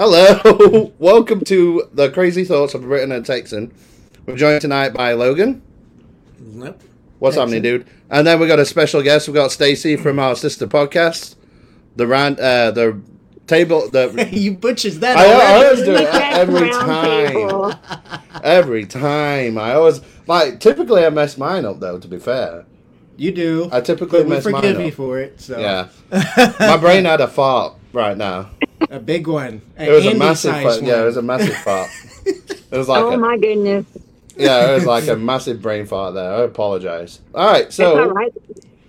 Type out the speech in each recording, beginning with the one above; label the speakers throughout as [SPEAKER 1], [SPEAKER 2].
[SPEAKER 1] Hello, welcome to the Crazy Thoughts of a Briton and a Texan. We're joined tonight by Logan.
[SPEAKER 2] Nope.
[SPEAKER 1] What's
[SPEAKER 3] Texan.
[SPEAKER 1] happening, dude? And then we got a special guest. We've got Stacy from our sister podcast, the rant, uh, the table, the
[SPEAKER 3] you butchers that
[SPEAKER 1] I- I
[SPEAKER 3] already.
[SPEAKER 1] always do it. Every
[SPEAKER 4] Round
[SPEAKER 1] time.
[SPEAKER 4] table.
[SPEAKER 1] every time. I always like typically I mess mine up though. To be fair,
[SPEAKER 3] You do.
[SPEAKER 1] I typically
[SPEAKER 3] but we
[SPEAKER 1] mess mine
[SPEAKER 3] forgive you
[SPEAKER 1] up.
[SPEAKER 3] for it. So
[SPEAKER 1] yeah, my brain had a fart right now.
[SPEAKER 3] a big one.
[SPEAKER 1] It was a
[SPEAKER 3] Andy
[SPEAKER 1] massive
[SPEAKER 3] size
[SPEAKER 1] fart.
[SPEAKER 3] one.
[SPEAKER 1] Yeah, it was a massive fart. It was like
[SPEAKER 4] oh
[SPEAKER 1] a,
[SPEAKER 4] my goodness.
[SPEAKER 1] yeah, it was like a massive brain fart there. I apologize. All right, so.
[SPEAKER 4] it's all right.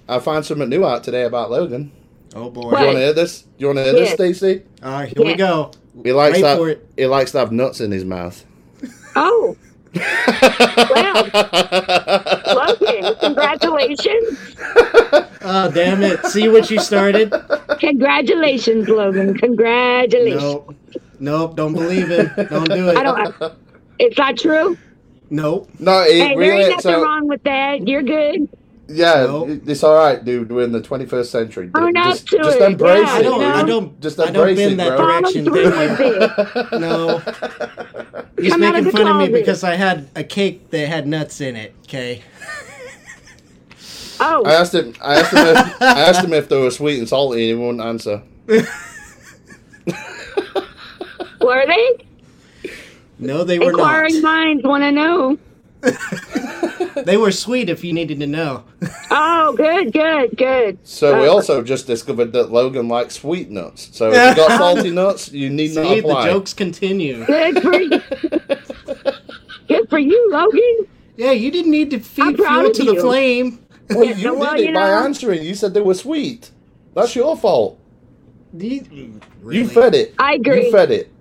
[SPEAKER 1] I found something new out today about Logan.
[SPEAKER 3] oh boy.
[SPEAKER 1] You
[SPEAKER 4] What?
[SPEAKER 1] want to hear this? You want to hear this,
[SPEAKER 4] Yes.
[SPEAKER 1] Stacy?
[SPEAKER 3] All right, here we
[SPEAKER 4] Yeah.
[SPEAKER 3] go.
[SPEAKER 1] He likes
[SPEAKER 3] Wait for
[SPEAKER 1] that.
[SPEAKER 3] it.
[SPEAKER 1] He likes to have nuts in his mouth.
[SPEAKER 4] Oh,
[SPEAKER 1] Logan,
[SPEAKER 4] Logan, congratulations.
[SPEAKER 3] Oh damn it! See what you started?
[SPEAKER 4] Congratulations, Logan. Congratulations.
[SPEAKER 3] nope. Nope. Don't believe him. Don't do it.
[SPEAKER 4] I don't. It's not true.
[SPEAKER 3] Nope.
[SPEAKER 1] No, he
[SPEAKER 4] Hey, there ain't
[SPEAKER 1] really.
[SPEAKER 4] nothing
[SPEAKER 1] So
[SPEAKER 4] wrong with that. You're good.
[SPEAKER 1] yeah,
[SPEAKER 3] No.
[SPEAKER 1] it's all right, dude. We're in the 21st century.
[SPEAKER 4] Own up
[SPEAKER 1] Just,
[SPEAKER 4] to
[SPEAKER 1] just
[SPEAKER 4] it.
[SPEAKER 1] embrace
[SPEAKER 4] Oh, Yeah,
[SPEAKER 3] I
[SPEAKER 1] it.
[SPEAKER 3] don't. I
[SPEAKER 4] No.
[SPEAKER 3] don't.
[SPEAKER 1] Just
[SPEAKER 3] I don't
[SPEAKER 1] embrace
[SPEAKER 3] bend
[SPEAKER 1] it,
[SPEAKER 3] that
[SPEAKER 1] bro.
[SPEAKER 3] direction.
[SPEAKER 4] Follow through
[SPEAKER 3] Thank you. No. He's
[SPEAKER 4] Come out
[SPEAKER 3] making
[SPEAKER 4] of the
[SPEAKER 3] fun of me
[SPEAKER 4] closet.
[SPEAKER 3] because I had a cake that had nuts in it. Okay.
[SPEAKER 4] Oh,
[SPEAKER 1] I asked him. I asked him. If, I asked him if they were sweet and salty, and he wouldn't answer.
[SPEAKER 4] were they?
[SPEAKER 3] No, they were not.
[SPEAKER 4] Inquiring minds want to know.
[SPEAKER 3] They were sweet. If you needed to know.
[SPEAKER 4] Oh, good, good, good.
[SPEAKER 1] So we
[SPEAKER 4] Uh,
[SPEAKER 1] also just discovered that Logan likes sweet nuts. So if you got salty nuts, you need not
[SPEAKER 3] See, the
[SPEAKER 1] apply.
[SPEAKER 3] jokes continue.
[SPEAKER 4] Good for you. good for you, Logan.
[SPEAKER 3] Yeah, you didn't need to
[SPEAKER 4] I'm
[SPEAKER 3] feed
[SPEAKER 4] proud
[SPEAKER 3] fuel
[SPEAKER 4] of
[SPEAKER 3] to the
[SPEAKER 4] you.
[SPEAKER 3] flame.
[SPEAKER 1] Well,
[SPEAKER 4] Yeah,
[SPEAKER 1] Oh, you
[SPEAKER 4] well,
[SPEAKER 1] did it
[SPEAKER 4] you
[SPEAKER 1] by
[SPEAKER 4] know-
[SPEAKER 1] answering. You said they were sweet. That's your fault.
[SPEAKER 3] You,
[SPEAKER 1] You fed it.
[SPEAKER 4] I agree.
[SPEAKER 1] You fed it.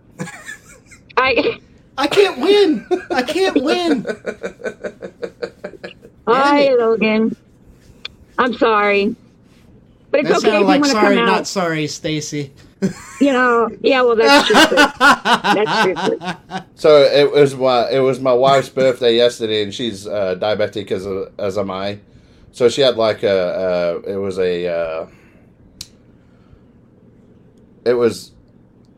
[SPEAKER 4] I.
[SPEAKER 3] I can't win. I can't win.
[SPEAKER 4] Hi,
[SPEAKER 3] it.
[SPEAKER 4] Logan. I'm sorry. But it's
[SPEAKER 3] That
[SPEAKER 4] okay if
[SPEAKER 3] sounded
[SPEAKER 4] you
[SPEAKER 3] like
[SPEAKER 4] want to
[SPEAKER 3] sorry,
[SPEAKER 4] come out.
[SPEAKER 3] not sorry, Stacy.
[SPEAKER 4] You know, yeah, well, that's true. that's true.
[SPEAKER 1] So it was my it was my wife's birthday yesterday, and she's uh, diabetic as a, as am I. So she had like a uh, it was a uh, it was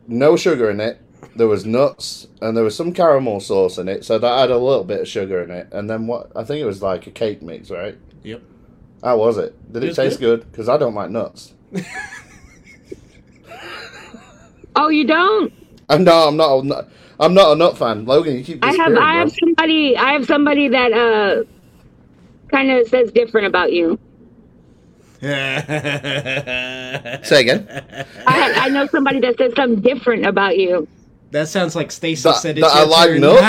[SPEAKER 1] no sugar in it. There was nuts and there was some caramel sauce in it, so that had a little bit of sugar in it. And then what? I think it was like a cake mix, right?
[SPEAKER 3] Yep.
[SPEAKER 1] How was it? Did
[SPEAKER 3] It
[SPEAKER 1] it,
[SPEAKER 3] was
[SPEAKER 1] taste good? Because I don't like nuts.
[SPEAKER 4] Oh, you don't?
[SPEAKER 1] I'm no, I'm not. a nut- I'm not a nut fan. Logan, you keep.
[SPEAKER 4] I have,
[SPEAKER 1] disappearing,
[SPEAKER 4] I have
[SPEAKER 1] bro.
[SPEAKER 4] somebody, I have somebody that uh, kind of says different about you.
[SPEAKER 3] that
[SPEAKER 1] Say again.
[SPEAKER 4] I, I know somebody that says something different about you.
[SPEAKER 3] sounds like Stacy
[SPEAKER 1] That-
[SPEAKER 3] said it's
[SPEAKER 1] that I
[SPEAKER 3] your
[SPEAKER 1] like
[SPEAKER 3] turn.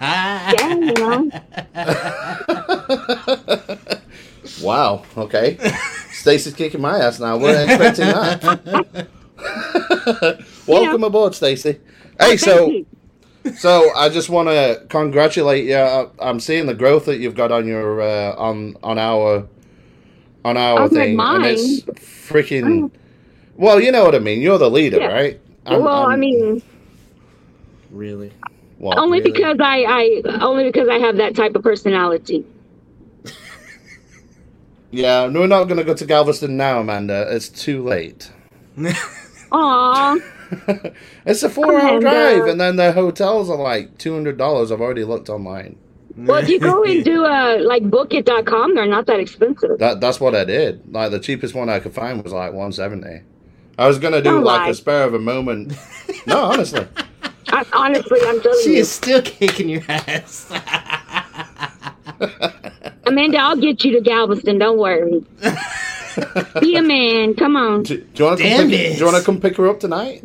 [SPEAKER 4] Yeah, you know.
[SPEAKER 1] Wow. Okay. Stacey's kicking my ass now. We're expecting that. Welcome aboard, Stacey. Hey,
[SPEAKER 4] Thank
[SPEAKER 1] so
[SPEAKER 4] you.
[SPEAKER 1] so I just want to congratulate you. I, I'm seeing the growth that you've got on your uh, on on our on our
[SPEAKER 4] On my
[SPEAKER 1] thing, and it's
[SPEAKER 4] mind.
[SPEAKER 1] freaking. Well, you know what I mean. You're the leader,
[SPEAKER 4] Yeah.
[SPEAKER 1] right? I'm-
[SPEAKER 4] well, i
[SPEAKER 1] I'm-
[SPEAKER 4] mean,
[SPEAKER 3] really?
[SPEAKER 1] well,
[SPEAKER 4] only
[SPEAKER 1] really.
[SPEAKER 4] because I, I, only because I have that type of personality.
[SPEAKER 1] Yeah, we're not going to go to Galveston now, Amanda. It's too late.
[SPEAKER 4] Aw,
[SPEAKER 1] It's a four hour
[SPEAKER 4] Amanda.
[SPEAKER 1] drive, and then the hotels are like $200. I've already looked online.
[SPEAKER 4] well, if you go and do uh, like bookit.com, they're not that expensive.
[SPEAKER 1] That That's what I did. Like, the cheapest one I could find was like 170 I was going to do
[SPEAKER 4] Don't
[SPEAKER 1] like
[SPEAKER 4] lie.
[SPEAKER 1] a spare of a moment. no, honestly.
[SPEAKER 4] I, honestly, I'm telling
[SPEAKER 3] She
[SPEAKER 4] you.
[SPEAKER 3] is still kicking your ass.
[SPEAKER 4] Amanda, I'll get you to Galveston. Don't worry. Be a man. Come on.
[SPEAKER 1] Do, do you want to
[SPEAKER 3] Damn
[SPEAKER 1] come, pick-
[SPEAKER 3] it.
[SPEAKER 1] do you wanna come pick her up tonight?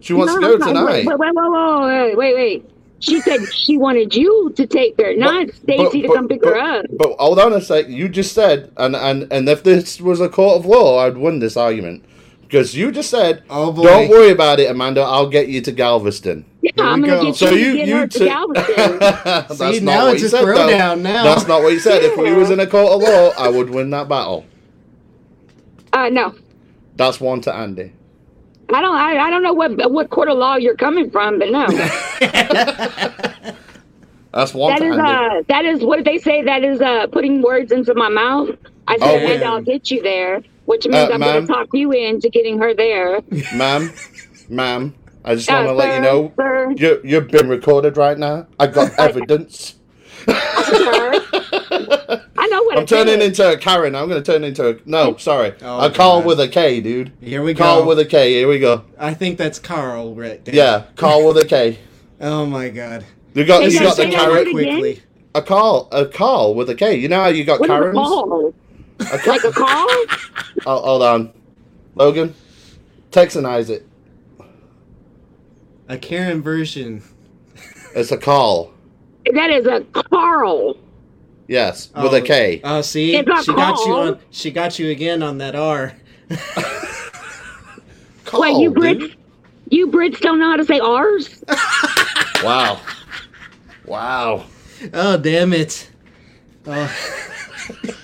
[SPEAKER 1] She wants
[SPEAKER 4] No,
[SPEAKER 1] to go
[SPEAKER 4] no,
[SPEAKER 1] tonight.
[SPEAKER 4] Wait, wait, wait, wait, wait, wait, wait. She said she wanted you to take her, not Stacy to come pick her up.
[SPEAKER 1] But hold on a sec. You just said, and, and, and if this was a court of law, I'd win this argument. Because you just said,
[SPEAKER 3] Oh, boy.
[SPEAKER 1] don't worry about it, Amanda. I'll get you to Galveston.
[SPEAKER 4] Yeah,
[SPEAKER 3] we
[SPEAKER 4] I'm gonna
[SPEAKER 3] go.
[SPEAKER 4] get
[SPEAKER 1] So
[SPEAKER 4] you,
[SPEAKER 1] you
[SPEAKER 4] to get
[SPEAKER 1] you
[SPEAKER 4] her
[SPEAKER 1] took-
[SPEAKER 4] to Galveston.
[SPEAKER 1] That's
[SPEAKER 3] See,
[SPEAKER 1] not
[SPEAKER 3] now
[SPEAKER 1] what
[SPEAKER 3] it's
[SPEAKER 1] he
[SPEAKER 3] a
[SPEAKER 1] said, though.
[SPEAKER 3] throwdown now.
[SPEAKER 1] That's not what he said. If we was in a court of law, I would win that battle.
[SPEAKER 4] uh, no,
[SPEAKER 1] That's one to Andy.
[SPEAKER 4] I don't. I, I don't know what what court of law you're coming from, but no,
[SPEAKER 1] That's one
[SPEAKER 4] that
[SPEAKER 1] to
[SPEAKER 4] is
[SPEAKER 1] Andy.
[SPEAKER 4] uh that is what did they say? That is uh putting words into my mouth. I said,
[SPEAKER 1] Oh,
[SPEAKER 4] Amanda,
[SPEAKER 3] yeah.
[SPEAKER 4] I'll get you there, which means
[SPEAKER 1] Uh,
[SPEAKER 4] I'm gonna
[SPEAKER 1] ma'am?
[SPEAKER 4] uh, talk you into getting her there.
[SPEAKER 1] ma'am, ma'am, I just
[SPEAKER 4] Uh,
[SPEAKER 1] want to let you
[SPEAKER 4] sir,
[SPEAKER 1] know
[SPEAKER 4] sir,
[SPEAKER 1] you're you're being recorded right now. I got evidence.
[SPEAKER 4] sir. I know what
[SPEAKER 1] I'm
[SPEAKER 4] it
[SPEAKER 1] turning
[SPEAKER 4] is.
[SPEAKER 1] into a Karen. I'm going to turn into a no. Sorry,
[SPEAKER 3] Oh,
[SPEAKER 1] a Carl
[SPEAKER 3] God.
[SPEAKER 1] with a K, dude.
[SPEAKER 3] Here we
[SPEAKER 1] Carl
[SPEAKER 3] go.
[SPEAKER 1] with a K. Here we go.
[SPEAKER 3] I think that's Carl right there.
[SPEAKER 1] Yeah, Carl with a K.
[SPEAKER 3] Oh my god.
[SPEAKER 1] You got
[SPEAKER 4] Hey,
[SPEAKER 1] you
[SPEAKER 4] guys,
[SPEAKER 1] got the
[SPEAKER 4] say that word
[SPEAKER 1] Karen.
[SPEAKER 4] again.
[SPEAKER 3] quickly.
[SPEAKER 1] A Carl, a Carl with a K. You know how you got
[SPEAKER 4] What is a
[SPEAKER 1] Karens.
[SPEAKER 4] call?
[SPEAKER 1] A Ca-
[SPEAKER 4] Like a call?
[SPEAKER 1] Oh, hold on, Logan. Texanize it.
[SPEAKER 3] A Karen version.
[SPEAKER 1] It's a Carl.
[SPEAKER 4] that is a Carl.
[SPEAKER 1] Yes, with a K.
[SPEAKER 3] Oh, see, she
[SPEAKER 4] It's not
[SPEAKER 3] got you
[SPEAKER 4] Carl.
[SPEAKER 3] on. She got you again on that R.
[SPEAKER 1] Carl,
[SPEAKER 4] Wait, you
[SPEAKER 1] Oh, dude.
[SPEAKER 4] Brits? You Brits don't know how to say R's?
[SPEAKER 1] Wow. Wow.
[SPEAKER 3] Oh, damn it! Oh,
[SPEAKER 1] Well,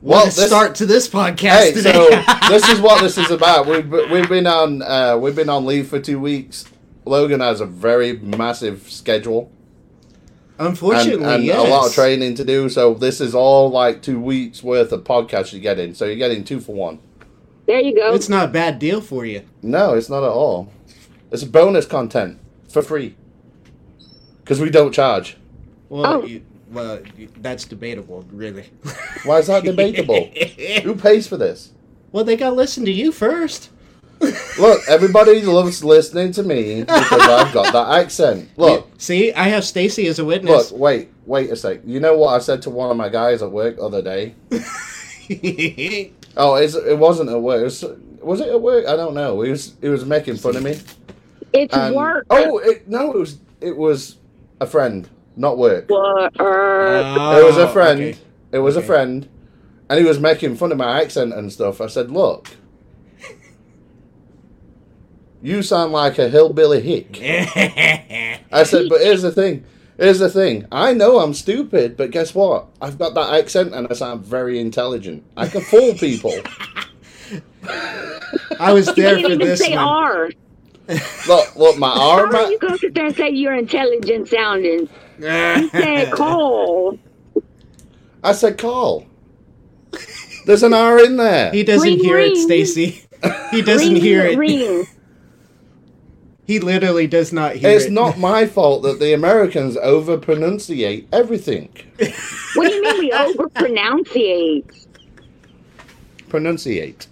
[SPEAKER 3] what a
[SPEAKER 1] this-
[SPEAKER 3] start to this podcast
[SPEAKER 1] Hey,
[SPEAKER 3] today.
[SPEAKER 1] so this is what this is about. We've we've been on uh, we've been on leave for two weeks. Logan has a very massive schedule and,
[SPEAKER 3] Unfortunately,
[SPEAKER 1] and
[SPEAKER 3] yes.
[SPEAKER 1] a lot of training to do. So this is all like two weeks worth of podcasts you're getting. So you're getting two for one.
[SPEAKER 4] There you go.
[SPEAKER 3] It's not a bad deal for you.
[SPEAKER 1] No, it's not at all. It's bonus content for free because we don't charge.
[SPEAKER 3] Well,
[SPEAKER 4] Oh.
[SPEAKER 3] you, well, you, that's debatable, really.
[SPEAKER 1] Why is that debatable? Who pays for this?
[SPEAKER 3] well, they got to listen to you first.
[SPEAKER 1] Look, everybody loves listening to me because I've got that accent. Look,
[SPEAKER 3] See, I have Stacy as a
[SPEAKER 1] Look,
[SPEAKER 3] witness.
[SPEAKER 1] wait, wait a sec. You know what I said to one of my guys at work the other day? Oh, it's, it wasn't at work. It was, was it at work? I don't know. He was he was making fun of me.
[SPEAKER 4] it's
[SPEAKER 1] And-
[SPEAKER 4] work.
[SPEAKER 1] Oh, it, no, it was it was a friend, not work.
[SPEAKER 4] Uh, Work.
[SPEAKER 3] Oh,
[SPEAKER 1] it was a friend.
[SPEAKER 3] okay.
[SPEAKER 1] It was a
[SPEAKER 3] Okay.
[SPEAKER 1] friend, and he was making fun of my accent and stuff. I said, "Look, you sound like a hillbilly hick." I said, but here's the thing. Here's the thing. I know I'm stupid, but guess what? I've got that accent and I sound very intelligent. I can fool people.
[SPEAKER 3] I was
[SPEAKER 4] You
[SPEAKER 3] there
[SPEAKER 4] can't
[SPEAKER 3] for
[SPEAKER 4] even
[SPEAKER 3] this
[SPEAKER 4] say
[SPEAKER 3] one.
[SPEAKER 4] R.
[SPEAKER 1] look, look, my
[SPEAKER 4] How
[SPEAKER 1] arm.
[SPEAKER 4] are you going to sit there and say you're intelligent sounding? You said call.
[SPEAKER 1] I said, call. There's an R in there.
[SPEAKER 3] He doesn't
[SPEAKER 4] Ring,
[SPEAKER 3] hear it,
[SPEAKER 4] ring.
[SPEAKER 3] Stacy. He doesn't
[SPEAKER 4] ring,
[SPEAKER 3] hear it.
[SPEAKER 4] Ring.
[SPEAKER 3] He literally does not hear
[SPEAKER 1] It's
[SPEAKER 3] it.
[SPEAKER 1] not my fault that the Americans over pronunciate everything.
[SPEAKER 4] What do you mean we overpronunciate?
[SPEAKER 1] Pronunciate.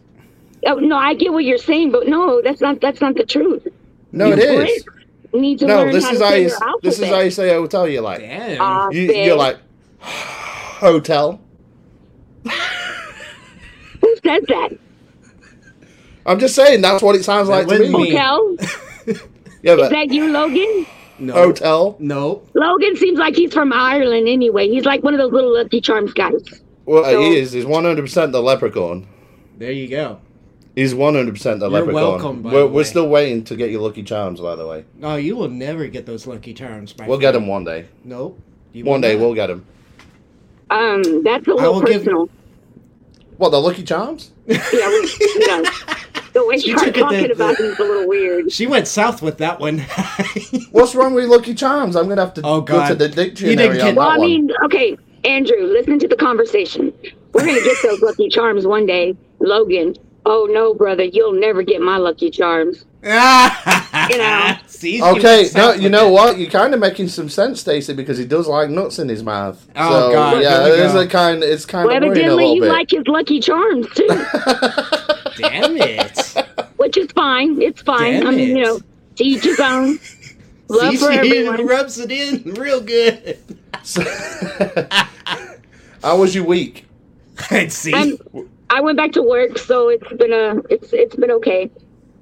[SPEAKER 4] Oh, no, I get what you're saying, but no, that's not that's not the truth.
[SPEAKER 1] No,
[SPEAKER 4] You
[SPEAKER 1] it is.
[SPEAKER 4] Brits Need to
[SPEAKER 1] No,
[SPEAKER 4] learn
[SPEAKER 1] this
[SPEAKER 4] how
[SPEAKER 1] is
[SPEAKER 4] to
[SPEAKER 1] how
[SPEAKER 4] say
[SPEAKER 1] you,
[SPEAKER 4] your
[SPEAKER 1] this is
[SPEAKER 4] alphabet.
[SPEAKER 1] how you say hotel. You're like,
[SPEAKER 3] Damn.
[SPEAKER 4] Ah,
[SPEAKER 1] you,
[SPEAKER 4] bitch.
[SPEAKER 1] you're like, hotel.
[SPEAKER 4] Who says that?
[SPEAKER 1] I'm just saying that's what it sounds
[SPEAKER 3] That
[SPEAKER 1] like to me.
[SPEAKER 3] wouldn't be-
[SPEAKER 4] Hotel?
[SPEAKER 1] Yeah,
[SPEAKER 4] Is
[SPEAKER 1] but
[SPEAKER 4] that you, Logan?
[SPEAKER 3] no.
[SPEAKER 1] Oh, hotel.
[SPEAKER 3] No.
[SPEAKER 4] Logan seems like he's from Ireland anyway. He's like one of those little Lucky Charms guys.
[SPEAKER 1] Well,
[SPEAKER 4] So-
[SPEAKER 1] he is. He's one hundred percent the leprechaun.
[SPEAKER 3] There you go.
[SPEAKER 1] He's one hundred percent the
[SPEAKER 3] You're
[SPEAKER 1] leprechaun.
[SPEAKER 3] welcome, by
[SPEAKER 1] we're,
[SPEAKER 3] the
[SPEAKER 1] we're
[SPEAKER 3] way.
[SPEAKER 1] still waiting to get your lucky charms. By the way,
[SPEAKER 3] No, Oh, you will never get those lucky charms. My
[SPEAKER 1] we'll get him one day.
[SPEAKER 3] Nope. You
[SPEAKER 1] One
[SPEAKER 3] will
[SPEAKER 1] day
[SPEAKER 3] not.
[SPEAKER 1] we'll get him.
[SPEAKER 4] Um, that's a
[SPEAKER 3] will
[SPEAKER 4] little
[SPEAKER 3] give-
[SPEAKER 4] personal.
[SPEAKER 1] What the lucky charms?
[SPEAKER 4] Yeah, we, you know, the way
[SPEAKER 3] She
[SPEAKER 4] you're
[SPEAKER 3] took it
[SPEAKER 4] talking
[SPEAKER 3] the-
[SPEAKER 4] about him is a little weird.
[SPEAKER 3] She went south with that one.
[SPEAKER 1] What's wrong with lucky charms? I'm gonna have to
[SPEAKER 3] Oh,
[SPEAKER 1] go to
[SPEAKER 3] God.
[SPEAKER 1] the
[SPEAKER 3] You didn't
[SPEAKER 1] dictionary on
[SPEAKER 3] get-
[SPEAKER 1] that
[SPEAKER 4] Well, I
[SPEAKER 1] one.
[SPEAKER 4] mean, okay, Andrew, listen to the conversation. We're gonna get those Lucky Charms one day, Logan. Oh no, brother, you'll never get my Lucky Charms. know.
[SPEAKER 3] See, she
[SPEAKER 1] Okay,
[SPEAKER 3] went south
[SPEAKER 1] no,
[SPEAKER 3] with
[SPEAKER 1] you know
[SPEAKER 3] that.
[SPEAKER 1] what? You're kind of making some sense, Stacy, because he does like nuts in his mouth.
[SPEAKER 3] Oh,
[SPEAKER 1] so,
[SPEAKER 3] God,
[SPEAKER 1] Yeah,
[SPEAKER 3] here we
[SPEAKER 1] it is
[SPEAKER 3] go.
[SPEAKER 1] a kind. It's kind
[SPEAKER 4] Well,
[SPEAKER 1] of worrying a
[SPEAKER 4] evidently
[SPEAKER 1] little
[SPEAKER 4] you
[SPEAKER 1] bit.
[SPEAKER 4] like his Lucky Charms too,
[SPEAKER 3] Damn it.
[SPEAKER 4] which is fine. It's fine.
[SPEAKER 3] Damn
[SPEAKER 4] I mean,
[SPEAKER 3] it.
[SPEAKER 4] you know, to each his own. Love
[SPEAKER 3] See,
[SPEAKER 4] for
[SPEAKER 3] she
[SPEAKER 4] everyone.
[SPEAKER 3] rubs it in real good.
[SPEAKER 1] How was your week?
[SPEAKER 3] And see,
[SPEAKER 4] I'm, I went back to work, so it's been a it's it's been okay.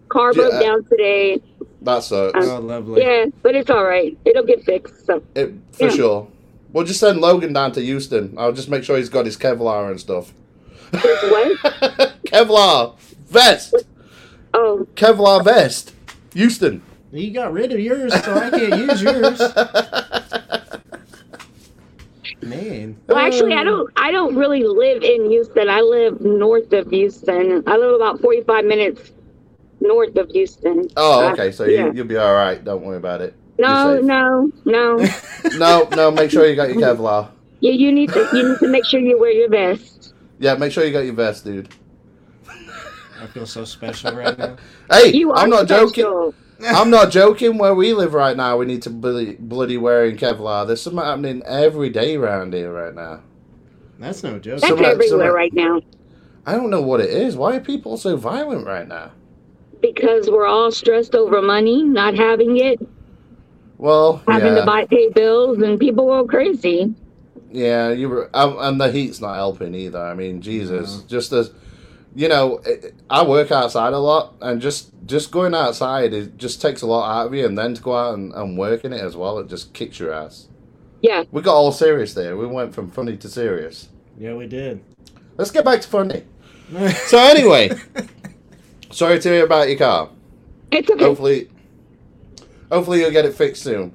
[SPEAKER 4] Car broke
[SPEAKER 1] Yeah.
[SPEAKER 4] down today.
[SPEAKER 1] That
[SPEAKER 4] Um,
[SPEAKER 1] sucks.
[SPEAKER 3] oh, lovely.
[SPEAKER 4] Yeah, but it's all right. It'll get fixed. So
[SPEAKER 1] It, for
[SPEAKER 4] Yeah.
[SPEAKER 1] sure. We'll just send Logan down to Houston. I'll just make sure he's got his Kevlar and stuff.
[SPEAKER 4] what?
[SPEAKER 1] Kevlar vest.
[SPEAKER 4] Oh,
[SPEAKER 1] Kevlar vest. Houston.
[SPEAKER 3] You got rid of yours, so I can't use yours. Man.
[SPEAKER 4] well, actually,
[SPEAKER 1] Um.
[SPEAKER 4] I don't. I don't really live in Houston. I live north of Houston. I live about forty-five minutes north of Houston.
[SPEAKER 1] Oh,
[SPEAKER 4] Uh,
[SPEAKER 1] okay. So
[SPEAKER 4] yeah.
[SPEAKER 1] you, you'll be all right. Don't worry about it. You're
[SPEAKER 4] no,
[SPEAKER 1] safe.
[SPEAKER 4] no, no.
[SPEAKER 1] no, no. Make sure you got your Kevlar.
[SPEAKER 4] you, you need to. You need to make sure you wear your vest.
[SPEAKER 1] Yeah, make sure you got your vest, dude.
[SPEAKER 3] I feel so special right now.
[SPEAKER 1] Hey,
[SPEAKER 4] You are
[SPEAKER 1] I'm not joking.
[SPEAKER 4] special.
[SPEAKER 1] I'm not joking. Where we live right now, we need to bloody, bloody wearing Kevlar. There's something happening every day around here right now.
[SPEAKER 3] That's no joke.
[SPEAKER 4] That's
[SPEAKER 1] Some-
[SPEAKER 4] everywhere
[SPEAKER 1] some-
[SPEAKER 4] right now
[SPEAKER 1] I don't know what it is. Why are people so violent right now?
[SPEAKER 4] because we're all stressed over money, not having it,
[SPEAKER 1] Well,
[SPEAKER 4] having
[SPEAKER 1] yeah,
[SPEAKER 4] to buy pay bills, and people go crazy.
[SPEAKER 1] yeah, you were, um, and the heat's not helping either. I mean, Jesus, just as you know, it, I work outside a lot, and just just going outside it just takes a lot out of you, and then to go out and, and work in it as well, it just kicks your ass.
[SPEAKER 4] Yeah,
[SPEAKER 1] We got all serious there. We went from funny to serious.
[SPEAKER 3] Yeah, we did.
[SPEAKER 1] Let's get back to funny. So anyway, sorry to hear about your car.
[SPEAKER 4] it's okay.
[SPEAKER 1] Hopefully, hopefully you'll get it fixed soon.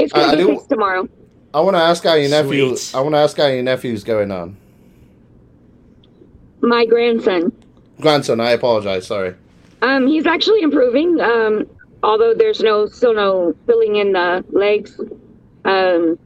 [SPEAKER 4] it's gonna
[SPEAKER 1] I- I
[SPEAKER 4] be
[SPEAKER 1] do-
[SPEAKER 4] fixed tomorrow.
[SPEAKER 1] I want to ask how your nephew.
[SPEAKER 3] Sweet.
[SPEAKER 1] I want to ask how your nephew's going on.
[SPEAKER 4] My grandson,
[SPEAKER 1] Grandson, I apologize. Sorry.
[SPEAKER 4] um, he's actually improving. Um, although there's no still no filling in the legs. Um,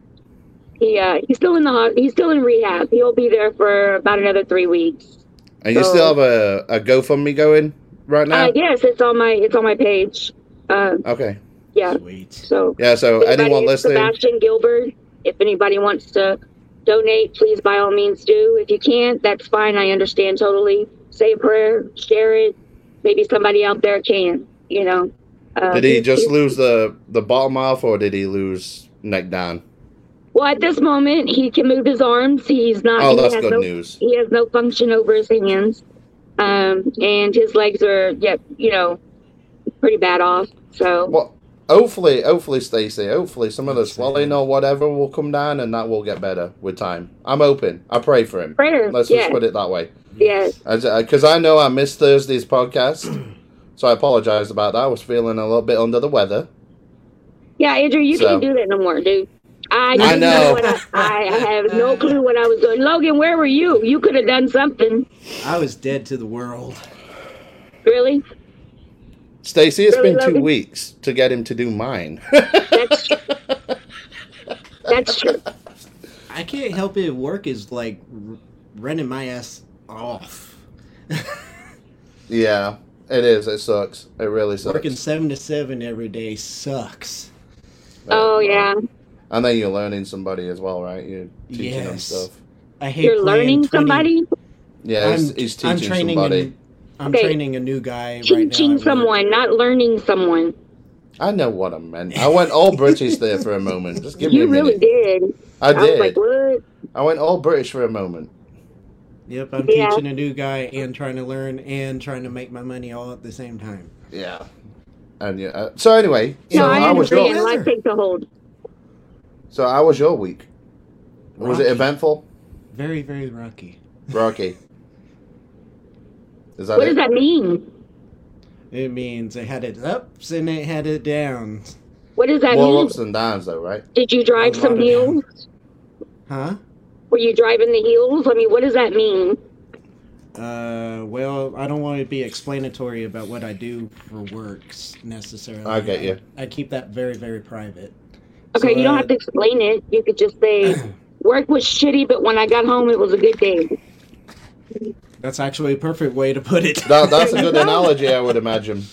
[SPEAKER 4] he uh, he's still in the ho- he's still in rehab. He'll be there for about another three weeks.
[SPEAKER 1] And you
[SPEAKER 4] So-
[SPEAKER 1] still have a, a GoFundMe going right now?
[SPEAKER 4] Uh, yes, it's on my it's on my page. Uh,
[SPEAKER 1] Okay.
[SPEAKER 4] yeah.
[SPEAKER 3] Sweet.
[SPEAKER 4] So
[SPEAKER 1] Yeah. So
[SPEAKER 4] if anybody-
[SPEAKER 1] anyone listening,
[SPEAKER 4] Sebastian Gilbert, if anybody wants to donate, please by all means do. If you can't, that's fine. I understand totally. Say a prayer, share it. Maybe somebody out there can. You know. Uh,
[SPEAKER 1] did he
[SPEAKER 4] he's-
[SPEAKER 1] just
[SPEAKER 4] he's-
[SPEAKER 1] lose the the bottom half or did he lose neck down?
[SPEAKER 4] Well, at this moment, he can move his arms. He's not.
[SPEAKER 1] Oh,
[SPEAKER 4] Uh, he
[SPEAKER 1] that's
[SPEAKER 4] has
[SPEAKER 1] good
[SPEAKER 4] no,
[SPEAKER 1] news.
[SPEAKER 4] He has no function over his hands, um, and his legs are, yeah, you know, pretty bad off. So
[SPEAKER 1] Well, hopefully, hopefully, Stacey, hopefully some of the swelling or whatever will come down and that will get better with time. I'm hoping. I pray for him.
[SPEAKER 4] prayer.
[SPEAKER 1] Let's
[SPEAKER 4] yes,
[SPEAKER 1] just put it that way.
[SPEAKER 4] yes.
[SPEAKER 1] Because I know I missed Thursday's podcast. So I apologize about that. I was feeling a little bit under the weather.
[SPEAKER 4] Yeah, Andrew, you
[SPEAKER 1] So-
[SPEAKER 4] can't do that no more, dude. I,
[SPEAKER 1] I
[SPEAKER 4] didn't
[SPEAKER 1] know.
[SPEAKER 4] what I, I I have no clue what I was doing. Logan, where were you? You could have done something.
[SPEAKER 3] I was dead to the world.
[SPEAKER 4] Really?
[SPEAKER 1] Stacey, it's
[SPEAKER 4] Really,
[SPEAKER 1] been two
[SPEAKER 4] Logan?
[SPEAKER 1] weeks to get him to do mine.
[SPEAKER 4] That's true. That's true.
[SPEAKER 3] I can't help it. Work is like r- running my ass off.
[SPEAKER 1] yeah, it is. It sucks. It really sucks.
[SPEAKER 3] Working seven to seven every day sucks.
[SPEAKER 4] Oh yeah.
[SPEAKER 1] And then you're learning somebody as well, right? You're teaching them
[SPEAKER 3] Yes.
[SPEAKER 1] stuff.
[SPEAKER 3] I hate.
[SPEAKER 4] You're
[SPEAKER 3] playing 20
[SPEAKER 4] learning somebody,
[SPEAKER 1] Yeah,
[SPEAKER 3] I'm,
[SPEAKER 1] he's, he's
[SPEAKER 3] I'm
[SPEAKER 1] teaching
[SPEAKER 3] training.
[SPEAKER 1] somebody.
[SPEAKER 3] an- I'm
[SPEAKER 4] Okay.
[SPEAKER 3] training a new guy. right now at
[SPEAKER 4] teaching
[SPEAKER 3] work.
[SPEAKER 4] someone, not learning someone.
[SPEAKER 1] I know what I meant. I went all British there for a moment. Just give me
[SPEAKER 4] You
[SPEAKER 1] a minute.
[SPEAKER 4] really did.
[SPEAKER 1] I
[SPEAKER 4] was
[SPEAKER 1] did.
[SPEAKER 4] like, what?
[SPEAKER 1] I went all British for a moment.
[SPEAKER 3] Yep, I'm
[SPEAKER 4] Yeah.
[SPEAKER 3] teaching a new guy and trying to learn and trying to make my money all at the same time.
[SPEAKER 1] Yeah. And yeah. Uh, so anyway,
[SPEAKER 4] No,
[SPEAKER 1] so
[SPEAKER 4] I
[SPEAKER 1] how was
[SPEAKER 4] understand.
[SPEAKER 1] your
[SPEAKER 4] Life
[SPEAKER 3] Sure.
[SPEAKER 4] takes a hold.
[SPEAKER 1] so how was your week? Was it
[SPEAKER 3] Rocky.
[SPEAKER 1] eventful?
[SPEAKER 3] Very, very rocky.
[SPEAKER 1] Rocky. Is that
[SPEAKER 4] What
[SPEAKER 1] it?
[SPEAKER 4] does that mean?
[SPEAKER 3] It means it had its ups and it had it downs.
[SPEAKER 4] What does that
[SPEAKER 1] More
[SPEAKER 4] mean?
[SPEAKER 1] ups and downs, though, right?
[SPEAKER 4] Did you drive
[SPEAKER 3] A lot
[SPEAKER 4] some
[SPEAKER 3] of-
[SPEAKER 4] heels?
[SPEAKER 3] Huh?
[SPEAKER 4] Were you driving the heels? I mean, what does that mean?
[SPEAKER 3] Uh, well, I don't want to be explanatory about what I do for works necessarily.
[SPEAKER 1] I get you.
[SPEAKER 3] I keep that very, very private.
[SPEAKER 4] Okay,
[SPEAKER 3] So,
[SPEAKER 4] you don't
[SPEAKER 3] uh,
[SPEAKER 4] have to explain it. You could just say, work was shitty, but when I got home, it was a good day.
[SPEAKER 3] That's actually a perfect way to put it.
[SPEAKER 1] That, that's a good analogy, I would imagine.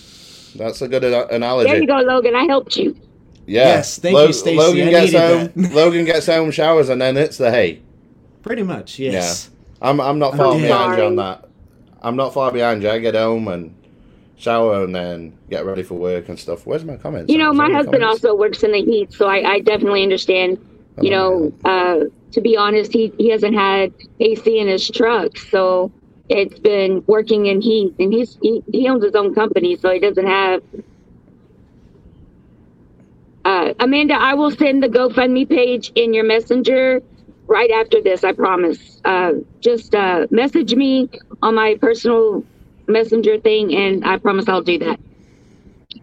[SPEAKER 1] That's a good an- analogy.
[SPEAKER 4] There you go, Logan. I helped you.
[SPEAKER 1] Yeah.
[SPEAKER 3] Yes, thank you, Stacey.
[SPEAKER 1] Logan
[SPEAKER 3] I
[SPEAKER 1] gets
[SPEAKER 3] needed
[SPEAKER 1] home.
[SPEAKER 3] that.
[SPEAKER 1] Logan gets home, showers, and then it's the hay.
[SPEAKER 3] Pretty much, yes.
[SPEAKER 1] I'm I'm not
[SPEAKER 3] I'm
[SPEAKER 1] far
[SPEAKER 3] dead.
[SPEAKER 1] behind you on
[SPEAKER 4] Sorry.
[SPEAKER 1] that. I'm not far behind you. I get home and shower and then get ready for work and stuff. Where's my comments?
[SPEAKER 4] You know,
[SPEAKER 1] Is there
[SPEAKER 4] my
[SPEAKER 1] any
[SPEAKER 4] husband
[SPEAKER 1] comments?
[SPEAKER 4] also works in the heat, so I, I definitely understand. You know, uh, to be honest, he, he hasn't had AC in his truck, so it's been working in heat. And he's he, he owns his own company, so he doesn't have. Uh, Amanda, I will send the GoFundMe page in your messenger right after this. I promise. Uh, just uh, message me on my personal messenger thing, and I promise I'll do that.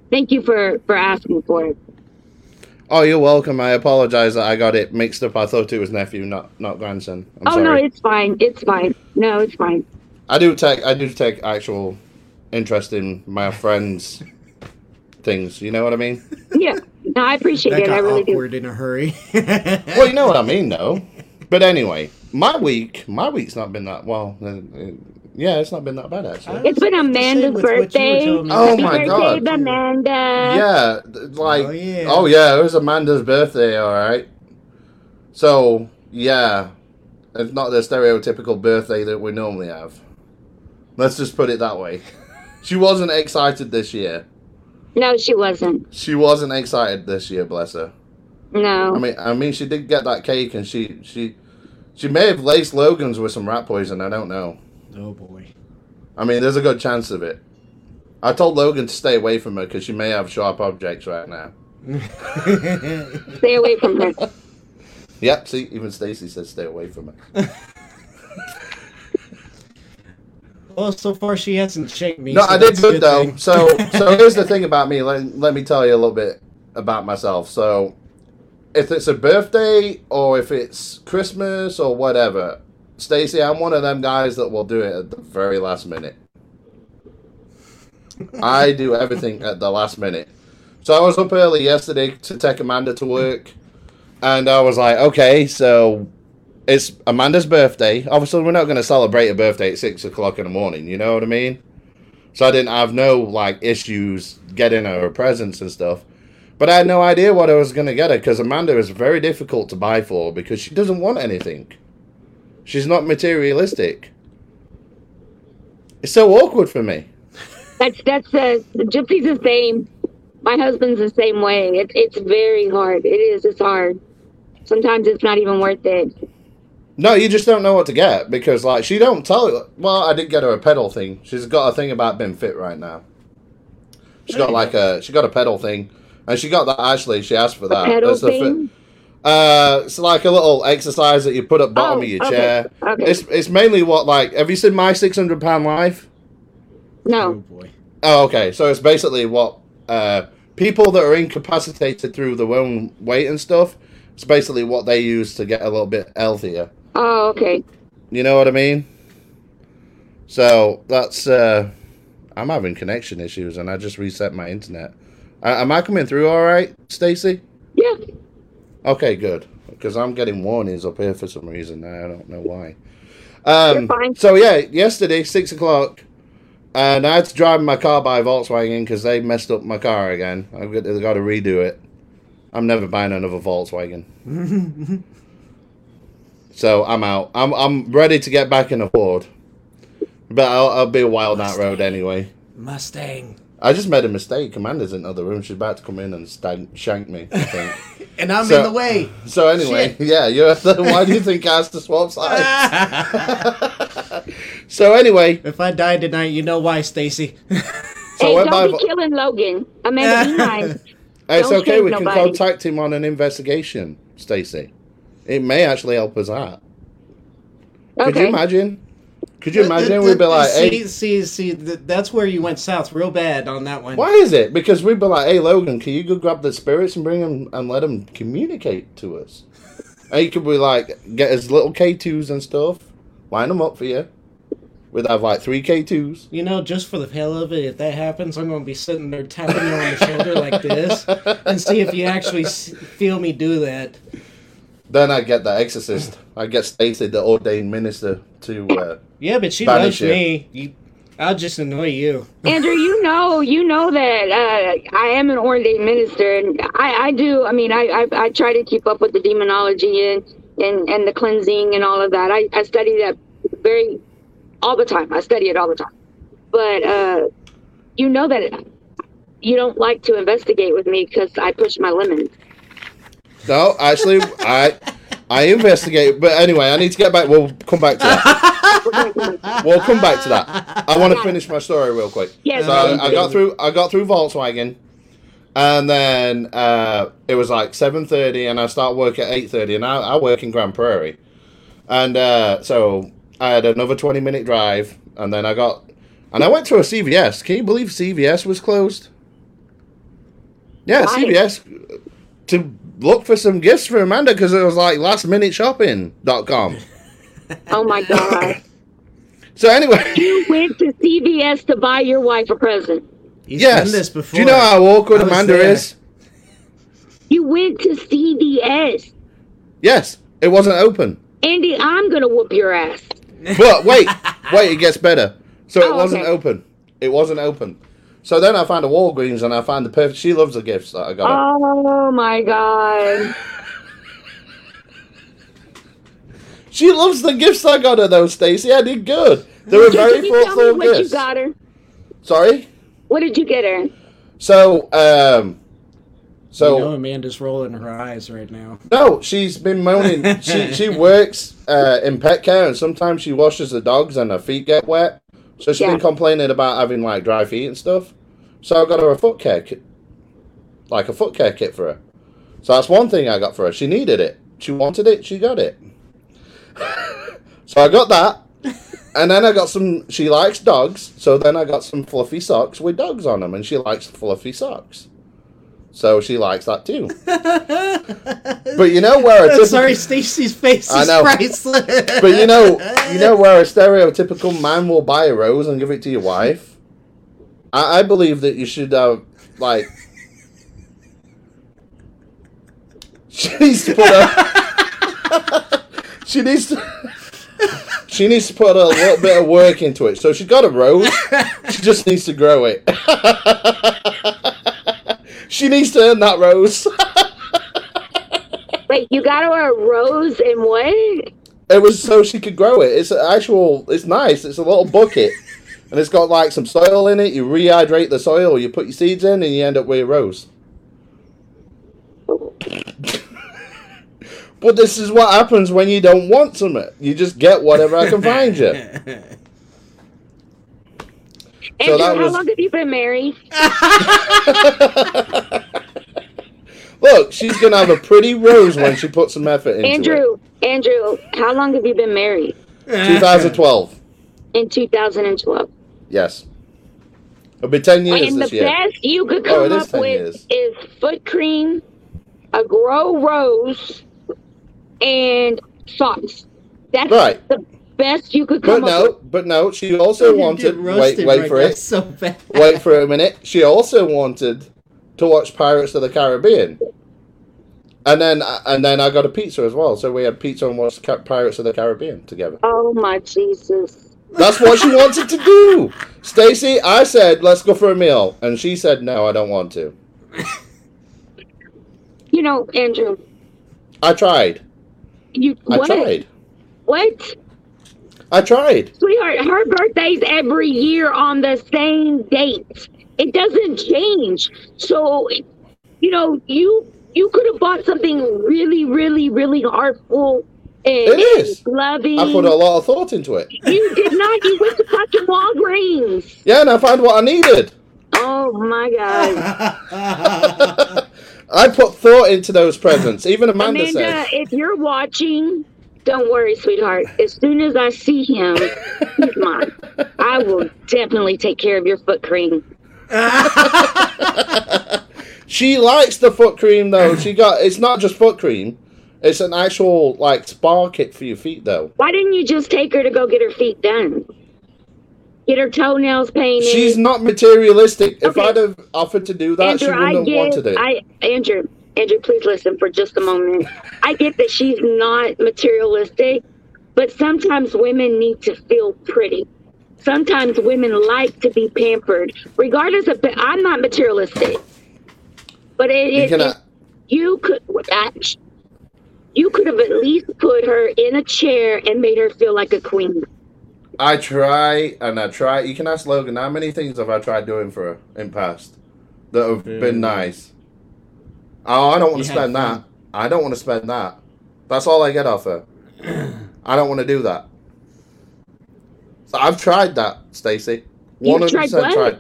[SPEAKER 4] Thank you for for asking for it.
[SPEAKER 1] Oh, you're welcome. I apologize that I got it mixed up. I thought it was nephew, not not grandson. I'm
[SPEAKER 4] oh
[SPEAKER 1] sorry.
[SPEAKER 4] no, it's fine. It's fine. No, it's fine.
[SPEAKER 1] I do take I do take actual interest in my friends' things. You know what I mean?
[SPEAKER 4] Yeah. No, I appreciate
[SPEAKER 3] That
[SPEAKER 4] it. I
[SPEAKER 3] got
[SPEAKER 4] really do.
[SPEAKER 3] awkward in a hurry.
[SPEAKER 1] Well, you know what I mean, though. But anyway, my week my week's not been that well. uh, uh, Yeah, it's not been that bad
[SPEAKER 3] Oh,
[SPEAKER 1] actually.
[SPEAKER 4] It's been Amanda's
[SPEAKER 3] Same with what you were
[SPEAKER 4] birthday.
[SPEAKER 3] telling me.
[SPEAKER 1] Oh
[SPEAKER 4] Happy
[SPEAKER 1] my
[SPEAKER 4] birthday,
[SPEAKER 1] God.
[SPEAKER 4] Amanda.
[SPEAKER 1] yeah, th- like
[SPEAKER 3] Oh,
[SPEAKER 1] oh
[SPEAKER 3] yeah.
[SPEAKER 1] yeah. it was Amanda's birthday. All right, so yeah, it's not the stereotypical birthday that we normally have. Let's just put it that way. She wasn't excited this year.
[SPEAKER 4] No, she wasn't.
[SPEAKER 1] She wasn't excited this year, bless her.
[SPEAKER 4] No.
[SPEAKER 1] I mean, I mean, she did get that cake, and she she she may have laced Logan's with some rat poison. I don't know.
[SPEAKER 3] Oh boy.
[SPEAKER 1] I mean, there's a good chance of it. I told Logan to stay away from her because she may have sharp objects right now.
[SPEAKER 4] Stay away from her.
[SPEAKER 1] Yep, see, even Stacy says stay away from her.
[SPEAKER 3] well, so far she hasn't shaken me.
[SPEAKER 1] No,
[SPEAKER 3] so
[SPEAKER 1] I did
[SPEAKER 3] that's a
[SPEAKER 1] good though.
[SPEAKER 3] thing.
[SPEAKER 1] So, so here's the thing about me. Let, let me tell you a little bit about myself. So, if it's a birthday or if it's Christmas or whatever, Stacy, I'm one of them guys that will do it at the very last minute. I do everything at the last minute. So I was up early yesterday to take Amanda to work, and I was like, okay, so it's Amanda's birthday. Obviously, we're not going to celebrate a birthday at six o'clock in the morning. You know what I mean? So I didn't have no like issues getting her presents and stuff. But I had no idea what I was going to get her because Amanda is very difficult to buy for because she doesn't want anything. She's not materialistic. It's so awkward for me.
[SPEAKER 4] That's that's the the gypsy's the same. My husband's the same way. It's it's very hard. It is. It's hard. Sometimes it's not even worth it.
[SPEAKER 1] No, you just don't know what to get because like she don't tell. Well, I did get her a pedal thing. She's got a thing about being fit right now. She got like a she got a pedal thing, and she got that actually. She asked for
[SPEAKER 4] A
[SPEAKER 1] that.
[SPEAKER 4] pedal
[SPEAKER 1] That's the fi-
[SPEAKER 4] thing.
[SPEAKER 1] Uh, it's like a little exercise that you put at bottom
[SPEAKER 4] Oh,
[SPEAKER 1] of your
[SPEAKER 4] okay,
[SPEAKER 1] chair.
[SPEAKER 4] okay.
[SPEAKER 1] It's it's mainly what like have you seen my six hundred pound life?
[SPEAKER 3] Oh
[SPEAKER 4] No.
[SPEAKER 3] boy.
[SPEAKER 1] Oh, okay. So it's basically what uh people that are incapacitated through their own weight and stuff. It's basically what they use to get a little bit healthier.
[SPEAKER 4] Oh, okay.
[SPEAKER 1] You know what I mean? So that's uh I'm having connection issues and I just reset my internet. Uh, am I coming through all right, Stacy?
[SPEAKER 4] Yeah.
[SPEAKER 1] Okay, good. Because I'm getting warnings up here for some reason. I don't know why.
[SPEAKER 4] You're fine.
[SPEAKER 1] Um, so yeah, yesterday six o'clock, and I had to drive my car by Volkswagen because they messed up my car again. I've got, I've got to redo it. I'm never buying another Volkswagen. so I'm out. I'm I'm ready to get back in a Ford, but I'll, I'll be a while that road anyway.
[SPEAKER 3] Mustang.
[SPEAKER 1] I just made a mistake. Commander's in the other room. She's about to come in and stank, shank me. I think.
[SPEAKER 3] And I'm
[SPEAKER 1] So-
[SPEAKER 3] in the way.
[SPEAKER 1] So anyway,
[SPEAKER 3] Shit.
[SPEAKER 1] yeah, you're why do you think I asked to swap sides? so anyway,
[SPEAKER 3] if I die tonight, you know why, Stacy.
[SPEAKER 1] So
[SPEAKER 4] hey,
[SPEAKER 1] what
[SPEAKER 4] don't
[SPEAKER 1] about
[SPEAKER 4] be
[SPEAKER 1] if-
[SPEAKER 4] killing Logan. Amanda, be nice.
[SPEAKER 1] it's
[SPEAKER 4] Don't
[SPEAKER 1] okay.
[SPEAKER 4] shame
[SPEAKER 1] We can
[SPEAKER 4] nobody.
[SPEAKER 1] contact him on an investigation, Stacey. It may actually help us out. Could you
[SPEAKER 4] Okay.
[SPEAKER 1] imagine? Could you imagine we'd be like,
[SPEAKER 3] see,
[SPEAKER 1] hey,
[SPEAKER 3] see, see, th- that's where you went south real bad on that one.
[SPEAKER 1] why is it? Because we'd be like, hey, Logan, can you go grab the spirits and bring them and let them communicate to us? and he could be like, get his little K2s and stuff, line them up for you. We'd have like three K2s.
[SPEAKER 3] You know, just for the hell of it, if that happens, I'm going to be sitting there tapping you on the shoulder like this and see if you actually s- feel me do that.
[SPEAKER 1] Then I'd get the exorcist. I'd get Stacey, the ordained minister, to. Uh,
[SPEAKER 3] Yeah, but she
[SPEAKER 1] Banish
[SPEAKER 3] loves
[SPEAKER 1] you.
[SPEAKER 3] me. You, I'll just annoy you.
[SPEAKER 4] Andrew, you know, you know that uh, I am an ordained minister, and I, I do. I mean, I, I, I try to keep up with the demonology and and, and the cleansing and all of that. I, I study that very all the time. I study it all the time. But uh, you know that you don't like to investigate with me because I push my lemons.
[SPEAKER 1] No, actually, I I investigate. But anyway, I need to get back. We'll come back to that. We'll come back to that. I want to finish my story real quick.
[SPEAKER 4] Yes,
[SPEAKER 1] So
[SPEAKER 4] please
[SPEAKER 1] I
[SPEAKER 4] do.
[SPEAKER 1] got through. I got through Volkswagen, and then uh, it was like seven thirty, and I start work at eight thirty, and I, I work in Grand Prairie, and uh, so I had another twenty minute drive, and then I got, and I went to a CVS. Can you believe CVS was closed? Yeah,
[SPEAKER 4] Why?
[SPEAKER 1] CVS to look for some gifts for Amanda because it was like lastminuteshopping.com.
[SPEAKER 4] Oh my God!
[SPEAKER 1] So anyway,
[SPEAKER 4] you went to CVS to buy your wife a present.
[SPEAKER 3] You've
[SPEAKER 1] yes.
[SPEAKER 3] done this before.
[SPEAKER 1] Do you know how awkward
[SPEAKER 3] I was
[SPEAKER 1] Amanda
[SPEAKER 3] there.
[SPEAKER 1] is?
[SPEAKER 4] You went to CVS,
[SPEAKER 1] Yes, it wasn't open.
[SPEAKER 4] Andy. I'm gonna whoop your ass.
[SPEAKER 1] But wait, Wait, it gets better. So it
[SPEAKER 4] Oh,
[SPEAKER 1] wasn't
[SPEAKER 4] okay.
[SPEAKER 1] open. It wasn't open. So then I found a Walgreens and I found the perfect. She loves the gifts that I got. her.
[SPEAKER 4] Oh my god.
[SPEAKER 1] She loves the gifts I got her though, Stacey. I did good. They were
[SPEAKER 4] Can
[SPEAKER 1] very
[SPEAKER 4] you tell me
[SPEAKER 1] thoughtful
[SPEAKER 4] what you
[SPEAKER 1] gifts.
[SPEAKER 4] got her?
[SPEAKER 1] Sorry.
[SPEAKER 4] What did you get her?
[SPEAKER 1] So, um, so
[SPEAKER 3] you know Amanda's rolling her eyes right now.
[SPEAKER 1] No, she's been moaning. she she works uh, in pet care, and sometimes she washes the dogs, and her feet get wet. So she's
[SPEAKER 4] Yeah.
[SPEAKER 1] been complaining about having like dry feet and stuff. So I got her a foot care kit, like a foot care kit for her. So that's one thing I got for her. She needed it. She wanted it. She got it. so I got that, and then I got some. She likes dogs, so then I got some fluffy socks with dogs on them, and she likes fluffy socks. So she likes that too. But you know where a typical,
[SPEAKER 3] Sorry, Stacy's face
[SPEAKER 1] I
[SPEAKER 3] is
[SPEAKER 1] know.
[SPEAKER 3] priceless.
[SPEAKER 1] but you know you know where a stereotypical man will buy a rose and give it to your wife. I, I believe that you should have like. She needs to put a. she needs to. She needs to put a little bit of work into it. So she got a rose. She just needs to grow it. she needs to earn that rose.
[SPEAKER 4] Wait, you got her a rose and what?
[SPEAKER 1] It was so she could grow it. It's an actual. It's nice. It's a little bucket, and it's got like some soil in it. You rehydrate the soil. You put your seeds in, and you end up with a rose. but this is what happens when you don't want something. You just get whatever I can find you.
[SPEAKER 4] Andrew,
[SPEAKER 1] that
[SPEAKER 4] how
[SPEAKER 1] was-
[SPEAKER 4] long have you been married?
[SPEAKER 1] Look, she's gonna have a pretty rose when she puts some effort into it.
[SPEAKER 4] Andrew, Andrew, how long have you been married?
[SPEAKER 1] 2012.
[SPEAKER 4] In 2012.
[SPEAKER 1] Yes. It'll be 10 years
[SPEAKER 4] and the
[SPEAKER 1] this year.
[SPEAKER 4] best you could
[SPEAKER 1] Oh, it
[SPEAKER 4] come
[SPEAKER 1] is
[SPEAKER 4] up
[SPEAKER 1] 10
[SPEAKER 4] with
[SPEAKER 1] years.
[SPEAKER 4] is foot cream, a grow rose, and socks. That's
[SPEAKER 1] Right.
[SPEAKER 4] the best you could
[SPEAKER 1] But
[SPEAKER 4] come up
[SPEAKER 1] no, but no, she also wanted. Wait, wait for it.
[SPEAKER 3] So bad.
[SPEAKER 1] wait for a minute. She also wanted to watch Pirates of the Caribbean, and then and then I got a pizza as well. So we had pizza and watched Ca- Pirates of the Caribbean together.
[SPEAKER 4] Oh my Jesus.
[SPEAKER 1] That's what she wanted to do. Stacy, I said let's go for a meal, and she said no, I don't want to.
[SPEAKER 4] You know, Andrew,
[SPEAKER 1] I tried.
[SPEAKER 4] you
[SPEAKER 1] I
[SPEAKER 4] what?
[SPEAKER 1] tried.
[SPEAKER 4] What?
[SPEAKER 1] I tried.
[SPEAKER 4] Sweetheart, her birthday's every year on the same date. It doesn't change. So, you know, you you could have bought something really, really, really artful and,
[SPEAKER 1] It is.
[SPEAKER 4] and loving.
[SPEAKER 1] I put a lot of thought into it.
[SPEAKER 4] You did not. You went to fucking Walgreens.
[SPEAKER 1] Yeah, and I found what I needed.
[SPEAKER 4] Oh my god.
[SPEAKER 1] I put thought into those presents. Even Amanda,
[SPEAKER 4] Amanda,
[SPEAKER 1] said,
[SPEAKER 4] if you're watching, don't worry, sweetheart. As soon as I see him, he's mine. I will definitely take care of your foot cream.
[SPEAKER 1] She likes the foot cream though. She got it's not just foot cream. It's an actual like spa kit for your feet though.
[SPEAKER 4] Why didn't you just take her to go get her feet done? Get her toenails painted.
[SPEAKER 1] She's not materialistic. If
[SPEAKER 4] Okay.
[SPEAKER 1] I'd have offered to do that, she
[SPEAKER 4] Andrew,
[SPEAKER 1] wouldn't
[SPEAKER 4] I
[SPEAKER 1] have wanted
[SPEAKER 4] get,
[SPEAKER 1] it.
[SPEAKER 4] I, Andrew, Andrew, please listen for just a moment. I get that she's not materialistic, but sometimes women need to feel pretty. Sometimes women like to be pampered, regardless of. I'm not materialistic, but it,
[SPEAKER 1] you
[SPEAKER 4] it,
[SPEAKER 1] can,
[SPEAKER 4] it- you could I- you could have at least put her in a chair and made her feel like a queen.
[SPEAKER 1] I try and I try. You can ask Logan how many things have I tried doing for her in past that have been
[SPEAKER 3] Mm.
[SPEAKER 1] nice. Oh, I don't want
[SPEAKER 3] You
[SPEAKER 1] to
[SPEAKER 3] had
[SPEAKER 1] spend that.
[SPEAKER 3] fun.
[SPEAKER 1] I don't want to spend that. That's all I get off her. I don't want to do that. So I've tried that, Stacy. One
[SPEAKER 4] You
[SPEAKER 1] hundred
[SPEAKER 4] tried
[SPEAKER 1] percent
[SPEAKER 4] what?
[SPEAKER 1] tried.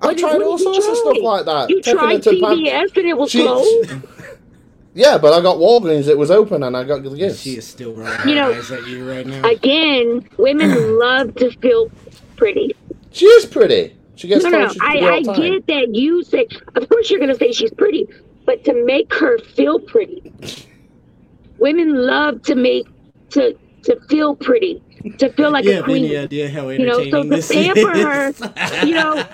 [SPEAKER 1] I've
[SPEAKER 4] What-
[SPEAKER 1] tried
[SPEAKER 4] what
[SPEAKER 1] all
[SPEAKER 4] did you
[SPEAKER 1] sorts of
[SPEAKER 4] try?
[SPEAKER 1] stuff like that.
[SPEAKER 4] You
[SPEAKER 1] Taking
[SPEAKER 4] tried
[SPEAKER 1] it to pan-
[SPEAKER 4] CVS and it was
[SPEAKER 1] She-
[SPEAKER 4] closed.
[SPEAKER 1] Yeah, but I got Walgreens. It was open, and I got the gifts.
[SPEAKER 3] She is still rolling her
[SPEAKER 4] You know,
[SPEAKER 3] eyes at you right now.
[SPEAKER 4] again, women love to feel pretty.
[SPEAKER 1] She is pretty. She gets
[SPEAKER 4] No, no,
[SPEAKER 1] told
[SPEAKER 4] no.
[SPEAKER 1] she's pretty
[SPEAKER 4] I, I
[SPEAKER 1] all the time.
[SPEAKER 4] get that you say, of course, you're going to say she's pretty, but to make her feel pretty, women love to make to to feel pretty, to feel like
[SPEAKER 3] you
[SPEAKER 4] a
[SPEAKER 3] have
[SPEAKER 4] queen.
[SPEAKER 3] any idea how
[SPEAKER 4] You know,
[SPEAKER 3] entertaining
[SPEAKER 4] so to
[SPEAKER 3] this
[SPEAKER 4] pamper her,
[SPEAKER 3] is?
[SPEAKER 4] you know.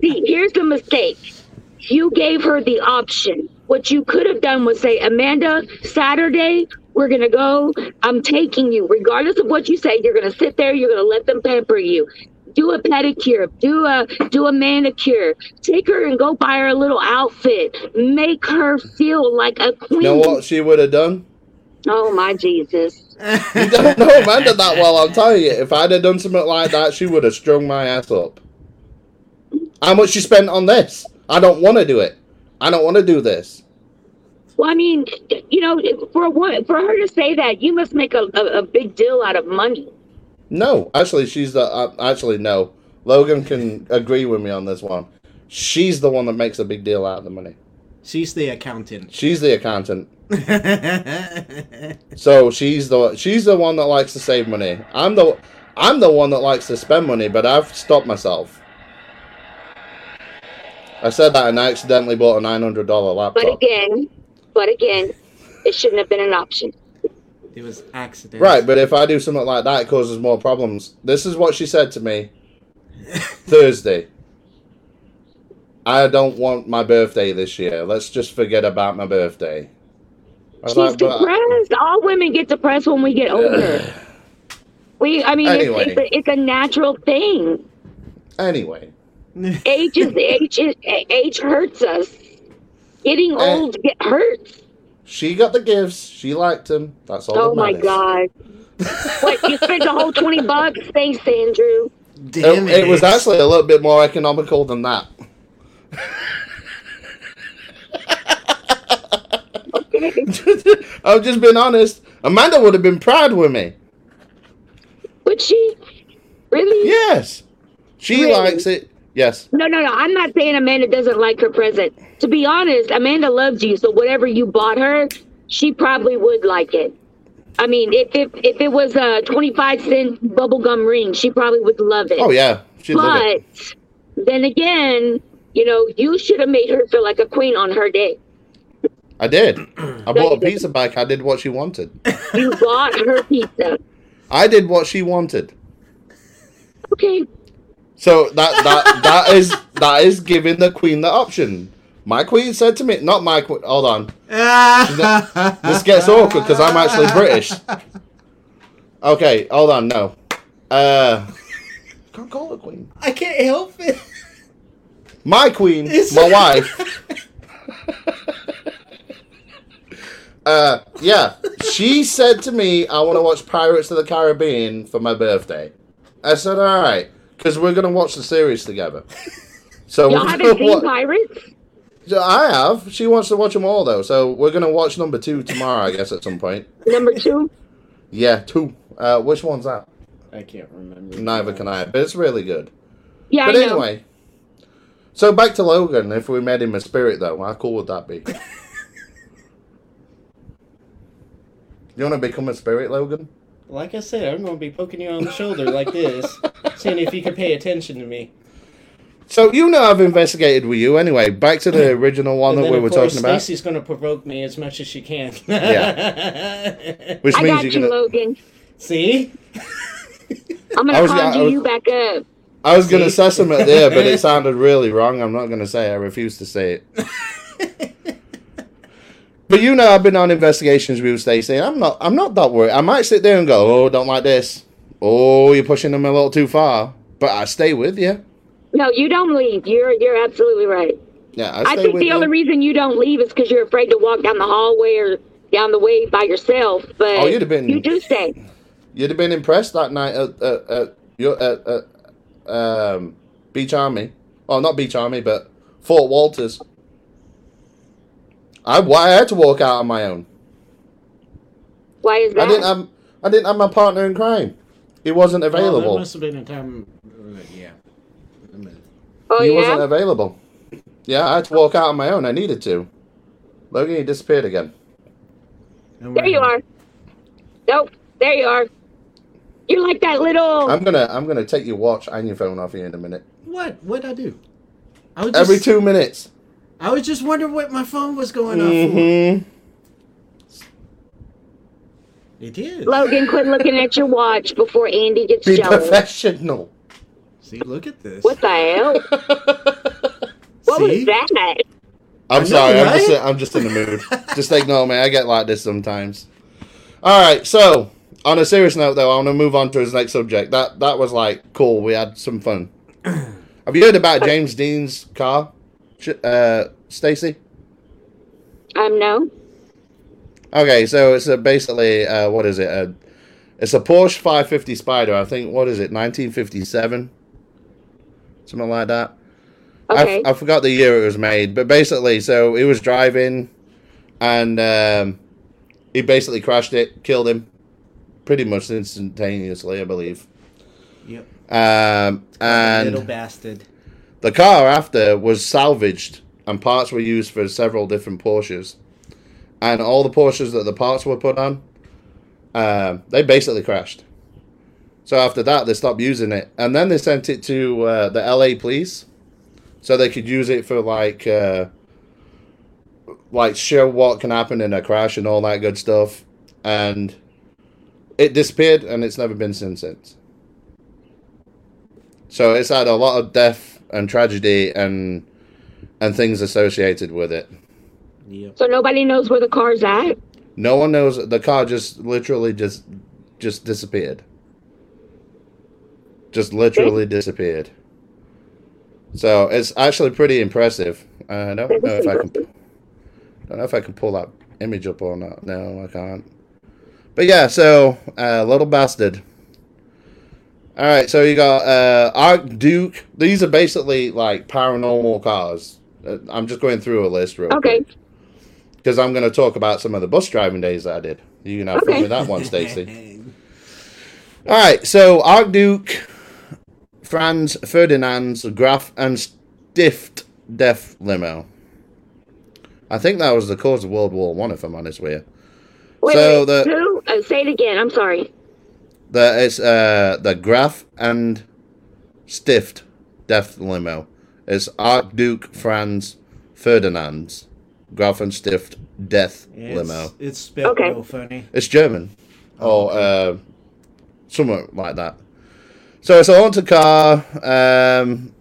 [SPEAKER 4] See, here's the mistake. You gave her the option. What you could have done was say, Amanda, Saturday, We're going to go. I'm taking you. Regardless of what you say, you're going to sit there. You're going to let them pamper you. Do a pedicure, do a do a manicure. Take her and go buy her a little outfit. Make her feel like a queen.
[SPEAKER 1] You know what she would have done?
[SPEAKER 4] Oh my Jesus.
[SPEAKER 1] You don't know Amanda that well, I'm telling you. If I'd have done something like that, she would have strung my ass up. How much she spent on this? I don't want to do it. I don't want to do this.
[SPEAKER 4] Well, I mean, you know, for what for her to say that, you must make a, a, a big deal out of money.
[SPEAKER 1] No, actually, she's the. Uh, actually, no. Logan can agree with me on this one. She's the one that makes a big deal out of the money.
[SPEAKER 3] She's the accountant.
[SPEAKER 1] She's the accountant. so she's the she's the one that likes to save money. I'm the I'm the one that likes to spend money, but I've stopped myself. I said that and I accidentally bought a nine hundred dollar laptop.
[SPEAKER 4] But again, but again, it shouldn't have been an option.
[SPEAKER 3] It was accident.
[SPEAKER 1] Right, but if I do something like that, it causes more problems. This is what she said to me Thursday. I don't want my birthday this year. Let's just forget about my birthday. I was
[SPEAKER 4] She's
[SPEAKER 1] like, but-
[SPEAKER 4] depressed. All women get depressed when we get older. we, I mean,
[SPEAKER 1] Anyway.
[SPEAKER 4] it's, it's, a, it's a natural thing.
[SPEAKER 1] Anyway,
[SPEAKER 4] Age is age. Is, age hurts us. Getting
[SPEAKER 1] Eh.
[SPEAKER 4] old get hurts.
[SPEAKER 1] she got the gifts. She liked them. That's all.
[SPEAKER 4] Oh
[SPEAKER 1] that
[SPEAKER 4] my
[SPEAKER 1] matters.
[SPEAKER 4] god! what you spent the whole twenty bucks? Thanks, Andrew.
[SPEAKER 1] It, it was actually a little bit more economical than that.
[SPEAKER 4] Okay.
[SPEAKER 1] I've just been honest. Amanda would have been proud with me.
[SPEAKER 4] Would she really?
[SPEAKER 1] Yes, she
[SPEAKER 4] Really?
[SPEAKER 1] likes it. Yes.
[SPEAKER 4] No, no, no. I'm not saying Amanda doesn't like her present. To be honest, Amanda loves you, so whatever you bought her, she probably would like it. I mean, if if, if it was a 25 cent bubblegum ring, she probably would love it.
[SPEAKER 1] Oh yeah, she'd love it.
[SPEAKER 4] but then again, you know, you should have made her feel like a queen on her day.
[SPEAKER 1] I did. I
[SPEAKER 4] you
[SPEAKER 1] bought a
[SPEAKER 4] didn't.
[SPEAKER 1] pizza bike. I did what she wanted.
[SPEAKER 4] You bought her pizza.
[SPEAKER 1] I did what she wanted.
[SPEAKER 4] Okay.
[SPEAKER 1] So that that that is that is giving the queen the option. My queen said to me, not my queen. Hold on,
[SPEAKER 3] Ah.
[SPEAKER 1] this gets awkward because I'm actually British. Okay, hold on. No, uh, can't call her queen.
[SPEAKER 3] I can't help it.
[SPEAKER 1] My queen,
[SPEAKER 3] It's-
[SPEAKER 1] my wife. uh, yeah, she said to me, "I want to watch Pirates of the Caribbean for my birthday." I said, "All right," because we're gonna watch the series together. So
[SPEAKER 4] Y'all
[SPEAKER 1] we're
[SPEAKER 4] haven't
[SPEAKER 1] gonna wa-
[SPEAKER 4] seen Pirates?
[SPEAKER 1] So I have. She wants to watch them all though, so we're gonna watch number two tomorrow, I guess, at some point.
[SPEAKER 4] Number two.
[SPEAKER 1] Yeah, two. Uh, which one's that?
[SPEAKER 3] I can't remember.
[SPEAKER 1] Neither can I, but it's really good.
[SPEAKER 4] Yeah,
[SPEAKER 1] But
[SPEAKER 4] I know.
[SPEAKER 1] anyway, so back to Logan. If we made him a spirit, though, how cool would that be? you want to become a spirit, Logan?
[SPEAKER 3] Like I said, I'm gonna be poking you on the shoulder like this, seeing if you can pay attention to me.
[SPEAKER 1] So you know I've investigated with you anyway. Back to the original one
[SPEAKER 3] And
[SPEAKER 1] that
[SPEAKER 3] then,
[SPEAKER 1] we
[SPEAKER 3] of
[SPEAKER 1] were
[SPEAKER 3] course,
[SPEAKER 1] talking about,
[SPEAKER 3] Stacy's gonna provoke me as much as she can.
[SPEAKER 1] Yeah. which
[SPEAKER 4] I
[SPEAKER 1] means
[SPEAKER 4] got
[SPEAKER 1] you're
[SPEAKER 4] you,
[SPEAKER 1] gonna.
[SPEAKER 4] Logan.
[SPEAKER 3] See?
[SPEAKER 4] I'm
[SPEAKER 1] I
[SPEAKER 4] gonna
[SPEAKER 1] was- I
[SPEAKER 4] conjure
[SPEAKER 1] was-
[SPEAKER 4] you back up.
[SPEAKER 1] I was gonna
[SPEAKER 3] See?
[SPEAKER 1] say something there, but it sounded really wrong. I'm not gonna say. it. I refuse to say it. But you know, I've been on investigations with Stacey. and I'm not. I'm not that worried. I might sit there and go, "Oh, don't like this. Oh, you're pushing them a little too far." But I stay with you.
[SPEAKER 4] No, you don't leave. You're you're absolutely right.
[SPEAKER 1] Yeah, I
[SPEAKER 4] I
[SPEAKER 1] stay
[SPEAKER 4] think
[SPEAKER 1] with
[SPEAKER 4] the
[SPEAKER 1] you.
[SPEAKER 4] only reason you don't leave is because you're afraid to walk down the hallway or down the way by yourself. But
[SPEAKER 1] Oh, you'd have been-
[SPEAKER 4] you do stay.
[SPEAKER 1] You'd have been impressed that night at at, at, your, at, at um, Beach Army. Oh, not Beach Army, but Fort Walters. I, I had to walk out on my own.
[SPEAKER 4] Why is
[SPEAKER 1] I
[SPEAKER 4] that?
[SPEAKER 1] didn't have I didn't have my partner in crime. He wasn't
[SPEAKER 3] Well,
[SPEAKER 1] available.
[SPEAKER 3] there must have been a time. uh, yeah.
[SPEAKER 4] oh
[SPEAKER 1] he
[SPEAKER 4] yeah.
[SPEAKER 1] wasn't available. Yeah, I had to walk out on my own. I needed to. Logan, he disappeared again.
[SPEAKER 4] there you are. Nope. There you are. You're like that little.
[SPEAKER 1] I'm gonna I'm gonna take your watch and your phone off you in a minute.
[SPEAKER 3] What? What'd I do? I was
[SPEAKER 1] Every two minutes.
[SPEAKER 3] I was just wondering what my phone was going off
[SPEAKER 1] Mm-hmm.
[SPEAKER 3] for. It did.
[SPEAKER 4] Logan, quit looking at your watch before Andy gets
[SPEAKER 1] Be
[SPEAKER 4] jealous.
[SPEAKER 1] professional.
[SPEAKER 3] See, look at this.
[SPEAKER 4] What the hell? What
[SPEAKER 3] See?
[SPEAKER 4] was that?
[SPEAKER 1] I'm
[SPEAKER 3] I know,
[SPEAKER 1] sorry. I'm
[SPEAKER 3] right?
[SPEAKER 1] just I'm just in the mood. just ignore me. I get like this sometimes. All right, so on a serious note, though, I want to move on to his next subject. That that was like cool. We had some fun. Have you heard about James Dean's car, Sh- uh, Stacy?
[SPEAKER 4] Um, no.
[SPEAKER 1] Okay, so it's a basically uh, what is it? A, it's a Porsche 550 Spider. I think what is it? 1957, something like that. I
[SPEAKER 4] Okay.
[SPEAKER 1] f- I forgot the year it was made, but basically, so he was driving, and um, he basically crashed it, killed him, pretty much instantaneously, I believe.
[SPEAKER 3] Yep.
[SPEAKER 1] Um,
[SPEAKER 3] little
[SPEAKER 1] and
[SPEAKER 3] bastard.
[SPEAKER 1] the car after was salvaged, and parts were used for several different Porsches, and all the Porsches that the parts were put on, um, they basically crashed. So after that, they stopped using it, and then they sent it to uh, the LA police, so they could use it for like, uh, like show what can happen in a crash and all that good stuff, and it disappeared, and it's never been seen since. So it's had a lot of death and tragedy and and things associated with it.
[SPEAKER 3] Yep.
[SPEAKER 4] So nobody knows where the car's at.
[SPEAKER 1] No one knows the car just literally just just disappeared. Just literally disappeared. So it's actually pretty impressive. I don't know if I can don't know if I can pull that image up or not. No, I can't. But yeah, so uh, little bastard. All right, so you got uh, Archduke. These are basically like paranormal cars. Uh, I'm just going through a list real
[SPEAKER 4] Okay.
[SPEAKER 1] because I'm going to talk about some of the bus driving days that I did. You can have fun
[SPEAKER 4] Okay.
[SPEAKER 1] with that one, Stacey. All right, so Archduke Franz Ferdinand's Graf and Stift Death Limo. I think that was the cause of World War One, if I'm honest with you.
[SPEAKER 4] Wait,
[SPEAKER 1] So
[SPEAKER 4] wait.
[SPEAKER 1] the-
[SPEAKER 4] Who? Uh, say it again. I'm sorry.
[SPEAKER 1] The, it's uh, the Graf and Stift Death Limo. It's Archduke Franz Ferdinand's Graf and Stift Death
[SPEAKER 3] It's,
[SPEAKER 1] Limo.
[SPEAKER 3] It's spelled
[SPEAKER 4] Okay.
[SPEAKER 3] real funny.
[SPEAKER 1] It's German, or uh, somewhere like that. So it's a haunted car. Um,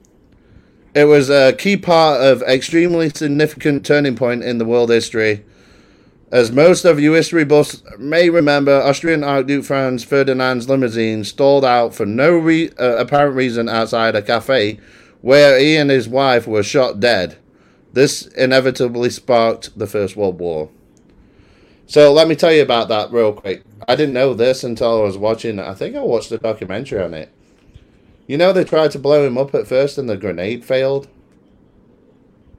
[SPEAKER 1] it was a key part of extremely significant turning point in the world history. As most of you history buffs may remember, Austrian Archduke Franz Ferdinand's limousine stalled out for no re- uh, apparent reason outside a cafe where he and his wife were shot dead. This inevitably sparked the First World War. So let me tell you about that real quick. I didn't know this until I was watching. I think I watched a documentary on it. You know, they tried to blow him up at first, and the grenade failed.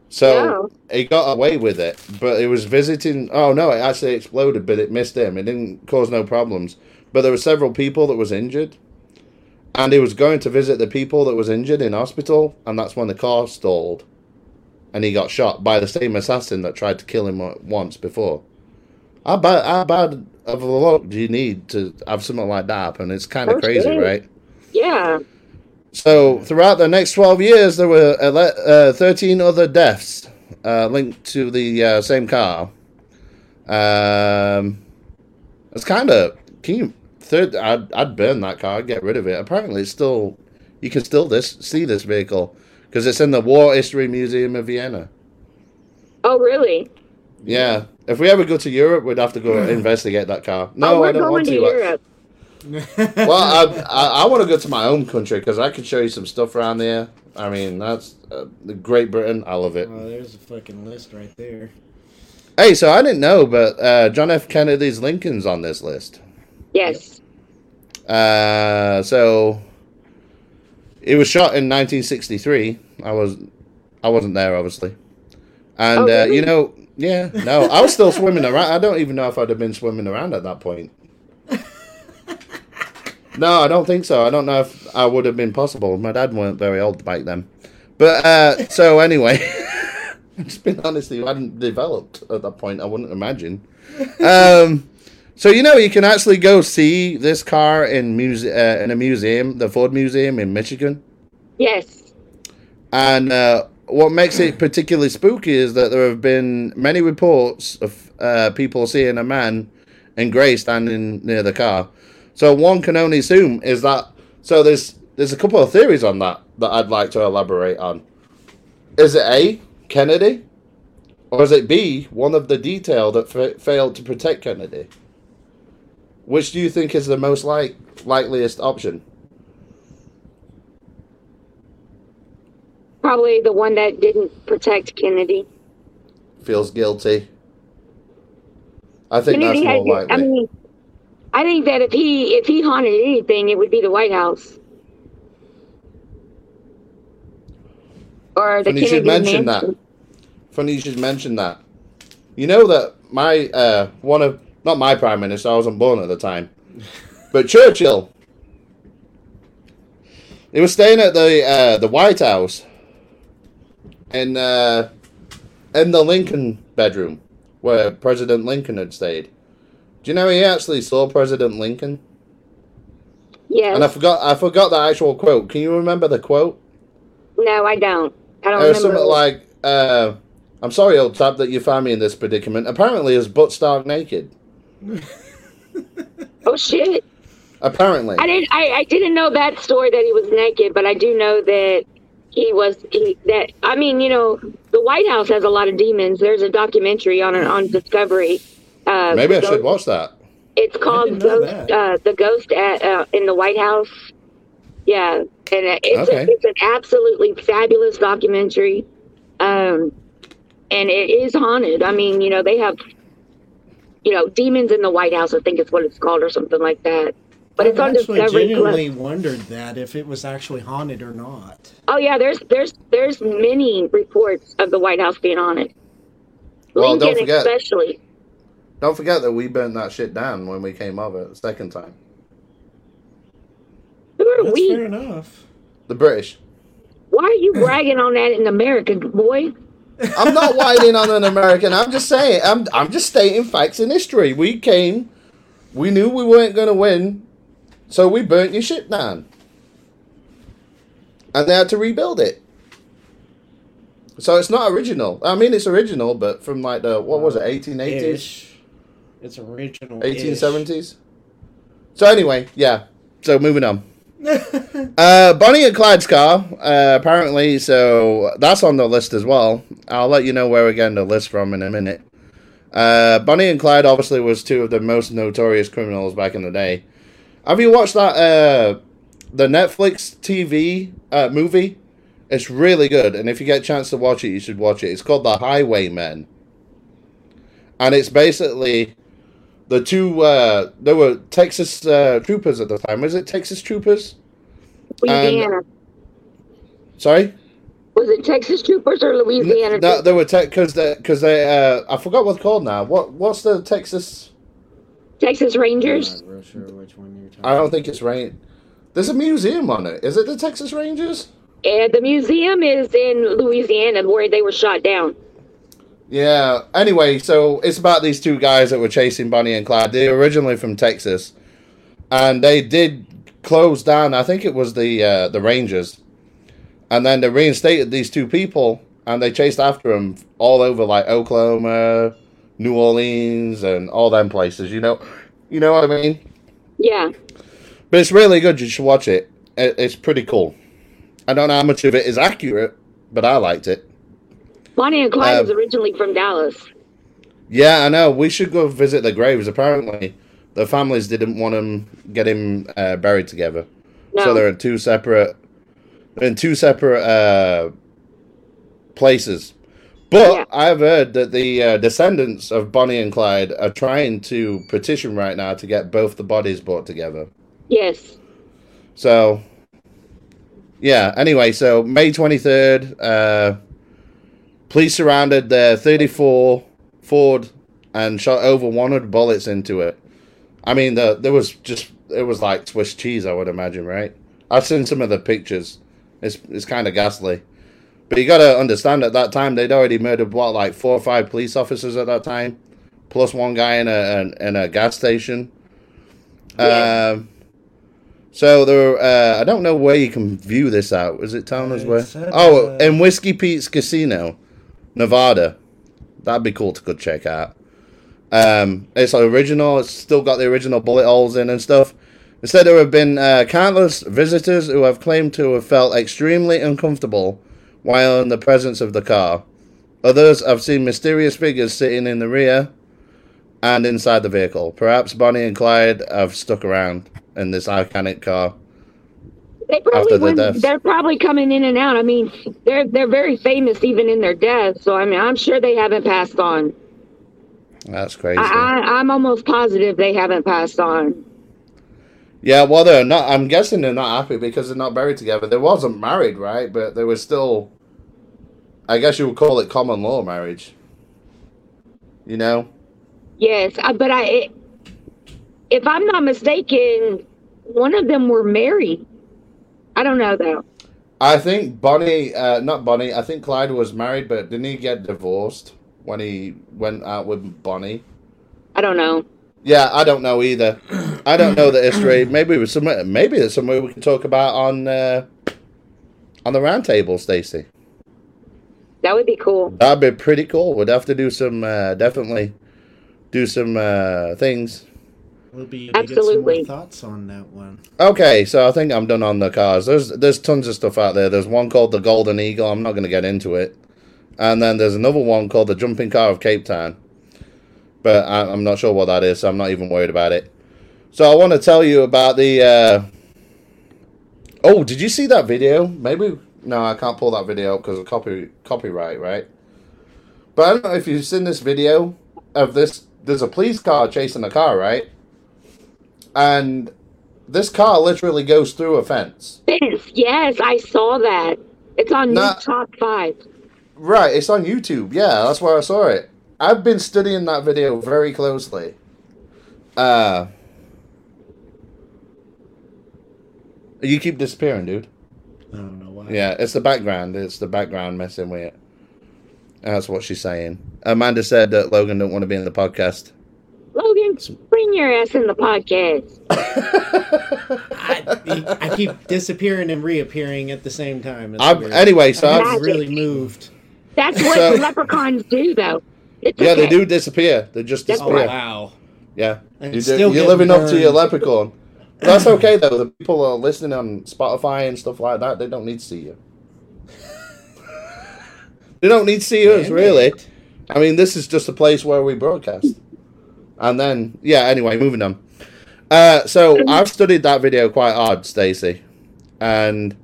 [SPEAKER 1] So he got away with it, but it was visiting. Oh no, it actually exploded, but it missed him. It didn't cause no problems. But there were several people that was injured, and he was going to visit the people that was injured in hospital, and that's when the car stalled, and he got shot by the same assassin that tried to kill him o- once before. How bad, how bad of a luck do you need to have something like that happen? It's kind of
[SPEAKER 4] That's
[SPEAKER 1] crazy,
[SPEAKER 4] great.
[SPEAKER 1] right?
[SPEAKER 4] Yeah.
[SPEAKER 1] So throughout the next 12 years, there were ele- uh, 13 other deaths uh, linked to the uh, same car. Um, it's kind of can you third? I'd, I'd burn that car, I'd get rid of it. Apparently, it's still you can still this see this vehicle because it's in the War History Museum of Vienna.
[SPEAKER 4] Oh, really?
[SPEAKER 1] Yeah, if we ever go to Europe, we'd have to go investigate that car.
[SPEAKER 4] oh,
[SPEAKER 1] No,
[SPEAKER 4] we're
[SPEAKER 1] I don't
[SPEAKER 4] going
[SPEAKER 1] want
[SPEAKER 4] to
[SPEAKER 1] to. I-
[SPEAKER 4] Europe.
[SPEAKER 1] well, I, I, I want to go to my own country because I can show you some stuff around there. I mean, that's uh, Great Britain. I love it.
[SPEAKER 3] Oh, there's a fucking list right there.
[SPEAKER 1] Hey, so I didn't know, but uh, John F. Kennedy's Lincoln's on this list.
[SPEAKER 4] Yes.
[SPEAKER 1] Uh, so it was shot in 1963. I was, I wasn't there, obviously. And
[SPEAKER 4] Oh,
[SPEAKER 1] uh,
[SPEAKER 4] really?
[SPEAKER 1] you know, yeah, no, I was still swimming around. I don't even know if I'd have been swimming around at that point. No, I don't think so. I don't know if I would have been possible. My dad weren't very old back then. But uh, so anyway, I'm just being honest, with you I hadn't developed at that point. I wouldn't imagine. Um, so you know, you can actually go see this car in muse- uh, in a museum, the Ford Museum in Michigan.
[SPEAKER 4] Yes.
[SPEAKER 1] And uh, what makes it particularly spooky is that there have been many reports of uh, people seeing a man in grey standing near the car. So one can only assume is that. So there's there's a couple of theories on that that I'd like to elaborate on. Is it A Kennedy, or is it B one of the detail that fa- failed to protect Kennedy? Which do you think is the most like likeliest option?
[SPEAKER 4] Probably the one that didn't protect Kennedy.
[SPEAKER 1] Feels guilty. I think that's
[SPEAKER 4] Kennedy
[SPEAKER 1] more
[SPEAKER 4] had-
[SPEAKER 1] likely.
[SPEAKER 4] I mean, I think that if he if he haunted anything, it would be the White House. Or the
[SPEAKER 1] Funny you
[SPEAKER 4] Kennedy
[SPEAKER 1] should mention
[SPEAKER 4] Mansion.
[SPEAKER 1] that. Funny you should mention that. You know that my uh, one of not my prime minister, I wasn't born at the time, but Churchill. He was staying at the uh, the White House, in uh, in the Lincoln bedroom where President Lincoln had stayed. Do you know he actually saw President Lincoln?
[SPEAKER 4] Yes.
[SPEAKER 1] And I forgot I forgot the actual quote. Can you remember the quote?
[SPEAKER 4] no, I don't. I don't
[SPEAKER 1] It was
[SPEAKER 4] remember.
[SPEAKER 1] something like, uh, "I'm sorry, old chap, that you found me in this predicament." Apparently, his butt stark naked.
[SPEAKER 4] oh shit!
[SPEAKER 1] Apparently,
[SPEAKER 4] I didn't. I, I didn't know that story that he was naked, but I do know that he was. He, that I mean, you know, the White House has a lot of demons. There's a documentary on on Discovery. Uh,
[SPEAKER 1] maybe I
[SPEAKER 4] Ghost-
[SPEAKER 1] should watch that.
[SPEAKER 4] It's called
[SPEAKER 3] know
[SPEAKER 4] Ghost,
[SPEAKER 3] that.
[SPEAKER 4] uh, the Ghost at, uh, in the White House. Yeah, and it's
[SPEAKER 1] Okay.
[SPEAKER 4] a, it's an absolutely fabulous documentary, um, and it is haunted. I mean, you know, they have, you know, demons in the White House. I think it's what it's called or something like that. But it's
[SPEAKER 3] I
[SPEAKER 4] on
[SPEAKER 3] actually
[SPEAKER 4] Discovery Plus.
[SPEAKER 3] genuinely wondered that if it was actually haunted or not.
[SPEAKER 4] Oh yeah, there's there's there's many reports of the White House being haunted.
[SPEAKER 1] Well, don't
[SPEAKER 4] Lincoln
[SPEAKER 1] forget-
[SPEAKER 4] especially.
[SPEAKER 1] Don't forget that we burnt that shit down when we came over the second time.
[SPEAKER 4] Who are
[SPEAKER 3] That's
[SPEAKER 4] we?
[SPEAKER 3] fair enough.
[SPEAKER 1] The British.
[SPEAKER 4] Why are you bragging on that in America, boy?
[SPEAKER 1] I'm not whining on an American. I'm just saying. I'm I'm just stating facts in history. We came, we knew we weren't going to win, so we burnt your shit down, and they had to rebuild it. So it's not original. I mean, it's original, but from like the what was it, 1880s,
[SPEAKER 3] Uh, Ish. It's original.
[SPEAKER 1] 1870s. So anyway, yeah. So moving on. Uh, Bonnie and Clyde's car, uh, apparently, so that's on the list as well. I'll let you know where we're getting the list from in a minute. Uh, Bonnie and Clyde obviously was two of the most notorious criminals back in the day. Have you watched that uh, the Netflix TV uh, movie? It's really good, and if you get a chance to watch it, you should watch it. It's called The Highwaymen, and it's basically the two uh, there were Texas uh, troopers at the time. Was it Texas troopers?
[SPEAKER 4] Louisiana.
[SPEAKER 1] Sorry.
[SPEAKER 4] Was it Texas Troopers or Louisiana?
[SPEAKER 1] No,
[SPEAKER 4] Troopers?
[SPEAKER 1] they were because they because they uh, I forgot what's called now. What what's the Texas?
[SPEAKER 4] Texas
[SPEAKER 3] I'm
[SPEAKER 4] Rangers.
[SPEAKER 3] not real sure which one you're talking
[SPEAKER 1] I don't think it's rain. There's a museum on it. Is it the Texas Rangers?
[SPEAKER 4] And the museum is in Louisiana where they were shot down.
[SPEAKER 1] Yeah. Anyway, so it's about these two guys that were chasing Bonnie and Clyde. They're originally from Texas, and they did close down. I think it was the uh, the Rangers, and then they reinstated these two people, and they chased after them all over like Oklahoma, New Orleans, and all them places. You know, you know what I mean.
[SPEAKER 4] Yeah.
[SPEAKER 1] But it's really good. You should watch it. it. It's pretty cool. I don't know how much of it is accurate, but I liked it.
[SPEAKER 4] Bonnie and Clyde
[SPEAKER 1] Um,
[SPEAKER 4] was originally from Dallas.
[SPEAKER 1] Yeah, I know. We should go visit the graves. Apparently, the families didn't want him get him uh, buried together,
[SPEAKER 4] No.
[SPEAKER 1] so they're in two separate in two separate uh, places. But
[SPEAKER 4] Yeah.
[SPEAKER 1] I've heard that the uh, descendants of Bonnie and Clyde are trying to petition right now to get both the bodies brought together.
[SPEAKER 4] yes.
[SPEAKER 1] So, yeah. Anyway, so May twenty third, uh, police surrounded their thirty four Ford and shot over one hundred bullets into it. I mean, the, there was just it was like Swiss cheese, I would imagine, right? I've seen some of the pictures. It's it's kind of ghastly, but you got to understand at that time they'd already murdered what like four or five police officers at that time, plus one guy in a in, in a gas station.
[SPEAKER 4] Yeah.
[SPEAKER 1] Um. So there, were, uh, I don't know where you can view this out. Is it town as
[SPEAKER 3] It
[SPEAKER 1] well?
[SPEAKER 3] said,
[SPEAKER 1] Oh,
[SPEAKER 3] uh,
[SPEAKER 1] in Whiskey Pete's Casino, Nevada. That'd be cool to go check out. Um, it's original. It's still got the original bullet holes in and stuff. It said there have been uh, countless visitors who have claimed to have felt extremely uncomfortable while in the presence of the car. Others have seen mysterious figures sitting in the rear and inside the vehicle. Perhaps Bonnie and Clyde have stuck around in this iconic car.
[SPEAKER 4] They probably
[SPEAKER 1] After the
[SPEAKER 4] wouldn't,
[SPEAKER 1] deaths.
[SPEAKER 4] they're probably coming in and out. I mean, they're they're very famous even in their death. So I mean, I'm sure they haven't passed on.
[SPEAKER 1] That's crazy.
[SPEAKER 4] I, I I'm almost positive they haven't passed on.
[SPEAKER 1] Yeah, well, they're not. I'm guessing they're not happy because they're not buried together. They wasn't married, right? But they were still. I guess you would call it common law marriage. You know,
[SPEAKER 4] Yes, I, but I, it, if I'm not mistaken, one of them were married. I don't know though.
[SPEAKER 1] I think Bonnie, uh, not Bonnie. I think Clyde was married, but didn't he get divorced when he went out with Bonnie?
[SPEAKER 4] I don't know.
[SPEAKER 1] Yeah, I don't know either. I don't know the history. Maybe it was some. Maybe it's something we can talk about on uh, on the roundtable, Stacey.
[SPEAKER 4] That would be cool.
[SPEAKER 1] That'd be pretty cool. We'd have to do some uh, definitely do some uh, things.
[SPEAKER 3] We'll be able to get some more
[SPEAKER 4] Absolutely.
[SPEAKER 3] thoughts on that one.
[SPEAKER 1] Okay, so I think I'm done on the cars. There's there's tons of stuff out there. There's one called the Golden Eagle. I'm not going to get into it. And then there's another one called the Jumping Car of Cape Town. But I, I'm not sure what that is. So I'm not even worried about it. So I want to tell you about the. Uh... Oh, did you see that video? Maybe no, I can't pull that video because of copy copyright, right? But I don't know if you've seen this video of this. There's a police car chasing a car, right? And this car literally goes through a fence.
[SPEAKER 4] Vince, yes, I saw that. It's on
[SPEAKER 1] Nah.
[SPEAKER 4] new top five.
[SPEAKER 1] Right, it's on YouTube. Yeah, that's where I saw it. I've been studying that video very closely. Uh, you keep disappearing, dude.
[SPEAKER 3] I don't know why.
[SPEAKER 1] Yeah, it's the background. It's the background messing with it. That's what she's saying. Amanda said that Logan don't want to be in the podcast.
[SPEAKER 4] Logan, bring your ass in the podcast.
[SPEAKER 3] I, I keep disappearing and reappearing at the same time. It's
[SPEAKER 1] I'm,
[SPEAKER 3] weird.
[SPEAKER 1] anyway, so
[SPEAKER 3] I'm
[SPEAKER 1] I've-
[SPEAKER 4] Magic.
[SPEAKER 3] really moved.
[SPEAKER 4] That's what
[SPEAKER 1] So-
[SPEAKER 4] leprechauns do, though. It's
[SPEAKER 1] yeah, they
[SPEAKER 4] okay.
[SPEAKER 1] do disappear. They just
[SPEAKER 4] That's
[SPEAKER 3] Oh
[SPEAKER 1] disappear.
[SPEAKER 3] wow!
[SPEAKER 1] Yeah,
[SPEAKER 3] And
[SPEAKER 1] you
[SPEAKER 3] it's still
[SPEAKER 1] are
[SPEAKER 3] getting
[SPEAKER 1] living up to your
[SPEAKER 3] burned.
[SPEAKER 1] leprechaun. That's okay though. The people are listening on Spotify and stuff like that. They don't need to see you. they don't need to see us,
[SPEAKER 3] Damn
[SPEAKER 1] really.
[SPEAKER 3] it.
[SPEAKER 1] I mean, this is just a place where we broadcast. And then, yeah. Anyway, moving on. Uh, so I've studied that video quite hard, Stacey, and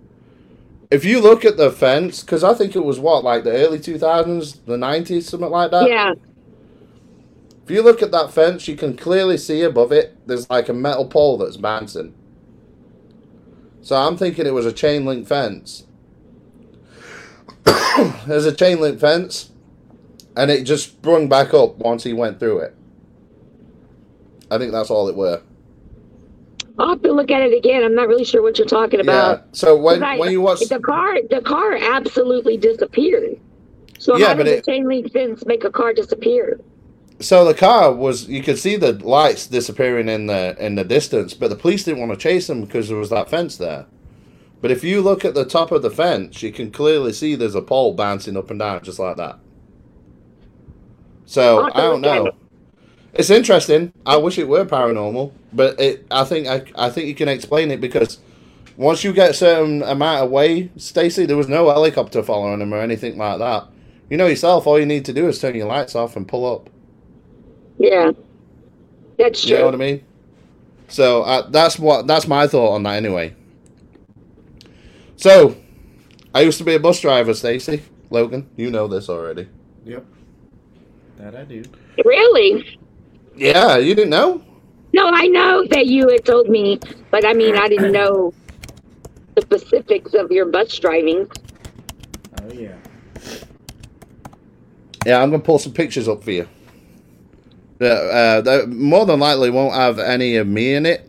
[SPEAKER 1] if you look at the fence, because I think it was what like the early two thousands, the nineties, something like that.
[SPEAKER 4] Yeah,
[SPEAKER 1] If you look at that fence, you can clearly see above it there's like a metal pole that's bouncing. So I'm thinking it was a chain link fence. there's a chain link fence, and it just sprung back up once he went through it. I think that's all it were.
[SPEAKER 4] I'll have to look at it again. I'm not really sure what you're talking
[SPEAKER 1] Yeah.
[SPEAKER 4] about.
[SPEAKER 1] So when
[SPEAKER 4] 'Cause I-
[SPEAKER 1] when you watch,
[SPEAKER 4] the car, the car absolutely disappeared. So
[SPEAKER 1] Yeah,
[SPEAKER 4] how
[SPEAKER 1] but
[SPEAKER 4] does
[SPEAKER 1] it-
[SPEAKER 4] a chain link fence make a car disappear?
[SPEAKER 1] so the car was you could see the lights disappearing in the in the distance but the police didn't want to chase them because there was that fence there but if you look at the top of the fence you can clearly see there's a pole bouncing up and down just like that so
[SPEAKER 4] I'll have to
[SPEAKER 1] i don't
[SPEAKER 4] look at
[SPEAKER 1] know
[SPEAKER 4] it.
[SPEAKER 1] it's interesting i wish it were paranormal but it i think i, I think you can explain it because once you get a certain amount away stacy there was no helicopter following him or anything like that you know yourself all you need to do is turn your lights off and pull up
[SPEAKER 4] Yeah, that's
[SPEAKER 1] you
[SPEAKER 4] true.
[SPEAKER 1] know what I mean? So uh, that's what that's my thought on that anyway. So I used to be a bus driver, Stacy Logan. You know this already.
[SPEAKER 3] Yep. That I do.
[SPEAKER 4] Really?
[SPEAKER 1] Yeah, you didn't know.
[SPEAKER 4] No, I know that you had told me, but I mean, I didn't know the specifics of your bus driving.
[SPEAKER 3] Oh yeah.
[SPEAKER 1] Yeah, I'm gonna pull some pictures up for you. Uh, uh, they more than likely won't have any of me in it,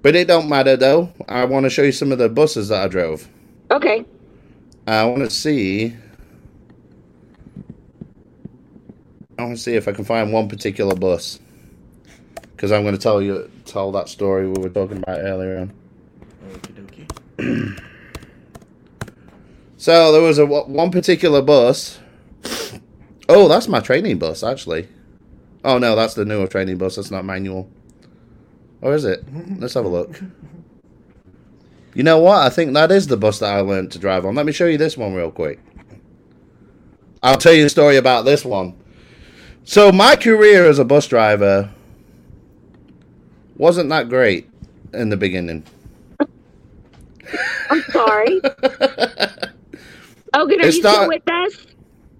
[SPEAKER 1] but it don't matter though. I want to show you some of the buses that I drove.
[SPEAKER 4] Okay.
[SPEAKER 1] I want to see. I want to see if I can find one particular bus. Because I'm going to tell you tell that story we were talking about earlier on.
[SPEAKER 3] Okie dokie.
[SPEAKER 1] So there was a wa- one particular bus. Oh, that's my training bus actually. Oh no, that's the newer training bus. That's not manual. Or is it? Let's have a look. You know what? I think that is the bus that I learned to drive on. Let me show you this one real quick. I'll tell you a story about this one. So my career as a bus driver wasn't that great in the beginning.
[SPEAKER 4] I'm sorry. Ogan, are
[SPEAKER 1] It's
[SPEAKER 4] you
[SPEAKER 1] not-
[SPEAKER 4] still with us?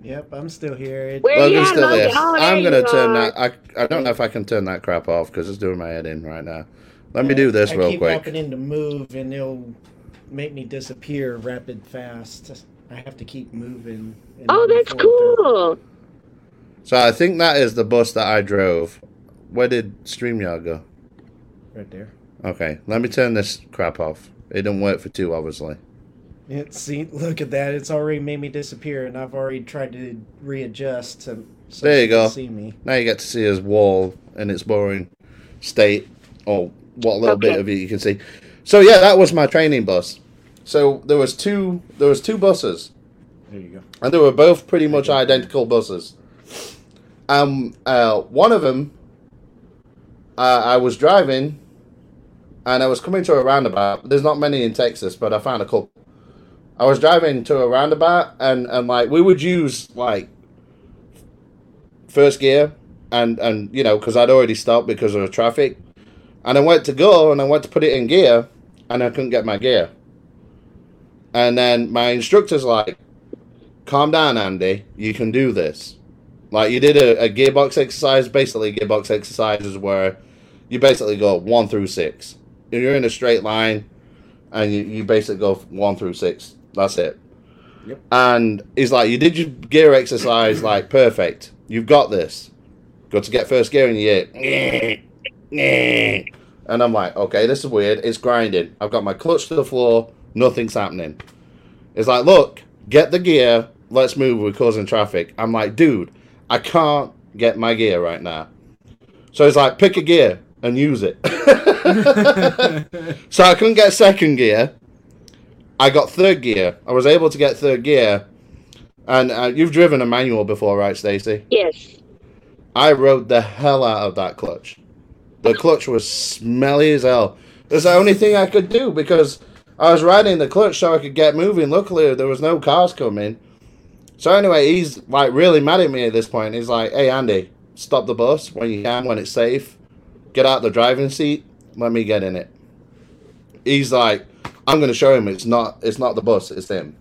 [SPEAKER 3] Yep, I'm still here. It,
[SPEAKER 4] Where you
[SPEAKER 1] Logan's
[SPEAKER 4] at,
[SPEAKER 1] still
[SPEAKER 4] Logan?
[SPEAKER 1] there.
[SPEAKER 4] Oh, there
[SPEAKER 1] I'm gonna
[SPEAKER 4] you
[SPEAKER 1] turn
[SPEAKER 4] are.
[SPEAKER 1] that. I, I don't know if I can turn that crap off because it's doing my head in right now. Let me do this
[SPEAKER 3] I
[SPEAKER 1] real
[SPEAKER 3] keep
[SPEAKER 1] quick.
[SPEAKER 3] popping in to move, and it'll make me disappear rapid fast. I have to keep moving. and
[SPEAKER 4] Oh,
[SPEAKER 3] moving
[SPEAKER 4] that's
[SPEAKER 3] forward.
[SPEAKER 4] cool.
[SPEAKER 1] So I think that is the bus that I drove. Where did StreamYard go?
[SPEAKER 3] Right there.
[SPEAKER 1] Okay, let me turn this crap off. It didn't work for two, obviously.
[SPEAKER 3] It, see, look at that. It's already made me disappear, and I've already tried to readjust to so
[SPEAKER 1] There you
[SPEAKER 3] she can
[SPEAKER 1] go.
[SPEAKER 3] see me.
[SPEAKER 1] Now you get to see his wall in its boring state, or what little bit
[SPEAKER 4] Okay.
[SPEAKER 1] of it you can see. So yeah, that was my training bus. So there was two. There was two buses.
[SPEAKER 3] There you go.
[SPEAKER 1] and they were both pretty much identical buses. Um, uh, one of them, uh, I was driving, and I was coming to a roundabout. There's not many in Texas, but I found a couple. I was driving to a roundabout, and and like we would use like first gear, and and you know because I'd already stopped because of the traffic, and I went to go and I went to put it in gear, and I couldn't get my gear. And then my instructor's like, calm down, Andy. You can do this. Like you did a, a gearbox exercise. Basically, gearbox exercises where you basically go one through six. If You're in a straight line, and you, you basically go one through six. That's it.
[SPEAKER 3] Yep.
[SPEAKER 1] And he's like, you did your gear exercise like perfect. You've got this. Go to get first gear, and you hear, and I'm like, okay, this is weird. It's grinding. I've got my clutch to the floor. Nothing's happening. It's like, look, get the gear. Let's move. We're causing traffic. I'm like, dude, I can't get my gear right now. So it's like, pick a gear and use it. so I couldn't get second gear. I got third gear. I was able to get third gear. And uh, you've driven a manual before, right, Stacy?
[SPEAKER 4] Yes.
[SPEAKER 1] I rode the hell out of that clutch. The clutch was smelly as hell. It's the only thing I could do because I was riding the clutch so I could get moving. Luckily, there was no cars coming. So anyway, he's like really mad at me at this point. He's like, "Hey Andy, stop the bus when you can, when it's safe. Get out the driving seat. Let me get in it." He's like, "I'm gonna show him it's not it's not the bus, it's him."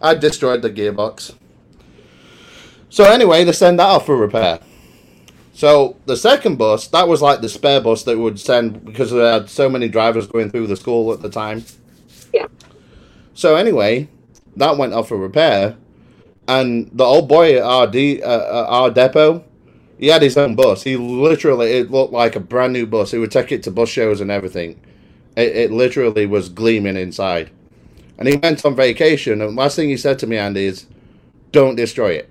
[SPEAKER 1] I destroyed the gearbox. So anyway, they send that off for repair. So the second bus, that was like the spare bus that would send because they had so many drivers going through the school at the time.
[SPEAKER 4] Yeah.
[SPEAKER 1] So anyway, that went off for repair, and the old boy at our D, uh, uh, our depot, he had his own bus. He literally it looked like a brand new bus. He would take it to bus shows and everything. It, it literally was gleaming inside, and he went on vacation. And last thing he said to me, Andy, is, "Don't destroy it."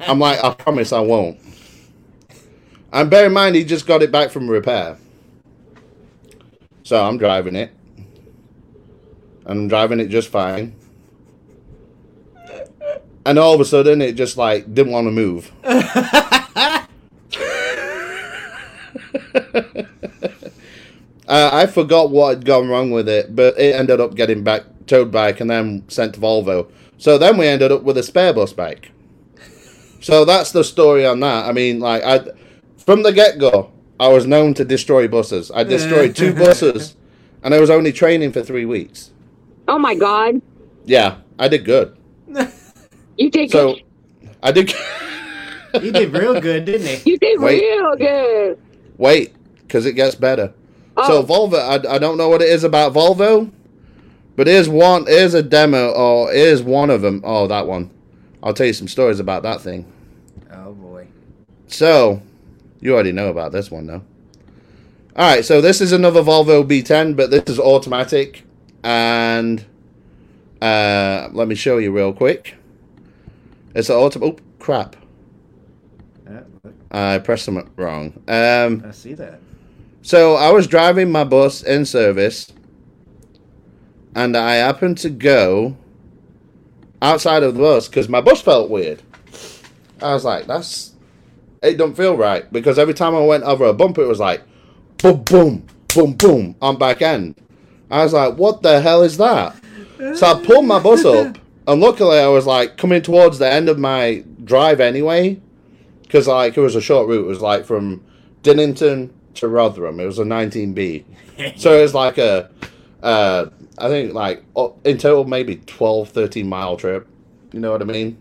[SPEAKER 1] I'm like, I promise I won't. And bear in mind, he just got it back from repair. So I'm driving it. And I'm driving it just fine. And all of a sudden, it just like didn't want to move. Uh, I forgot what had gone wrong with it, but it ended up getting back towed back and then sent to Volvo. So then we ended up with a spare bus back. So that's the story on that. I mean, like I, from the get go, I was known to destroy buses. I destroyed two buses, and I was only training for three weeks.
[SPEAKER 4] Oh my God.
[SPEAKER 1] Yeah, I did good.
[SPEAKER 4] You did
[SPEAKER 1] So I did.
[SPEAKER 3] he did real good, didn't he?
[SPEAKER 4] you did
[SPEAKER 1] Wait.
[SPEAKER 4] real good.
[SPEAKER 1] Wait, because it gets better.
[SPEAKER 4] Oh,
[SPEAKER 1] So Volvo, I, I don't know what it is about Volvo, but here's one, here's a demo, or here's one of them. Oh, that one. I'll tell you some stories about that thing.
[SPEAKER 3] Oh boy.
[SPEAKER 1] So, you already know about this one, though. All right, so this is another Volvo B10, but this is automatic, and uh, let me show you real quick. It's an auto. Oh crap!
[SPEAKER 3] Uh, look,
[SPEAKER 1] I pressed something wrong. Um,
[SPEAKER 3] I see that.
[SPEAKER 1] So I was driving my bus in service, and I happened to go outside of the bus because my bus felt weird. I was like, "That's it. Don't feel right." Because every time I went over a bump, it was like, "Boom, boom, boom, boom" on back end. I was like, "What the hell is that?" So I pulled my bus up, and luckily I was like coming towards the end of my drive anyway, because like it was a short route. It was like from Dinnington to Rotherham. It was a 19B, so it was like a, uh, I think like uh, in total maybe 12, 13 mile trip. You know what I mean?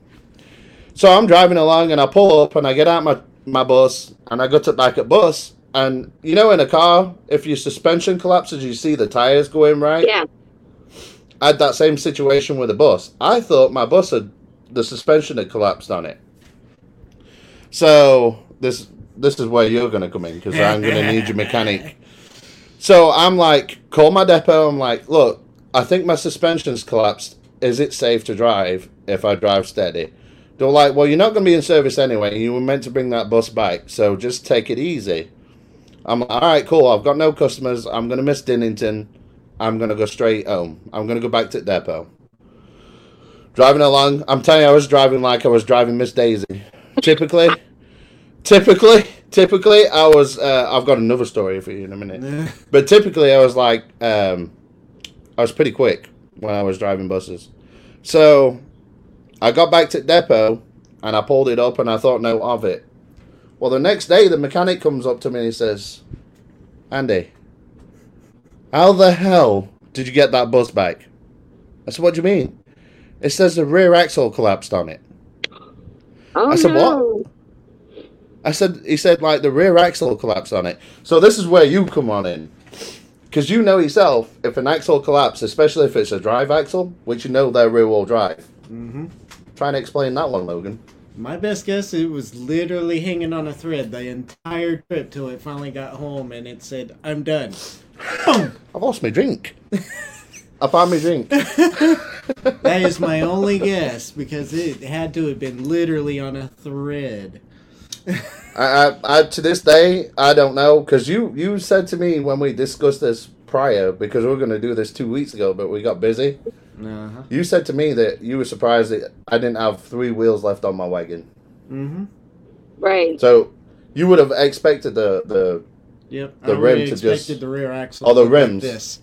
[SPEAKER 1] So I'm driving along and I pull up and I get out my my bus and I go to back at bus and you know in a car if your suspension collapses you see the tires going right.
[SPEAKER 4] Yeah.
[SPEAKER 1] I had that same situation with a bus. I thought my bus had the suspension had collapsed on it. So this this is where you're going to come in because I'm going to need your mechanic. So I'm like, call my depot. I'm like, look, I think my suspension's collapsed. Is it safe to drive if I drive steady? They're like, well, you're not going to be in service anyway. You were meant to bring that bus back, so just take it easy. I'm like, all right, cool. I've got no customers. I'm going to miss Dinnington. I'm going to go straight home. I'm going to go back to the depot. Driving along, I'm telling you, I was driving like I was driving Miss Daisy. Typically, typically, typically, I was. Uh, I've got another story for you in a minute. but typically, I was like, um, I was pretty quick when I was driving buses. So I got back to the depot and I pulled it up and I thought no of it. Well, the next day, the mechanic comes up to me and he says, Andy, how the hell did you get that bus back? I said, What do you mean? It says the rear axle collapsed on it.
[SPEAKER 4] Oh
[SPEAKER 1] I said,
[SPEAKER 4] no.
[SPEAKER 1] I said, He said, like the rear axle collapsed on it. So this is where you come on in. Because you know yourself, if an axle collapses, especially if it's a drive axle, which you know they're rear wheel drive.
[SPEAKER 3] hmm
[SPEAKER 1] Try and explain that one, Logan.
[SPEAKER 3] My best guess, it was literally hanging on a thread the entire trip till it finally got home and it said, I'm done. Boom!
[SPEAKER 1] I've lost my drink. I found my drink.
[SPEAKER 3] That is my only guess because it had to have been literally on a thread.
[SPEAKER 1] I, I, I to this day, I don't know because you you said to me when we discussed this prior because we were going to do this two weeks ago, but we got busy.
[SPEAKER 3] Uh-huh.
[SPEAKER 1] You said to me that you were surprised that I didn't have three wheels left on my wagon.
[SPEAKER 3] Mm-hmm.
[SPEAKER 4] Right.
[SPEAKER 1] So you would have expected the the
[SPEAKER 3] Yep.
[SPEAKER 1] The
[SPEAKER 3] I
[SPEAKER 1] rim
[SPEAKER 3] would've
[SPEAKER 1] to
[SPEAKER 3] expected
[SPEAKER 1] just-
[SPEAKER 3] the rear axle.
[SPEAKER 1] Oh, the
[SPEAKER 3] to look
[SPEAKER 1] rims.
[SPEAKER 3] This.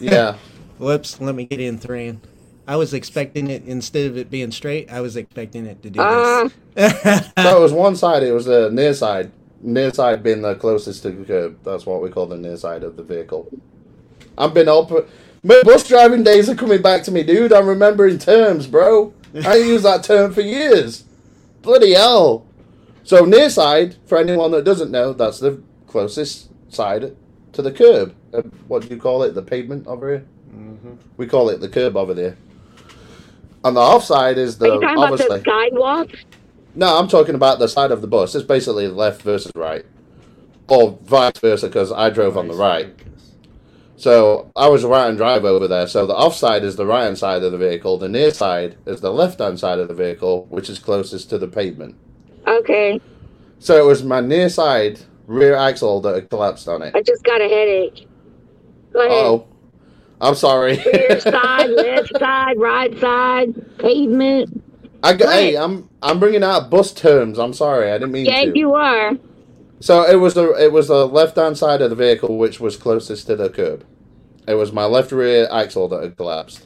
[SPEAKER 1] yeah
[SPEAKER 3] Whoops. Let me get in thread. I was expecting it instead of it being straight. I was expecting it to do
[SPEAKER 4] Ah,
[SPEAKER 3] this.
[SPEAKER 1] Uh-huh. So it was one side. It was the near side. Near side being the closest to the curb. That's what we call the near side of the vehicle. I've been up. My bus driving days are coming back to me, dude. I'm remembering terms, bro. I use that term for years. Bloody hell. So near side, for anyone that doesn't know, that's the closest side to the curb. Uh, What do you call it? The pavement over here. We call it the curb over there. On the off side is the
[SPEAKER 4] are you talking about
[SPEAKER 1] obviously.
[SPEAKER 4] the sidewalk?
[SPEAKER 1] No, I'm talking about the side of the bus. It's basically left versus right, or vice versa, because I drove on the right. So I was a right hand drive over there. So the offside is the right hand side of the vehicle. The near side is the left hand side of the vehicle, which is closest to the pavement.
[SPEAKER 4] Okay.
[SPEAKER 1] So it was my near side rear axle that had collapsed on it.
[SPEAKER 4] I just got a headache. Go ahead.
[SPEAKER 1] Oh, I'm sorry.
[SPEAKER 4] Rear side, left side, right side, pavement.
[SPEAKER 1] I got,
[SPEAKER 4] Right.
[SPEAKER 1] hey, I'm I'm bringing out bus terms. I'm sorry. I didn't mean
[SPEAKER 4] Yeah,
[SPEAKER 1] to.
[SPEAKER 4] you are.
[SPEAKER 1] So it was the it was the left hand side of the vehicle which was closest to the curb. It was my left rear axle that had collapsed.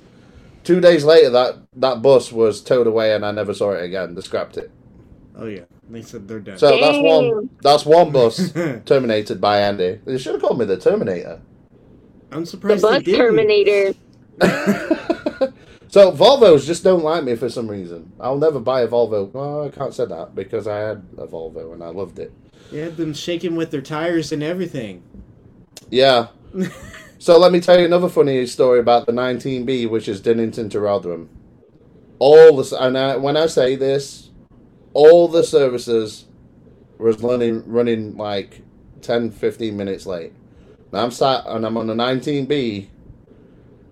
[SPEAKER 1] Two days later, that that bus was towed away, and I never saw it again. They scrapped it.
[SPEAKER 3] Oh yeah. They said they're done.
[SPEAKER 1] So that's one
[SPEAKER 4] Damn.
[SPEAKER 1] that's one bus terminated by Andy. They should have called me the Terminator.
[SPEAKER 3] I'm
[SPEAKER 4] The
[SPEAKER 3] surprised
[SPEAKER 4] bus
[SPEAKER 3] they didn't.
[SPEAKER 4] terminator.
[SPEAKER 1] So Volvos just don't like me for some reason. I'll never buy a Volvo. Well, I can't say that because I had a Volvo and I loved it.
[SPEAKER 3] They had them shaking with their tires and everything.
[SPEAKER 1] Yeah. so let me tell you another funny story about the 19B, which is Dinnington to Rotherham. All the s- and I, when I say this, all the services was running running like 10, 15 minutes late. And I'm sat and I'm on the 19B,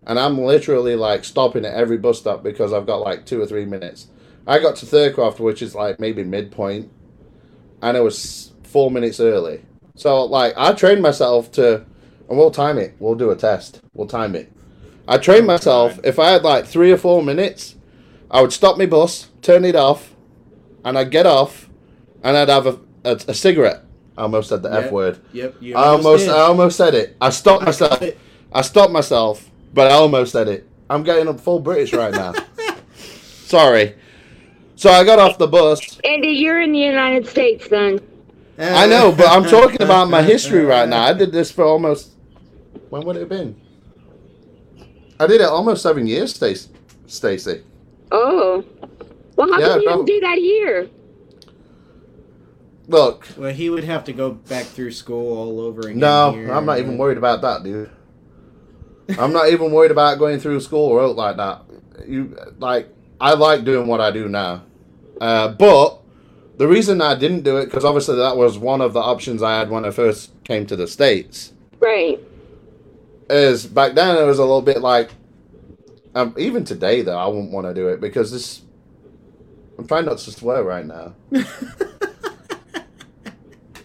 [SPEAKER 1] and I'm literally like stopping at every bus stop because I've got like two or three minutes. I got to Thurcroft, which is like maybe midpoint, and it was four minutes early. So like I trained myself to, and we'll time it. We'll do a test. We'll time it. I trained myself. If I had like three or four minutes, I would stop my bus, turn it off, and I'd get off, and I'd have a, a, a cigarette. I almost said the
[SPEAKER 3] Yep.
[SPEAKER 1] F word.
[SPEAKER 3] Yep. You
[SPEAKER 1] I almost,
[SPEAKER 3] did.
[SPEAKER 1] I almost said it. I stopped uh, myself.
[SPEAKER 3] it.
[SPEAKER 1] I stopped myself, but I almost said it. I'm getting up full British right now. Sorry. So I got off the bus.
[SPEAKER 4] Andy, you're in the United States, son.
[SPEAKER 1] I know, but I'm talking about my history right now. I did this for almost. When would it have been? I did it almost seven years, Stac- Stacy.
[SPEAKER 4] Oh. Well, how
[SPEAKER 1] Yeah,
[SPEAKER 4] come you
[SPEAKER 1] probably.
[SPEAKER 4] didn't do that here?
[SPEAKER 1] Look,
[SPEAKER 3] Well, he would have to go back through school all over again.
[SPEAKER 1] no,
[SPEAKER 3] here,
[SPEAKER 1] I'm not
[SPEAKER 3] but-
[SPEAKER 1] even worried about that, dude. I'm not even worried about going through school or out like that. You like, I like doing what I do now, uh, but the reason I didn't do it because obviously that was one of the options I had when I first came to the states.
[SPEAKER 4] Right.
[SPEAKER 1] is back then it was a little bit like um, even today though i wouldn't want to do it because this i'm trying not to swear right now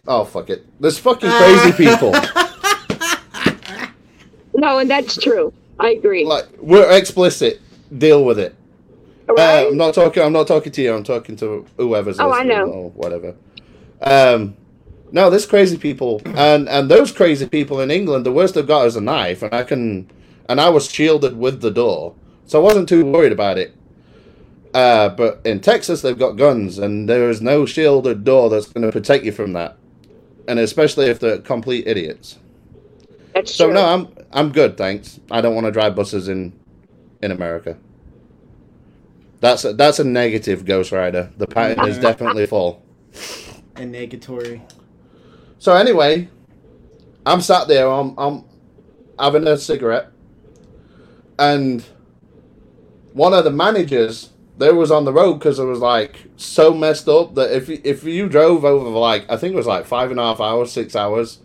[SPEAKER 1] oh fuck it there's fucking crazy people
[SPEAKER 4] No, and that's true. I agree.
[SPEAKER 1] like we're explicit deal with it
[SPEAKER 4] right?
[SPEAKER 1] Uh, I'm not talking. I'm not talking to you. I'm talking to whoever's
[SPEAKER 4] Oh, I
[SPEAKER 1] listening
[SPEAKER 4] know.
[SPEAKER 1] or whatever. Um, no, there's crazy people, and and those crazy people in England, the worst they've got is a knife, and I can, and I was shielded with the door, so I wasn't too worried about it. Uh, but in Texas, they've got guns, and there is no shielded door that's going to protect you from that, and especially if they're complete idiots.
[SPEAKER 4] that's
[SPEAKER 1] So
[SPEAKER 4] true.
[SPEAKER 1] no, I'm I'm good, thanks. I don't want to drive buses in in America. That's a, that's a negative Ghost Rider. The pattern is
[SPEAKER 3] Yeah.
[SPEAKER 1] definitely full.
[SPEAKER 3] And negatory.
[SPEAKER 1] So anyway, I'm sat there. I'm I'm having a cigarette, and one of the managers there was on the road because it was like so messed up that if you- if you drove over like I think it was like five and a half hours, six hours,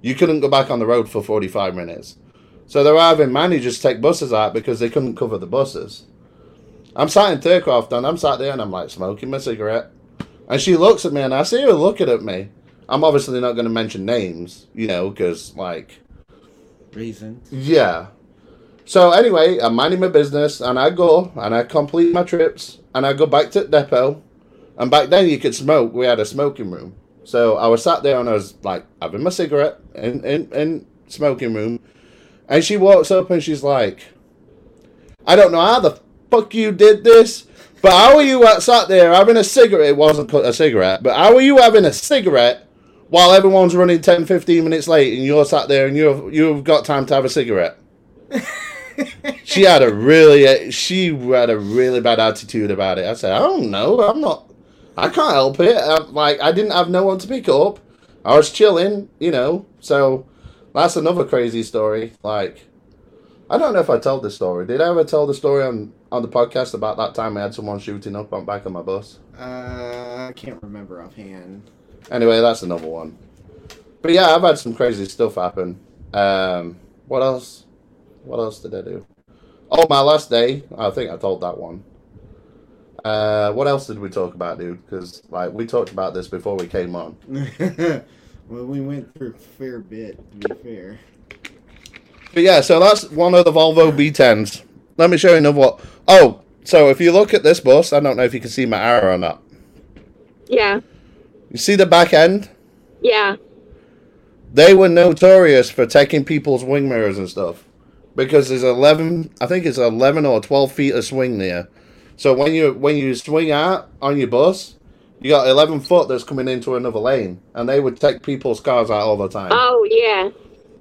[SPEAKER 1] you couldn't go back on the road for forty five minutes. So they were having managers take buses out because they couldn't cover the buses. I'm sat in Turcroft and I'm sat there and I'm like smoking my cigarette. And she looks at me and I see her looking at me. I'm obviously not going to mention names, you know, because, like,
[SPEAKER 3] Reason.
[SPEAKER 1] yeah. So anyway, I'm minding my business and I go and I complete my trips and I go back to the depot. And back then you could smoke. We had a smoking room. So I was sat there and I was like having my cigarette in in, in smoking room. And she walks up and she's like, I don't know how the fuck you did this, but how are you out sat there having a cigarette? It wasn't a cigarette, but how are you having a cigarette while everyone's running 10, 15 minutes late and you're sat there and you've, you've got time to have a cigarette? she had a really she had a really bad attitude about it. I said, I don't know, I'm not, I can't help it. i like I didn't have no one to pick up. I was chilling, you know. So that's another crazy story. Like I don't know if I told this story. Did I ever tell the story on on the podcast about that time I had someone shooting up on back of my bus?
[SPEAKER 3] Uh, I can't remember offhand.
[SPEAKER 1] Anyway, that's another one. But yeah, I've had some crazy stuff happen. Um, what else? What else did I do? Oh, my last day. I think I told that one. Uh, what else did we talk about, dude? Because like we talked about this before we came on.
[SPEAKER 3] well, we went through a fair bit, to be fair.
[SPEAKER 1] But yeah, so that's one of the Volvo B10s. Let me show you another one. Oh, so if you look at this bus, I don't know if you can see my arrow or not.
[SPEAKER 4] yeah.
[SPEAKER 1] You see the back end?
[SPEAKER 4] Yeah.
[SPEAKER 1] they were notorious for taking people's wing mirrors and stuff because there's 11 i think it's 11 or 12 feet of swing there so when you when you swing out on your bus you got 11 foot that's coming into another lane and they would take people's cars out all the time
[SPEAKER 4] Oh, yeah.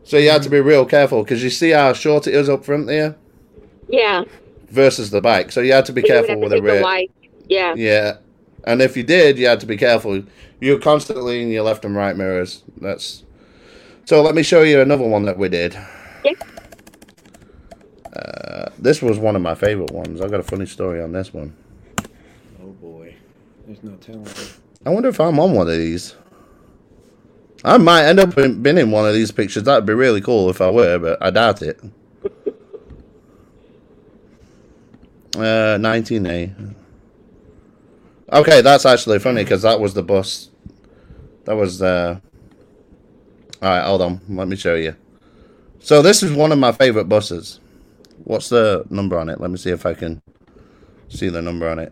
[SPEAKER 1] so you had to be real careful because you see how short it is up front there
[SPEAKER 4] Yeah.
[SPEAKER 1] versus the back so you had to be
[SPEAKER 4] You would
[SPEAKER 1] careful
[SPEAKER 4] have to
[SPEAKER 1] with the
[SPEAKER 4] take a
[SPEAKER 1] rear
[SPEAKER 4] light. Yeah.
[SPEAKER 1] yeah and if you did you had to be careful you're constantly in your left and right mirrors that's so let me show you another one that we did Uh,
[SPEAKER 4] Yeah.
[SPEAKER 1] This was one of my favorite ones. I've got a funny story on this one.
[SPEAKER 3] Oh boy. There's no telling.
[SPEAKER 1] I wonder if I'm on one of these. I might end up in, been in one of these pictures. That'd be really cool if I were, but I doubt it. Uh, 19A. Okay, that's actually funny because that was the bus. That was uh. All right, hold on. Let me show you. So this is one of my favorite buses. What's the number on it? Let me see if I can see the number on it.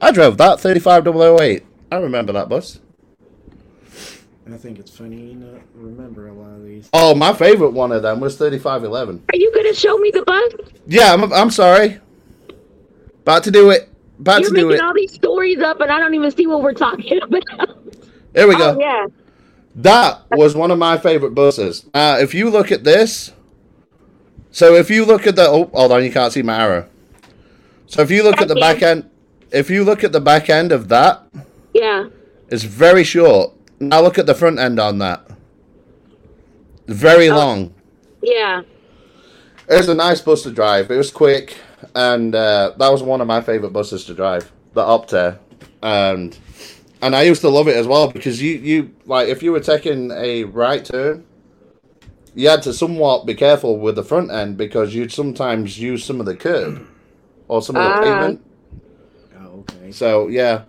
[SPEAKER 1] I drove that 35008. I remember that bus.
[SPEAKER 3] I think it's funny you not remember a lot of these.
[SPEAKER 1] Oh, my favorite one of them was 3511.
[SPEAKER 4] Are you going to show me the bus?
[SPEAKER 1] Yeah, I'm, I'm sorry. About to do it. About
[SPEAKER 4] You're
[SPEAKER 1] to do
[SPEAKER 4] making
[SPEAKER 1] it.
[SPEAKER 4] all these stories up, and I don't even see what we're talking about.
[SPEAKER 1] Here we go.
[SPEAKER 4] Oh, yeah.
[SPEAKER 1] That was one of my favorite buses. Uh, if you look at this, so if you look at the oh, hold on, you can't see my arrow. So if you look at the back end, if you look at the back end of that,
[SPEAKER 4] Yeah.
[SPEAKER 1] it's very short. Now look at the front end on that. Very
[SPEAKER 4] Oh.
[SPEAKER 1] long.
[SPEAKER 4] Yeah.
[SPEAKER 1] It was a nice bus to drive. It was quick, and uh, that was one of my favorite buses to drive, the Opta, and and I used to love it as well because you you like if you were taking a right turn, you had to somewhat be careful with the front end because you'd sometimes use some of the curb or some of the
[SPEAKER 4] Ah.
[SPEAKER 1] pavement.
[SPEAKER 3] Oh, okay.
[SPEAKER 1] So yeah,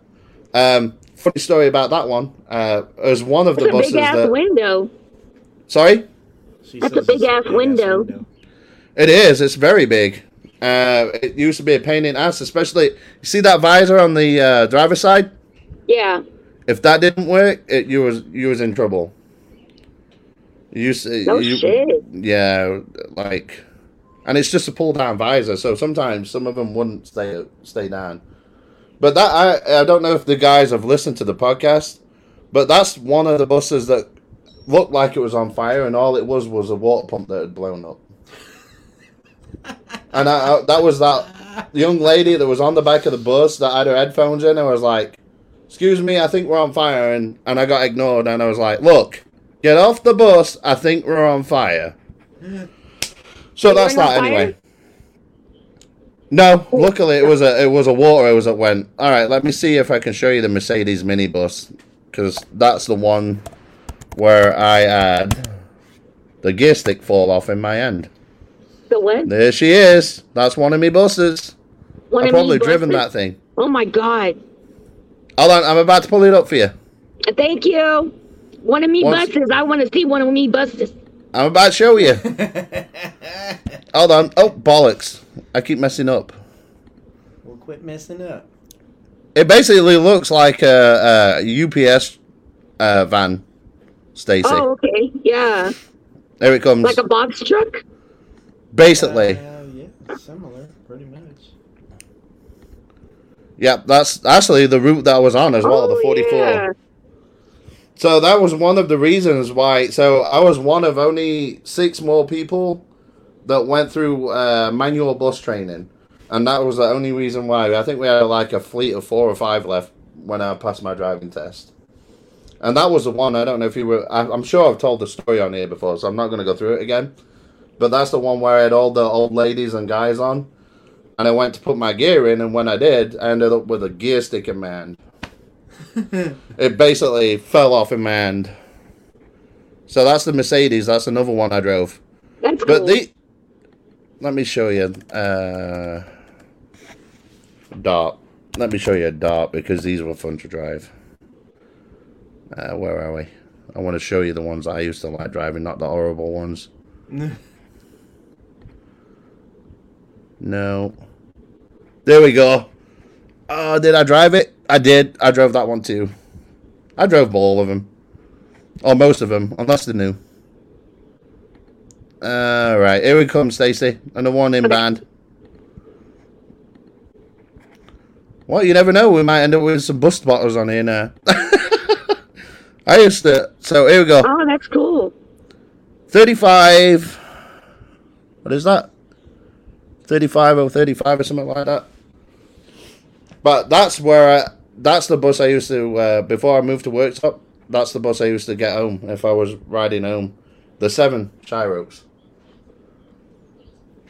[SPEAKER 1] um, funny story about that one. Uh, it was one of
[SPEAKER 4] That's
[SPEAKER 1] the
[SPEAKER 4] a
[SPEAKER 1] buses
[SPEAKER 4] big ass
[SPEAKER 1] that
[SPEAKER 4] window.
[SPEAKER 1] sorry.
[SPEAKER 3] She
[SPEAKER 4] That's
[SPEAKER 3] says
[SPEAKER 4] a big
[SPEAKER 3] it's
[SPEAKER 4] ass
[SPEAKER 3] big-ass
[SPEAKER 4] window.
[SPEAKER 1] It is. It's very big. Uh, it used to be a pain in the ass, especially you see that visor on the uh, driver's side.
[SPEAKER 4] Yeah.
[SPEAKER 1] If that didn't work, it, you was you was in trouble. You, s-
[SPEAKER 4] No
[SPEAKER 1] you
[SPEAKER 4] shit.
[SPEAKER 1] yeah, like, and it's just a pull down visor, so sometimes some of them wouldn't stay stay down. But that I I don't know if the guys have listened to the podcast, but that's one of the buses that looked like it was on fire, and all it was was a water pump that had blown up. and I, I, that was that young lady that was on the back of the bus that had her headphones in. and was like, "Excuse me, I think we're on fire," and and I got ignored, and I was like, "Look." Get off the bus. I think we're on fire. So
[SPEAKER 4] You
[SPEAKER 1] that's
[SPEAKER 4] weren't
[SPEAKER 1] that
[SPEAKER 4] on
[SPEAKER 1] anyway. No, luckily it was a it was a water hose that went. All right, let me see if I can show you the Mercedes minibus because that's the one where I had the gear stick fall off in my end.
[SPEAKER 4] The what?
[SPEAKER 1] There she is. That's one of me buses.
[SPEAKER 4] One
[SPEAKER 1] I've
[SPEAKER 4] of me
[SPEAKER 1] probably driven that
[SPEAKER 4] buses?
[SPEAKER 1] thing.
[SPEAKER 4] Oh my god.
[SPEAKER 1] Hold on, I'm about to pull it up for you.
[SPEAKER 4] Thank you. One of me
[SPEAKER 1] Once-
[SPEAKER 4] buses. I want to see one of me buses.
[SPEAKER 1] I'm about to show you. Hold on. Oh bollocks! I keep messing up.
[SPEAKER 3] Well, quit messing up.
[SPEAKER 1] It basically looks like a, a UPS uh, van, Stacy.
[SPEAKER 4] Oh, okay. Yeah.
[SPEAKER 1] There it comes.
[SPEAKER 4] Like a box truck?
[SPEAKER 1] basically,
[SPEAKER 3] Uh, yeah, similar, pretty much.
[SPEAKER 1] yep. That's actually the route that I was on as well.
[SPEAKER 4] oh,
[SPEAKER 1] the forty-four.
[SPEAKER 4] Yeah.
[SPEAKER 1] So that was one of the reasons why. So I was one of only six more people that went through uh, manual bus training, and that was the only reason why. I think we had like a fleet of four or five left when I passed my driving test, and that was the one. I don't know if you were. I, I'm sure I've told the story on here before, so I'm not going to go through it again. But that's the one where I had all the old ladies and guys on, and I went to put my gear in, and when I did, I ended up with a gear stick in my hand it basically fell off in my hand. So that's the Mercedes. That's another one I drove.
[SPEAKER 4] That's cool.
[SPEAKER 1] But the let me show you uh, Dart. Let me show you a Dart because these were fun to drive. Uh, where are we? I want to show you the ones I used to like driving, not the horrible ones. No. There we go. Oh, did I drive it? I did. I drove that one too. I drove all of them. Or most of them, unless they're new. All right, here we come, Stacy. Another one in band. Well, you never know. We might end up with some bust bottles on here now. I used to. So here we go.
[SPEAKER 4] oh, that's cool.
[SPEAKER 1] 35 what is that 35 or 35 or something like that but that's where I, that's the bus i used to uh, before i moved to worktop that's the bus i used to get home if i was riding home the seven shire oaks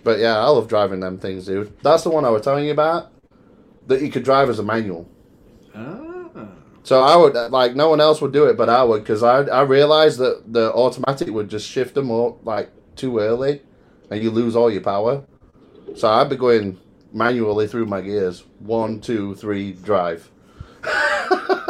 [SPEAKER 1] but yeah i love driving them things dude that's the one i was telling you about that you could drive as a manual
[SPEAKER 3] Ah.
[SPEAKER 1] so I would like no one else would do it, but I would because I I realized that the automatic would just shift them up like too early, and you lose all your power. So I'd be going manually through my gears. One, two, three, drive.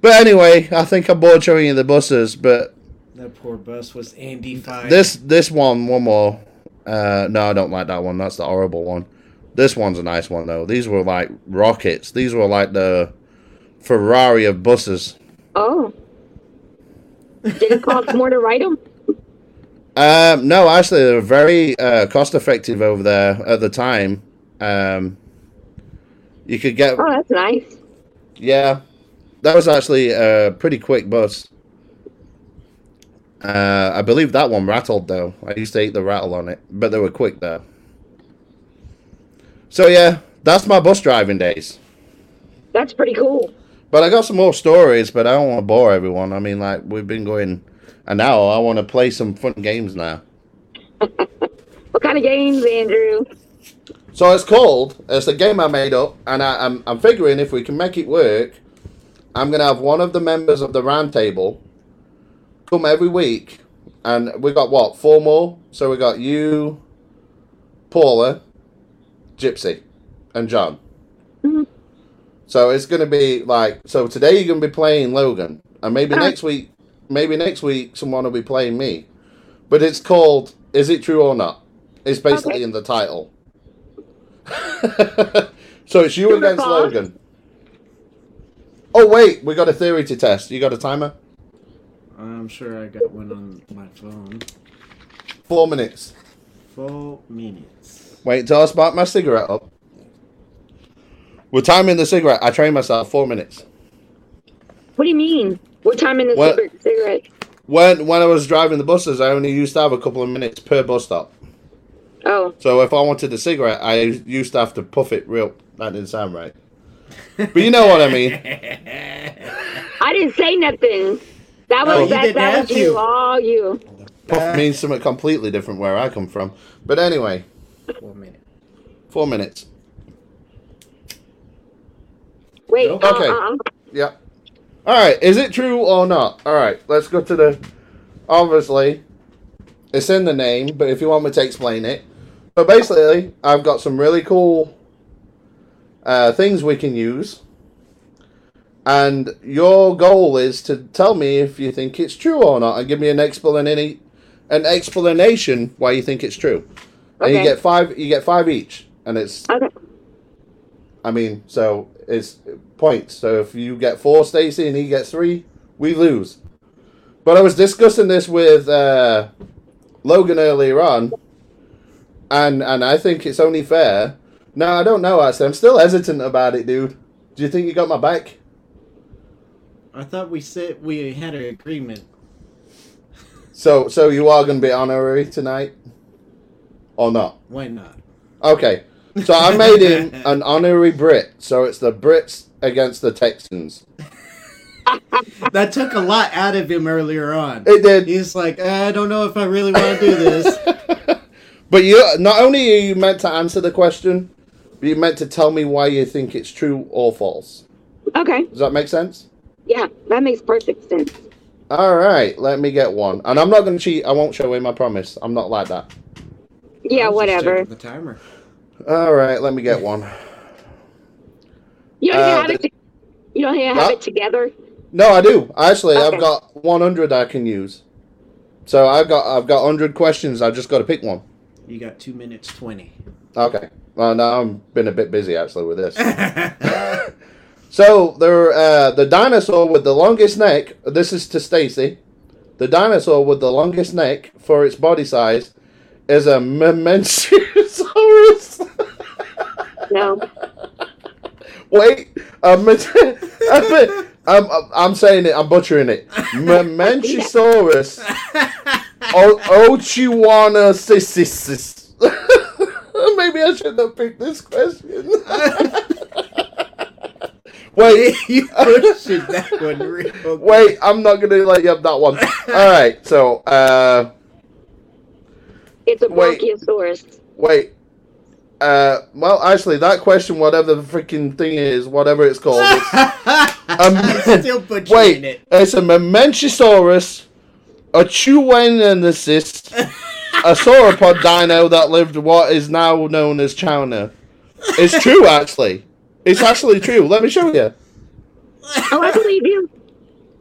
[SPEAKER 1] but anyway, I think I'm bored showing you the buses. But
[SPEAKER 3] That poor bus was Andy Fire.
[SPEAKER 1] this this one, one more. Uh, no, I don't like that one. That's the horrible one. This one's a nice one though. These were like rockets. These were like the Ferrari of buses.
[SPEAKER 4] Oh. Did it cost more to write them?
[SPEAKER 1] Um, no, actually, they were very uh, cost effective over there at the time. Um, you could get
[SPEAKER 4] Oh, that's nice.
[SPEAKER 1] yeah, that was actually a pretty quick bus. Uh, I believe that one rattled though. I used to eat the rattle on it, but they were quick there. So yeah, that's my bus driving days.
[SPEAKER 4] That's pretty cool.
[SPEAKER 1] But I got some more stories, but I don't want to bore everyone. I mean, like we've been going an hour. I want to play some fun games now.
[SPEAKER 4] What kind of games, Andrew?
[SPEAKER 1] So it's called. It's a game I made up, and I, I'm I'm figuring if we can make it work, I'm gonna have one of the members of the roundtable come every week, and we got what four more. So we got you, Paula, Gypsy, and John.
[SPEAKER 4] Mhm.
[SPEAKER 1] So it's gonna be like so today you're gonna be playing Logan, and maybe
[SPEAKER 4] Alright.
[SPEAKER 1] next week, maybe next week someone will be playing me. But it's called "Is It True or Not." It's basically
[SPEAKER 4] Okay.
[SPEAKER 1] in the title. so it's you
[SPEAKER 4] Number
[SPEAKER 1] against
[SPEAKER 4] five.
[SPEAKER 1] Logan. Oh wait, we got a theory to test. You got a timer?
[SPEAKER 3] I'm sure I got one on my phone.
[SPEAKER 1] Four minutes.
[SPEAKER 3] Four minutes.
[SPEAKER 1] Wait till I spark my cigarette up. We're timing the cigarette. I trained myself four minutes.
[SPEAKER 4] What do you mean? What time in the
[SPEAKER 1] What-
[SPEAKER 4] cigarette- cigarette?
[SPEAKER 1] When when I was driving the buses, I only used to have a couple of minutes per bus stop.
[SPEAKER 4] Oh,
[SPEAKER 1] So if I wanted a cigarette, I used to have to puff it real. That didn't sound right. But you know what I mean.
[SPEAKER 4] I didn't say nothing. That
[SPEAKER 1] No,
[SPEAKER 4] was
[SPEAKER 1] he
[SPEAKER 4] that,
[SPEAKER 3] didn't
[SPEAKER 4] that
[SPEAKER 3] have
[SPEAKER 4] was you,
[SPEAKER 3] to.
[SPEAKER 4] all you.
[SPEAKER 1] Puff means something completely different where I come from. But anyway,
[SPEAKER 3] Four minutes.
[SPEAKER 1] four minutes.
[SPEAKER 4] Wait,
[SPEAKER 1] Nope. Okay.
[SPEAKER 4] uh-uh.
[SPEAKER 1] Yep. All right. Is it true or not? All right. Let's go to the. Obviously, it's in the name, but if you want me to explain it, but basically, I've got some really cool uh, things we can use, and your goal is to tell me if you think it's true or not, and give me an explanation, an explanation why you think it's true. And you
[SPEAKER 4] Okay.
[SPEAKER 1] get five. You get five each, and it's
[SPEAKER 4] Okay.
[SPEAKER 1] I mean, so it's points. So if you get four, Stacy, and he gets three, we lose. But I was discussing this with uh, Logan earlier on, and and I think it's only fair. No, I don't know. Actually, I'm still hesitant about it, dude. Do you think you got my back?
[SPEAKER 3] I thought we said we had an agreement.
[SPEAKER 1] So so you are going to be honorary tonight, or not?
[SPEAKER 3] Why not?
[SPEAKER 1] Okay. So I made him an honorary Brit. So it's the Brits against the Texans.
[SPEAKER 3] That took a lot out of him earlier on.
[SPEAKER 1] It did.
[SPEAKER 3] He's like, "Eh, I don't know if I really want to do this.
[SPEAKER 1] But you not only are you meant to answer the question, but you meant to tell me why you think it's true or false.
[SPEAKER 4] okay.
[SPEAKER 1] Does that make sense?
[SPEAKER 4] Yeah, that makes perfect sense.
[SPEAKER 1] All right, let me get one. And I'm not going to cheat. I won't show him. I promise. I'm not like that.
[SPEAKER 4] Yeah,
[SPEAKER 3] I was just
[SPEAKER 4] whatever.
[SPEAKER 3] checking The timer.
[SPEAKER 1] All right, let me get one.
[SPEAKER 4] You don't
[SPEAKER 1] Uh,
[SPEAKER 4] have it. To, you don't have
[SPEAKER 1] Huh?
[SPEAKER 4] it together.
[SPEAKER 1] No, I do. Actually, I've
[SPEAKER 4] Okay.
[SPEAKER 1] got 100 I can use. So I've got I've got 100 questions. I've just got to pick one.
[SPEAKER 3] You got two minutes twenty.
[SPEAKER 1] Okay. Well, now I've been a bit busy actually with this. So there, uh, the dinosaur with the longest neck. This is to Stacy. The dinosaur with the longest neck for its body size is a Mementosaurus.
[SPEAKER 4] No.
[SPEAKER 1] Wait, a met- a me- I'm, I'm, I'm saying it. I'm butchering it. Mementosaurus. o- Ochiwana sisis. Maybe I shouldn't have picked this question. Wait.
[SPEAKER 3] you pushed it that one real.
[SPEAKER 1] Wait, I'm not gonna let you have that one. All right, so uh,
[SPEAKER 4] It's a
[SPEAKER 1] Wait.
[SPEAKER 4] brachiosaurus.
[SPEAKER 1] wait. Uh, well, actually, that question, whatever the freaking thing is, whatever it's called, it's,
[SPEAKER 3] I'm still butchering
[SPEAKER 1] wait,
[SPEAKER 3] it.
[SPEAKER 1] it's a Mementosaurus, a Chuenensis, a sauropod dino that lived what is now known as China. It's true, actually. It's actually true. Let me show you.
[SPEAKER 4] Oh, I believe you.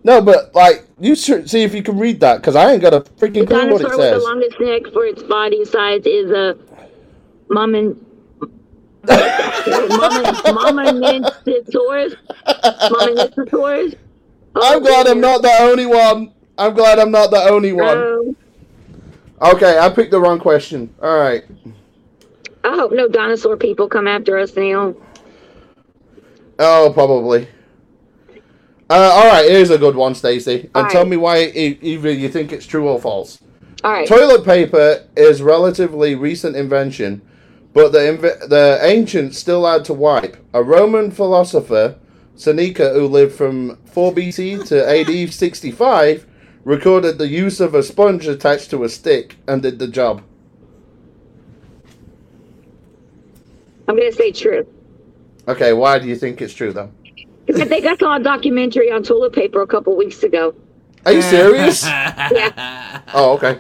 [SPEAKER 1] No, but like, you should see if you can read that because I ain't got a
[SPEAKER 4] The
[SPEAKER 1] freaking clue what it
[SPEAKER 4] dinosaur with the
[SPEAKER 1] says.
[SPEAKER 4] longest neck for its body size is a mammon. Mammonentosaurus. Mammonentosaurus. Oh,
[SPEAKER 1] I'm glad I'm not the only one. I'm glad I'm not the only one.
[SPEAKER 4] No.
[SPEAKER 1] Okay, I picked the wrong question. All right.
[SPEAKER 4] I hope no dinosaur people come after us, Neil.
[SPEAKER 1] Oh, probably. Uh, all right, here's a good one, Stacey. And
[SPEAKER 4] All
[SPEAKER 1] tell
[SPEAKER 4] right.
[SPEAKER 1] me why e- either you think it's true or false.
[SPEAKER 4] All right.
[SPEAKER 1] Toilet paper is relatively recent invention, but the inv- the ancients still had to wipe. A Roman philosopher, Seneca, who lived from 4 BC to AD 65, recorded the use of a sponge attached to a stick and did the job.
[SPEAKER 4] I'm going to say true.
[SPEAKER 1] Okay, why do you think it's true though?
[SPEAKER 4] Because I think I saw a documentary on toilet paper a couple weeks ago.
[SPEAKER 1] Are you serious?
[SPEAKER 4] Yeah.
[SPEAKER 1] oh, okay.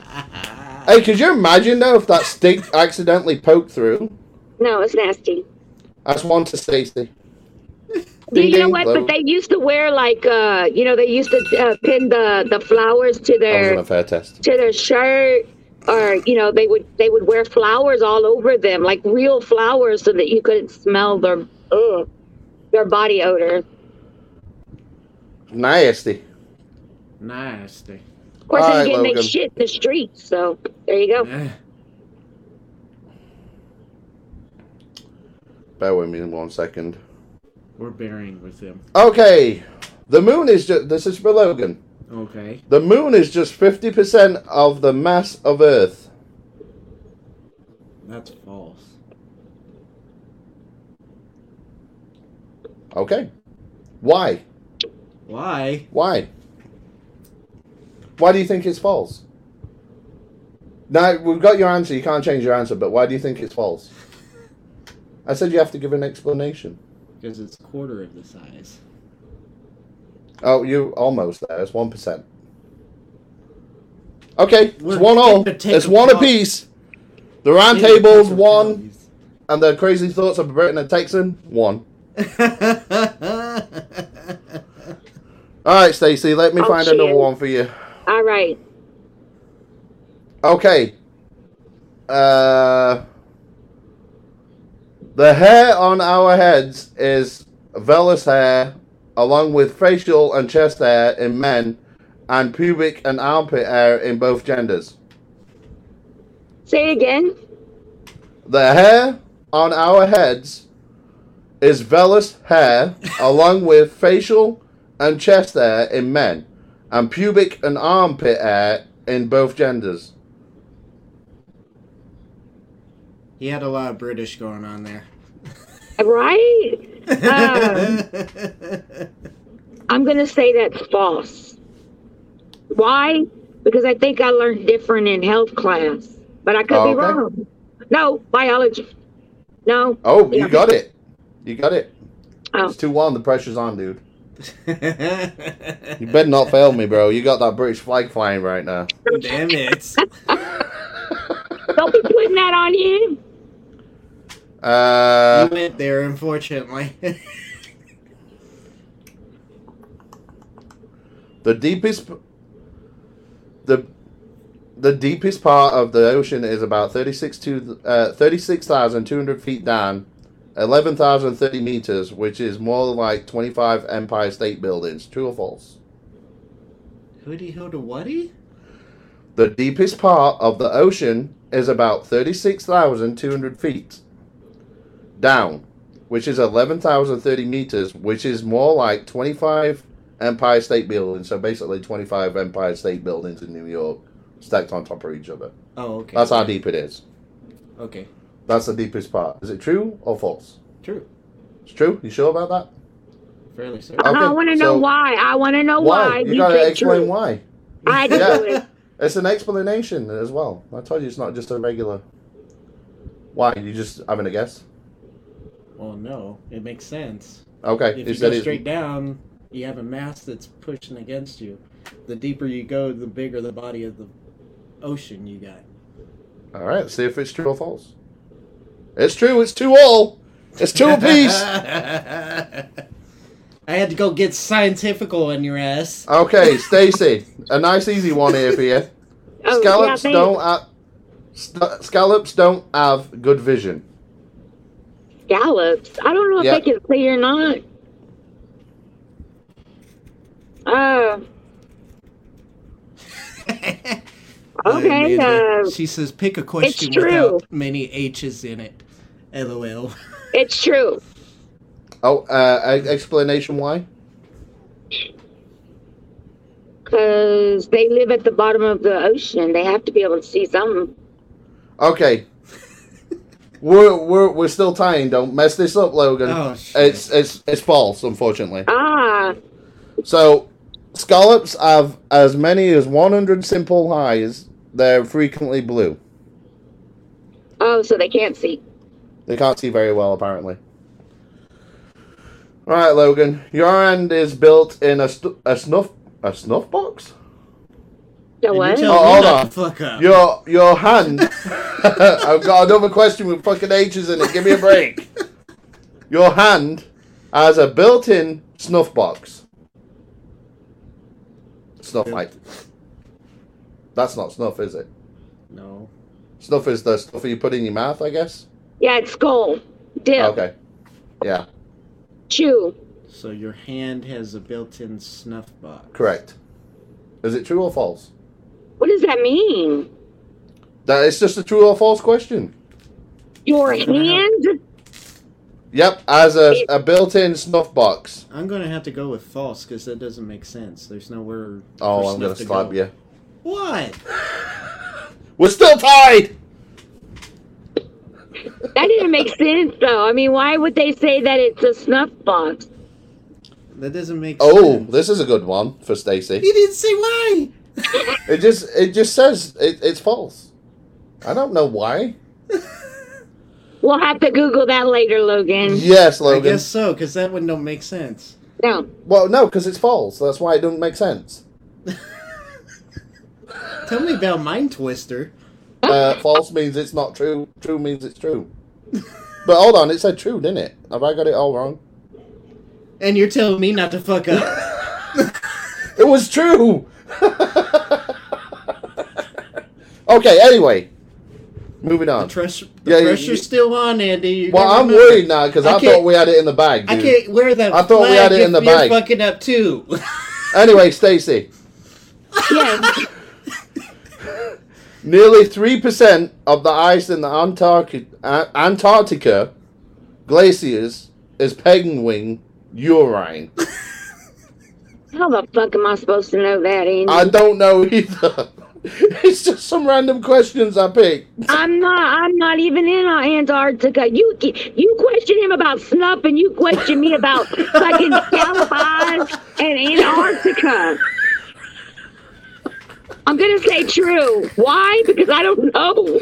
[SPEAKER 1] Hey, could you imagine though if that stick accidentally poked through?
[SPEAKER 4] No, it's nasty.
[SPEAKER 1] That's one to Stacey.
[SPEAKER 4] You know
[SPEAKER 1] Ding,
[SPEAKER 4] what?
[SPEAKER 1] ding.
[SPEAKER 4] But they used to wear like, uh, you know, they used to uh, pin the the flowers to
[SPEAKER 1] That
[SPEAKER 4] their
[SPEAKER 1] wasn't a fair test.
[SPEAKER 4] to their shirt, or you know, they would they would wear flowers all over them, like real flowers, so that you couldn't smell their ugh, their body odor.
[SPEAKER 1] Nasty.
[SPEAKER 3] Nasty.
[SPEAKER 4] Of course,
[SPEAKER 1] All
[SPEAKER 4] they
[SPEAKER 1] right,
[SPEAKER 4] didn't make
[SPEAKER 1] Logan.
[SPEAKER 4] shit in the streets, so there you go.
[SPEAKER 3] Eh.
[SPEAKER 1] Bear with me in one second.
[SPEAKER 3] We're burying with him.
[SPEAKER 1] Okay, the moon is just. This is for Logan.
[SPEAKER 3] Okay.
[SPEAKER 1] The moon is just fifty percent of the mass of Earth.
[SPEAKER 3] That's false.
[SPEAKER 1] Okay, why?
[SPEAKER 3] Why?
[SPEAKER 1] Why? Why do you think it's false? Now we've got your answer. You can't change your answer, but why do you think it's false? I said you have to give an explanation.
[SPEAKER 3] Because it's a quarter of the size.
[SPEAKER 1] Oh, you almost there. It's one percent. Okay,
[SPEAKER 3] We're
[SPEAKER 1] it's one all.
[SPEAKER 3] gonna take
[SPEAKER 1] It's
[SPEAKER 3] a
[SPEAKER 1] one
[SPEAKER 3] pause.
[SPEAKER 1] apiece. The round table's one, and the crazy thoughts of Britain and Texan one. All right, Stacey, let me
[SPEAKER 4] Oh,
[SPEAKER 1] find another
[SPEAKER 4] shit.
[SPEAKER 1] one for you.
[SPEAKER 4] All right,
[SPEAKER 1] Okay. Uh, the hair on our heads is vellus hair, along with facial and chest hair in men, and pubic and armpit hair in both genders.
[SPEAKER 4] say it again.
[SPEAKER 1] The hair on our heads is vellus hair, along with facial and chest hair in men, and pubic and armpit hair in both genders.
[SPEAKER 3] he had a lot of British going on there.
[SPEAKER 4] Right?
[SPEAKER 3] Um.
[SPEAKER 4] I'm going to say that's false. Why? Because I think I learned different in health class, but I could
[SPEAKER 1] Oh,
[SPEAKER 4] be
[SPEAKER 1] okay.
[SPEAKER 4] wrong. No, biology. No.
[SPEAKER 1] Oh,
[SPEAKER 4] Yeah.
[SPEAKER 1] you got it. You got it.
[SPEAKER 4] Oh.
[SPEAKER 1] It's 2 1. The pressure's on, dude. You better not fail me, bro. You got that British flag flying right now.
[SPEAKER 3] Damn it.
[SPEAKER 4] Don't be putting that on you.
[SPEAKER 1] Uh,
[SPEAKER 3] you went there, unfortunately.
[SPEAKER 1] the deepest. The. The deepest part of the ocean is about 36 to, uh, 36,200 feet down, 11,030 meters, which is more like 25 Empire State Buildings. True or false?
[SPEAKER 3] Hoodie Hoodie Whatty?
[SPEAKER 1] The deepest part of the ocean is about 36,200 feet down, which is 11,030 meters, which is more like 25 Empire State Buildings. So basically, 25 Empire State Buildings in New York stacked on top of each other.
[SPEAKER 3] Oh, okay.
[SPEAKER 1] That's how deep it is.
[SPEAKER 3] Okay.
[SPEAKER 1] That's the deepest part. Is it true or false?
[SPEAKER 3] True.
[SPEAKER 1] It's true. You sure about that?
[SPEAKER 3] Fairly certain.
[SPEAKER 4] I
[SPEAKER 1] Okay,
[SPEAKER 4] don't want to know
[SPEAKER 1] so-
[SPEAKER 4] why. I want to know why.
[SPEAKER 1] You gotta
[SPEAKER 4] said
[SPEAKER 1] explain
[SPEAKER 4] true.
[SPEAKER 1] why.
[SPEAKER 4] I do
[SPEAKER 1] Yeah.
[SPEAKER 4] it.
[SPEAKER 1] It's an explanation as well. I told you it's not just a regular. Why? You just having a guess?
[SPEAKER 3] Well, no. It makes sense.
[SPEAKER 1] Okay.
[SPEAKER 3] If
[SPEAKER 1] he
[SPEAKER 3] you
[SPEAKER 1] said
[SPEAKER 3] go
[SPEAKER 1] it's-
[SPEAKER 3] straight down, you have a mass that's pushing against you. The deeper you go, the bigger the body of the ocean you got.
[SPEAKER 1] All right, see if it's true or false. It's true. It's two all. It's two apiece.
[SPEAKER 3] I had to go get scientifical on your ass.
[SPEAKER 1] okay, Stacy, a nice easy one here for you.
[SPEAKER 4] Oh,
[SPEAKER 1] Scallops
[SPEAKER 4] yeah, thanks.
[SPEAKER 1] don't have, sc- scallops don't have good vision.
[SPEAKER 4] Scallops. I don't know if
[SPEAKER 1] Yeah.
[SPEAKER 4] they can see or not. Uh, okay.
[SPEAKER 3] Amanda,
[SPEAKER 4] Uh,
[SPEAKER 3] she says, pick a question
[SPEAKER 4] um, true.
[SPEAKER 3] without many H's in it. LOL.
[SPEAKER 4] It's true.
[SPEAKER 1] Oh, uh, e- explanation why?
[SPEAKER 4] Because they live at the bottom of the ocean. They have to be able to see something.
[SPEAKER 1] Okay. we're, we're we're still tying. Don't mess this up, Logan.
[SPEAKER 3] Oh, shit.
[SPEAKER 1] it's it's it's false, unfortunately.
[SPEAKER 4] Ah,
[SPEAKER 1] So, scallops have as many as 100 simple eyes. They're frequently blue.
[SPEAKER 4] oh, so they can't see.
[SPEAKER 1] They can't see very well, apparently. All right, Logan. Your hand is built in a, stu- a snuff a snuff box.
[SPEAKER 4] So
[SPEAKER 3] And you
[SPEAKER 4] what?
[SPEAKER 3] tell
[SPEAKER 1] Oh,
[SPEAKER 3] me
[SPEAKER 1] hold
[SPEAKER 3] not
[SPEAKER 1] on.
[SPEAKER 3] to Fuck up.
[SPEAKER 1] Your your hand. I've got another question with fucking H's in it. Give me a break. Your hand has a built-in snuff box. Snuff light. That's not snuff, is it?
[SPEAKER 3] No.
[SPEAKER 1] Snuff is the stuff you put in your mouth, I guess.
[SPEAKER 4] Yeah, it's skull, dip,
[SPEAKER 1] Okay. Yeah,
[SPEAKER 4] chew.
[SPEAKER 3] So your hand has a built-in snuff box.
[SPEAKER 1] correct. Is it true or false?
[SPEAKER 4] What does that mean?
[SPEAKER 1] That it's just a true or false question.
[SPEAKER 4] Your
[SPEAKER 3] I don't know.
[SPEAKER 4] hand?
[SPEAKER 1] Yep, as a, a built-in snuff box.
[SPEAKER 3] I'm gonna have to go with false because that doesn't make sense. There's nowhere.
[SPEAKER 1] Oh,
[SPEAKER 3] for
[SPEAKER 1] I'm
[SPEAKER 3] snuff
[SPEAKER 1] gonna
[SPEAKER 3] to
[SPEAKER 1] slap
[SPEAKER 3] go.
[SPEAKER 1] you.
[SPEAKER 3] What?
[SPEAKER 1] We're still tied.
[SPEAKER 4] That didn't make sense, though. I mean, why would they say that it's a snuff box?
[SPEAKER 3] That doesn't make.
[SPEAKER 1] Oh,
[SPEAKER 3] sense.
[SPEAKER 1] this is a good one for Stacy.
[SPEAKER 3] He didn't say why.
[SPEAKER 1] It just it just says it, it's false. I don't know why.
[SPEAKER 4] We'll have to Google that later, Logan.
[SPEAKER 1] Yes,
[SPEAKER 3] I
[SPEAKER 1] Logan.
[SPEAKER 3] guess so, because that one don't make sense.
[SPEAKER 4] No.
[SPEAKER 1] Well, no, because it's false. That's why it doesn't make sense.
[SPEAKER 3] Tell me about Mind Twister.
[SPEAKER 1] Uh, false means it's not true. True means it's true. But hold on, it said true, didn't it? Have I got it all wrong?
[SPEAKER 3] And you're telling me not to fuck up.
[SPEAKER 1] It was true. okay. Anyway, moving
[SPEAKER 3] The,
[SPEAKER 1] on.
[SPEAKER 3] trus- the
[SPEAKER 1] Yeah, you-
[SPEAKER 3] pressure's
[SPEAKER 1] you-
[SPEAKER 3] still on, Andy. You
[SPEAKER 1] Well,
[SPEAKER 3] gotta
[SPEAKER 1] I'm
[SPEAKER 3] remember.
[SPEAKER 1] worried now because
[SPEAKER 3] I
[SPEAKER 1] I, thought
[SPEAKER 3] can't-
[SPEAKER 1] we had it in the bag,
[SPEAKER 3] I
[SPEAKER 1] dude.
[SPEAKER 3] can't wear that.
[SPEAKER 1] I thought we
[SPEAKER 3] flag
[SPEAKER 1] had it in
[SPEAKER 3] if
[SPEAKER 1] the
[SPEAKER 3] you're
[SPEAKER 1] bag.
[SPEAKER 3] Fucking up too.
[SPEAKER 1] Anyway, Stacy,
[SPEAKER 4] Yes.
[SPEAKER 1] nearly three percent of the ice in the Antarctica, uh, Antarctica glaciers is penguin urine.
[SPEAKER 4] How the fuck am I supposed to know that, Andy?
[SPEAKER 1] I don't know either. it's just some random questions I picked.
[SPEAKER 4] I'm not. I'm not even in Antarctica. You you question him about snuff, and you question me about fucking scallop eyes and Antarctica. I'm gonna say true. Why? Because I don't know.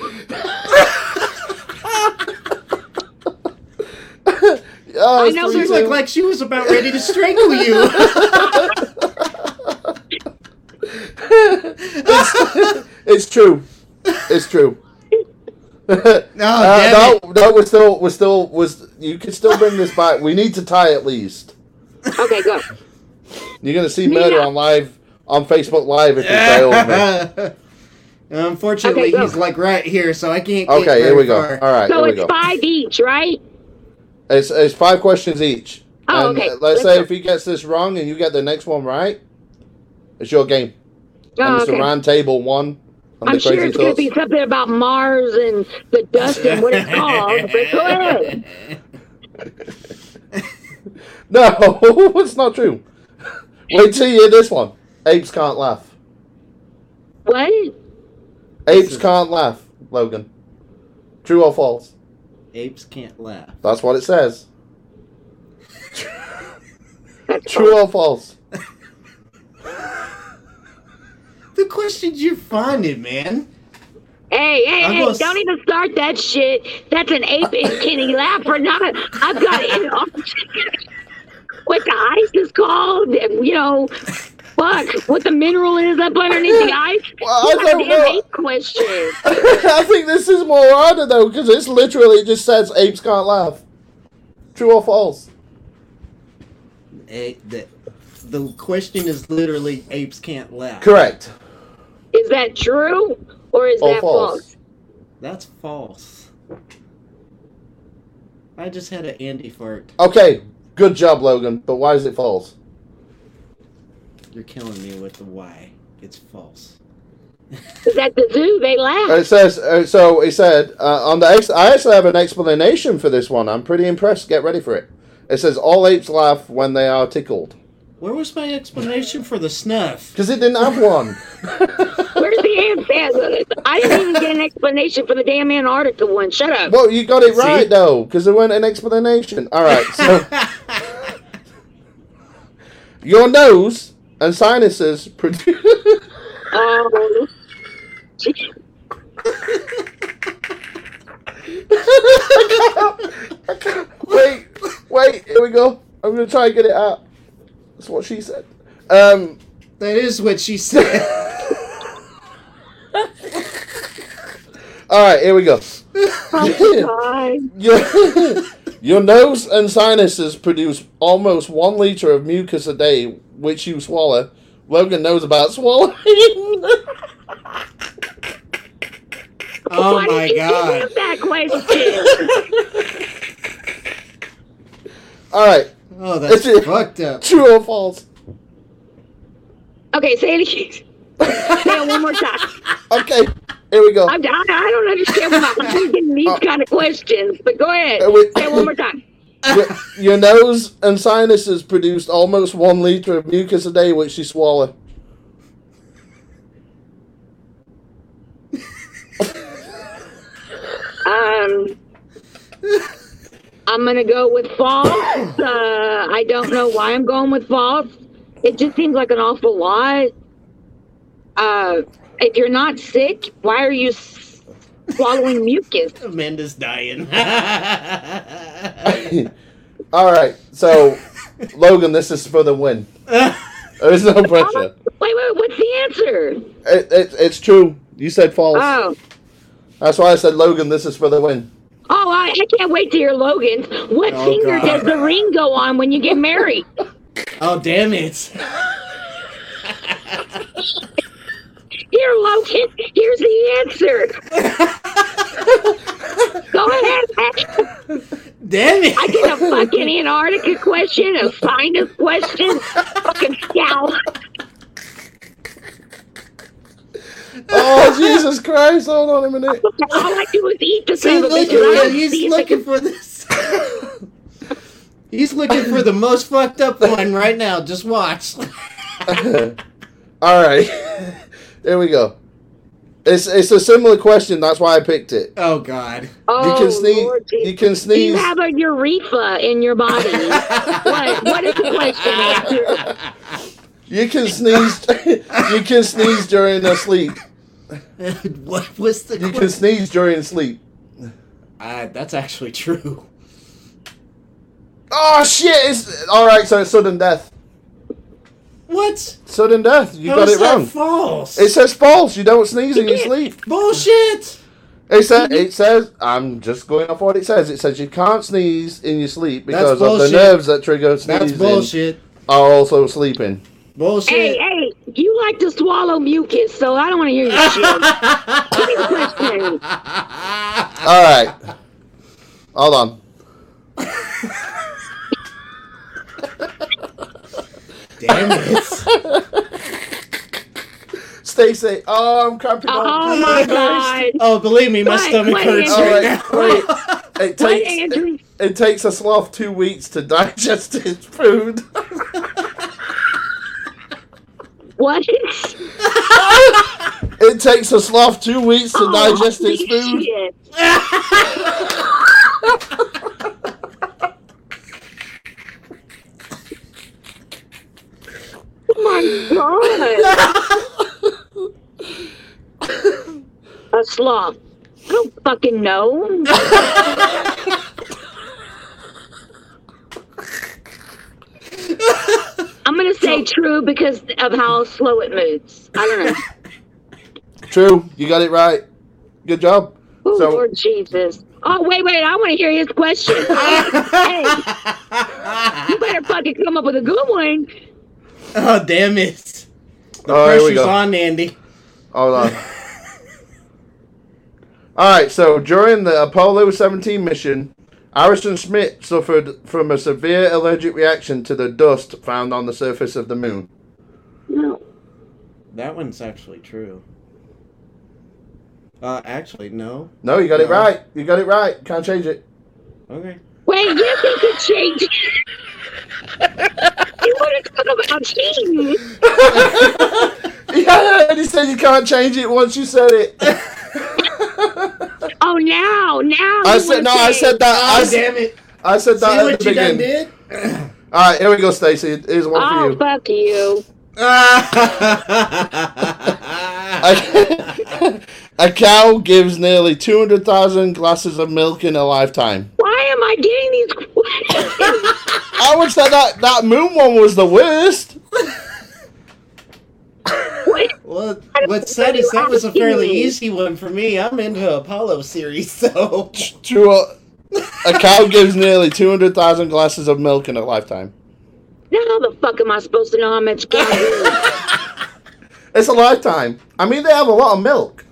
[SPEAKER 1] Oh,
[SPEAKER 4] I
[SPEAKER 1] it's three
[SPEAKER 4] know
[SPEAKER 3] Seems
[SPEAKER 4] there's
[SPEAKER 1] two.
[SPEAKER 3] like like she was about ready to strangle you.
[SPEAKER 1] it's true. It's true. Uh,
[SPEAKER 3] No, damn it.
[SPEAKER 1] no, no, we're still, we're still, was you can still bring this back. We need to tie at least.
[SPEAKER 4] Okay, go.
[SPEAKER 1] You're gonna see murder
[SPEAKER 4] Yeah.
[SPEAKER 1] on live on Facebook Live if you fail me.
[SPEAKER 3] Unfortunately,
[SPEAKER 4] Okay, go.
[SPEAKER 3] he's like right here, so I can't. Get
[SPEAKER 1] Okay, here
[SPEAKER 3] very
[SPEAKER 1] we go.
[SPEAKER 3] far.
[SPEAKER 1] All right,
[SPEAKER 4] So
[SPEAKER 1] here we
[SPEAKER 4] it's
[SPEAKER 1] go.
[SPEAKER 4] five each, right?
[SPEAKER 1] It's it's five questions each.
[SPEAKER 4] Oh,
[SPEAKER 1] and
[SPEAKER 4] okay.
[SPEAKER 1] uh, let's
[SPEAKER 4] Let's
[SPEAKER 1] say
[SPEAKER 4] go.
[SPEAKER 1] if he gets this wrong and you get the next one right, it's your game. and
[SPEAKER 4] Oh,
[SPEAKER 1] it's a
[SPEAKER 4] okay.
[SPEAKER 1] round table one. And
[SPEAKER 4] I'm
[SPEAKER 1] the
[SPEAKER 4] sure
[SPEAKER 1] crazy
[SPEAKER 4] it's gonna
[SPEAKER 1] thoughts.
[SPEAKER 4] be something about Mars and the dust and what it's called. But go ahead.
[SPEAKER 1] No, it's not true. Wait till you hear this one. Apes can't laugh.
[SPEAKER 4] What?
[SPEAKER 1] Apes can't laugh, Logan. True or false?
[SPEAKER 3] Apes can't laugh.
[SPEAKER 1] That's what it says.
[SPEAKER 4] That's
[SPEAKER 1] True or false?
[SPEAKER 3] The questions you're finding, man.
[SPEAKER 4] Hey, hey,
[SPEAKER 3] I'm
[SPEAKER 4] hey,
[SPEAKER 3] gonna s-
[SPEAKER 4] don't even start that shit. That's an ape and Kenny laugh for not a, I've got it in all what the ice is called, and, you know, fuck, what the mineral is up underneath the ice.
[SPEAKER 1] Well, I
[SPEAKER 4] You got a
[SPEAKER 1] don't
[SPEAKER 4] damn
[SPEAKER 1] know.
[SPEAKER 4] ape question.
[SPEAKER 1] I think this is more harder though because it's literally it just says apes can't laugh. True or false?
[SPEAKER 3] A- the, the question is literally apes can't laugh.
[SPEAKER 1] Correct.
[SPEAKER 4] Is that true or is
[SPEAKER 1] Or
[SPEAKER 4] that
[SPEAKER 1] Oh, false?
[SPEAKER 4] false?
[SPEAKER 3] That's false. I just had an Andy fart.
[SPEAKER 1] Okay, good job, Logan. But why is it false?
[SPEAKER 3] You're killing me with the why. It's false.
[SPEAKER 4] Because at the zoo, they laugh.
[SPEAKER 1] It says uh, so. He said uh, on the. Ex- I actually have an explanation for this one. I'm pretty impressed. Get ready for it. It says all apes laugh when they are tickled
[SPEAKER 3] Where was my explanation for the snuff?
[SPEAKER 1] because it didn't have one.
[SPEAKER 4] Where's the ants at? I didn't even get an explanation for the damn Antarctica one. Shut up.
[SPEAKER 1] well, you got it right though, because there weren't an explanation. All right, so your nose and sinuses produce.
[SPEAKER 4] Um,
[SPEAKER 1] wait, wait. Here we go. I'm gonna try and get it out. That's what she said. Um.
[SPEAKER 3] That is what she said.
[SPEAKER 1] All right, here we go.
[SPEAKER 4] oh, God.
[SPEAKER 1] Your, your nose and sinuses produce almost one liter of mucus a day, which you swallow. Logan knows about swallowing.
[SPEAKER 3] Oh
[SPEAKER 4] Why
[SPEAKER 3] my
[SPEAKER 4] did you
[SPEAKER 3] god.
[SPEAKER 4] give me that question?
[SPEAKER 1] All right,
[SPEAKER 3] Oh, that's
[SPEAKER 1] It's-
[SPEAKER 3] fucked up.
[SPEAKER 1] true or false?
[SPEAKER 4] okay, say it again. Say it one more time.
[SPEAKER 1] Okay, here we go.
[SPEAKER 4] I'm dying. I don't understand why I'm getting these kind of questions, but go ahead.
[SPEAKER 1] Uh, wait.
[SPEAKER 4] Say it one more time.
[SPEAKER 1] Your, your nose and sinuses produce almost one liter of mucus a day, which you swallow.
[SPEAKER 4] Um, I'm gonna go with false. Uh, I don't know why I'm going with false. It just seems like an awful lot. Uh, if you're not sick, why are you s- swallowing mucus?
[SPEAKER 3] Amanda's dying.
[SPEAKER 1] All right, so Logan, this is for the win. There's no pressure.
[SPEAKER 4] Wait, wait, what's the answer?
[SPEAKER 1] It, it, it's true. You said false.
[SPEAKER 4] Oh,
[SPEAKER 1] That's why I said Logan. This is for the win.
[SPEAKER 4] oh, I, I can't wait to hear Logan's. What
[SPEAKER 3] Oh,
[SPEAKER 4] finger
[SPEAKER 3] God.
[SPEAKER 4] does the ring go on when you get married?
[SPEAKER 3] oh, damn it.
[SPEAKER 4] Here, Logan, here's the answer. Go ahead.
[SPEAKER 3] Damn
[SPEAKER 4] I
[SPEAKER 3] it.
[SPEAKER 4] get a fucking Antarctica question, a sinus question, fucking scowl.
[SPEAKER 1] Oh Jesus Christ! Hold on a minute.
[SPEAKER 4] All I do is eat the
[SPEAKER 3] See,
[SPEAKER 4] son of a
[SPEAKER 3] look at
[SPEAKER 4] bitch. and I
[SPEAKER 3] him.
[SPEAKER 4] don't see
[SPEAKER 3] He's
[SPEAKER 4] it.
[SPEAKER 3] looking for this. He's looking for the most fucked up one right now. Just watch.
[SPEAKER 1] All right, here we go. It's it's a similar question. That's why I picked it.
[SPEAKER 3] Oh, God.
[SPEAKER 4] Oh,
[SPEAKER 1] You can sneeze.
[SPEAKER 4] Lord Jesus.
[SPEAKER 1] You can
[SPEAKER 4] Do you
[SPEAKER 1] sneeze.
[SPEAKER 4] have a urethra in your body? what, what is the question answer?
[SPEAKER 1] You can sneeze. You can sneeze during a sleep.
[SPEAKER 3] what was the
[SPEAKER 1] You can
[SPEAKER 3] question?
[SPEAKER 1] sneeze during sleep.
[SPEAKER 3] Uh, that's actually true.
[SPEAKER 1] Oh shit! It's all right. So it's sudden death.
[SPEAKER 3] What?
[SPEAKER 1] Sudden death. You
[SPEAKER 3] How
[SPEAKER 1] got
[SPEAKER 3] is
[SPEAKER 1] it
[SPEAKER 3] that
[SPEAKER 1] wrong.
[SPEAKER 3] false?
[SPEAKER 1] It says false. You don't sneeze in your
[SPEAKER 4] can't-
[SPEAKER 1] sleep.
[SPEAKER 3] bullshit.
[SPEAKER 1] It says. It says. I'm just going off what it says. It says you can't sneeze in your sleep
[SPEAKER 3] That's
[SPEAKER 1] because of the
[SPEAKER 3] bullshit.
[SPEAKER 1] nerves that trigger
[SPEAKER 3] That's
[SPEAKER 1] sneezing
[SPEAKER 3] bullshit.
[SPEAKER 1] are also sleeping.
[SPEAKER 4] Hey,
[SPEAKER 3] Bullshit.
[SPEAKER 4] hey, you like to swallow mucus, so I don't want to hear your shit. Give me the question.
[SPEAKER 1] All right. Hold on.
[SPEAKER 3] Damn it.
[SPEAKER 1] Stay safe. Oh, I'm cramping.
[SPEAKER 4] Oh
[SPEAKER 1] up.
[SPEAKER 4] my god.
[SPEAKER 3] Oh, believe me, my
[SPEAKER 4] What?
[SPEAKER 3] stomach
[SPEAKER 4] What
[SPEAKER 3] hurts
[SPEAKER 4] is-
[SPEAKER 1] All
[SPEAKER 3] right
[SPEAKER 1] right.
[SPEAKER 3] now.
[SPEAKER 1] Wait. It
[SPEAKER 4] What,
[SPEAKER 1] takes
[SPEAKER 4] Andrew?
[SPEAKER 1] it takes a sloth two weeks to digest his food.
[SPEAKER 4] What?
[SPEAKER 1] It takes a sloth two weeks to
[SPEAKER 4] Oh,
[SPEAKER 1] digest his food.
[SPEAKER 4] holy shit. Oh my god. A sloth. I don't fucking know. I'm gonna say true because of how slow it moves. I don't know.
[SPEAKER 1] True. You got it right. Good job.
[SPEAKER 4] Oh,
[SPEAKER 1] So-
[SPEAKER 4] Lord Jesus. Oh, wait, wait. I want to hear his question. hey, you better fucking come up with a good one.
[SPEAKER 3] Oh, damn it. The
[SPEAKER 1] Oh, here we
[SPEAKER 3] pressure's
[SPEAKER 1] go.
[SPEAKER 3] on, Andy.
[SPEAKER 1] Hold on. All right. So during the Apollo 17 mission, Harrison Smith suffered from a severe allergic reaction to the dust found on the surface of the moon.
[SPEAKER 4] No.
[SPEAKER 3] That one's actually true. Uh, actually, no.
[SPEAKER 1] No, you got it
[SPEAKER 3] No.
[SPEAKER 1] right. You got it right. Can't change it.
[SPEAKER 3] Okay.
[SPEAKER 4] Wait, yes, he could change. it. you want to talk about cheating?
[SPEAKER 1] Yeah, and he said you can't change it once you said it.
[SPEAKER 4] Oh, now, now.
[SPEAKER 1] I
[SPEAKER 4] you
[SPEAKER 1] said
[SPEAKER 4] wanna
[SPEAKER 1] no. I
[SPEAKER 4] change.
[SPEAKER 1] said that. I, s-
[SPEAKER 3] it! Oh,
[SPEAKER 1] I said
[SPEAKER 3] See
[SPEAKER 1] that at
[SPEAKER 3] what
[SPEAKER 1] the
[SPEAKER 3] you done
[SPEAKER 1] beginning.
[SPEAKER 3] did?
[SPEAKER 1] All right, here we go, Stacey. Here's one for
[SPEAKER 4] Oh,
[SPEAKER 1] you.
[SPEAKER 4] fuck you.
[SPEAKER 1] A, a cow gives nearly two hundred thousand glasses of milk in a lifetime.
[SPEAKER 4] Why am I getting these questions?
[SPEAKER 1] I would say that that moon one was the worst.
[SPEAKER 4] What-
[SPEAKER 3] well, what said is that was a fairly easy one for me. I'm into Apollo series, so
[SPEAKER 1] True. uh, A cow gives nearly two hundred thousand glasses of milk in a lifetime.
[SPEAKER 4] now how the fuck am I supposed to know how much gas is?
[SPEAKER 1] It's a lifetime. I mean, they have a lot of milk.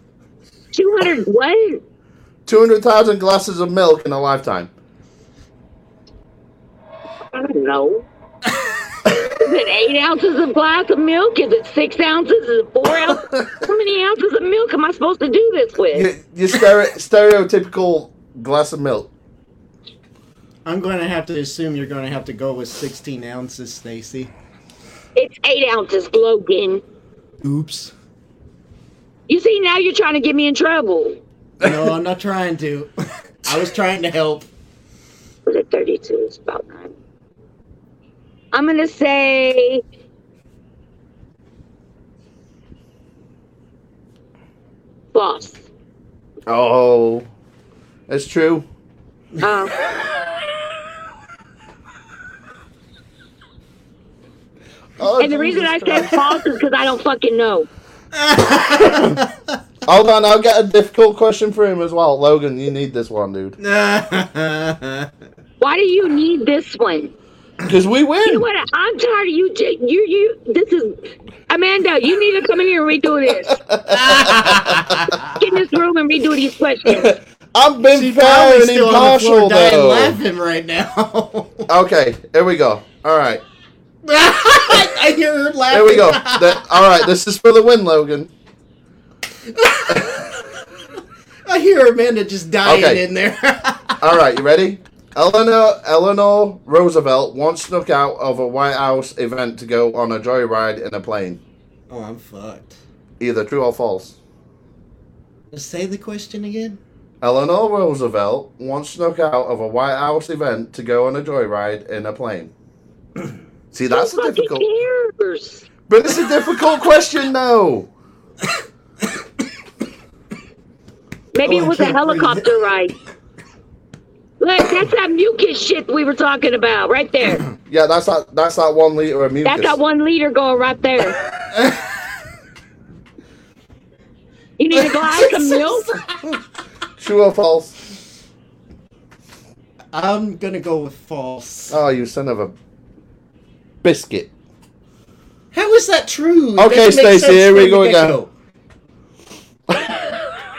[SPEAKER 4] 200 what?
[SPEAKER 1] Two hundred thousand glasses of milk in a lifetime.
[SPEAKER 4] I don't know. is it eight ounces of glass of milk? Is it six ounces? Is it four ounces? How many ounces of milk am I supposed to do this with?
[SPEAKER 1] Your, your stere- stereotypical glass of milk.
[SPEAKER 3] I'm going to have to assume you're going to have to go with 16 ounces, Stacy.
[SPEAKER 4] It's eight ounces, Logan.
[SPEAKER 3] Oops.
[SPEAKER 4] You see, now you're trying to get me in trouble.
[SPEAKER 3] No, I'm not trying to. I was trying to help.
[SPEAKER 4] Was it 32? It's about nine. I'm going to say. Boss.
[SPEAKER 1] Oh, it's true.
[SPEAKER 4] Uh,
[SPEAKER 1] Oh,
[SPEAKER 4] and the reason I said false is because I don't fucking know.
[SPEAKER 1] Hold on, I'll get a difficult question for him as well. Logan, you need this one, dude.
[SPEAKER 4] Why do you need this one?
[SPEAKER 1] Because we
[SPEAKER 4] You know
[SPEAKER 1] win.
[SPEAKER 4] what? I'm tired of you. j- You, you. This is Amanda. You need to come in here and redo this. Get in this room and redo these questions.
[SPEAKER 1] I've been fair
[SPEAKER 3] Probably
[SPEAKER 1] and
[SPEAKER 3] still on the
[SPEAKER 1] impartial,
[SPEAKER 3] floor dying
[SPEAKER 1] though.
[SPEAKER 3] laughing right now.
[SPEAKER 1] Okay, here we go. All right,
[SPEAKER 3] I hear her laughing.
[SPEAKER 1] here we go. The- all right, this is for the win, Logan.
[SPEAKER 3] I hear Amanda just dying
[SPEAKER 1] Okay.
[SPEAKER 3] in there.
[SPEAKER 1] All right, you ready? Eleanor Eleanor Roosevelt once snuck out of a White House event to go on a joyride in a plane.
[SPEAKER 3] oh, I'm fucked.
[SPEAKER 1] Either true or false.
[SPEAKER 3] Say the question again.
[SPEAKER 1] Eleanor Roosevelt once snuck out of a White House event to go on a joyride in a plane. See, that's
[SPEAKER 4] Who
[SPEAKER 1] a
[SPEAKER 4] fucking
[SPEAKER 1] difficult.
[SPEAKER 4] Cares?
[SPEAKER 1] But it's a difficult question, though.
[SPEAKER 4] Maybe
[SPEAKER 3] Oh, I
[SPEAKER 4] it was a
[SPEAKER 3] can't breathe.
[SPEAKER 4] helicopter ride. Look, that's that mucus shit we were talking about right there.
[SPEAKER 1] Yeah, that's that. That's that one liter of mucus.
[SPEAKER 4] That's that one liter going right there. You need a glass of milk?
[SPEAKER 1] True or false?
[SPEAKER 3] I'm gonna go with false.
[SPEAKER 1] Oh, you son of a biscuit.
[SPEAKER 3] How is that true?
[SPEAKER 1] Okay,
[SPEAKER 3] doesn't
[SPEAKER 1] Stacey,
[SPEAKER 3] make sense
[SPEAKER 1] here we
[SPEAKER 3] from
[SPEAKER 1] go
[SPEAKER 3] the
[SPEAKER 1] again.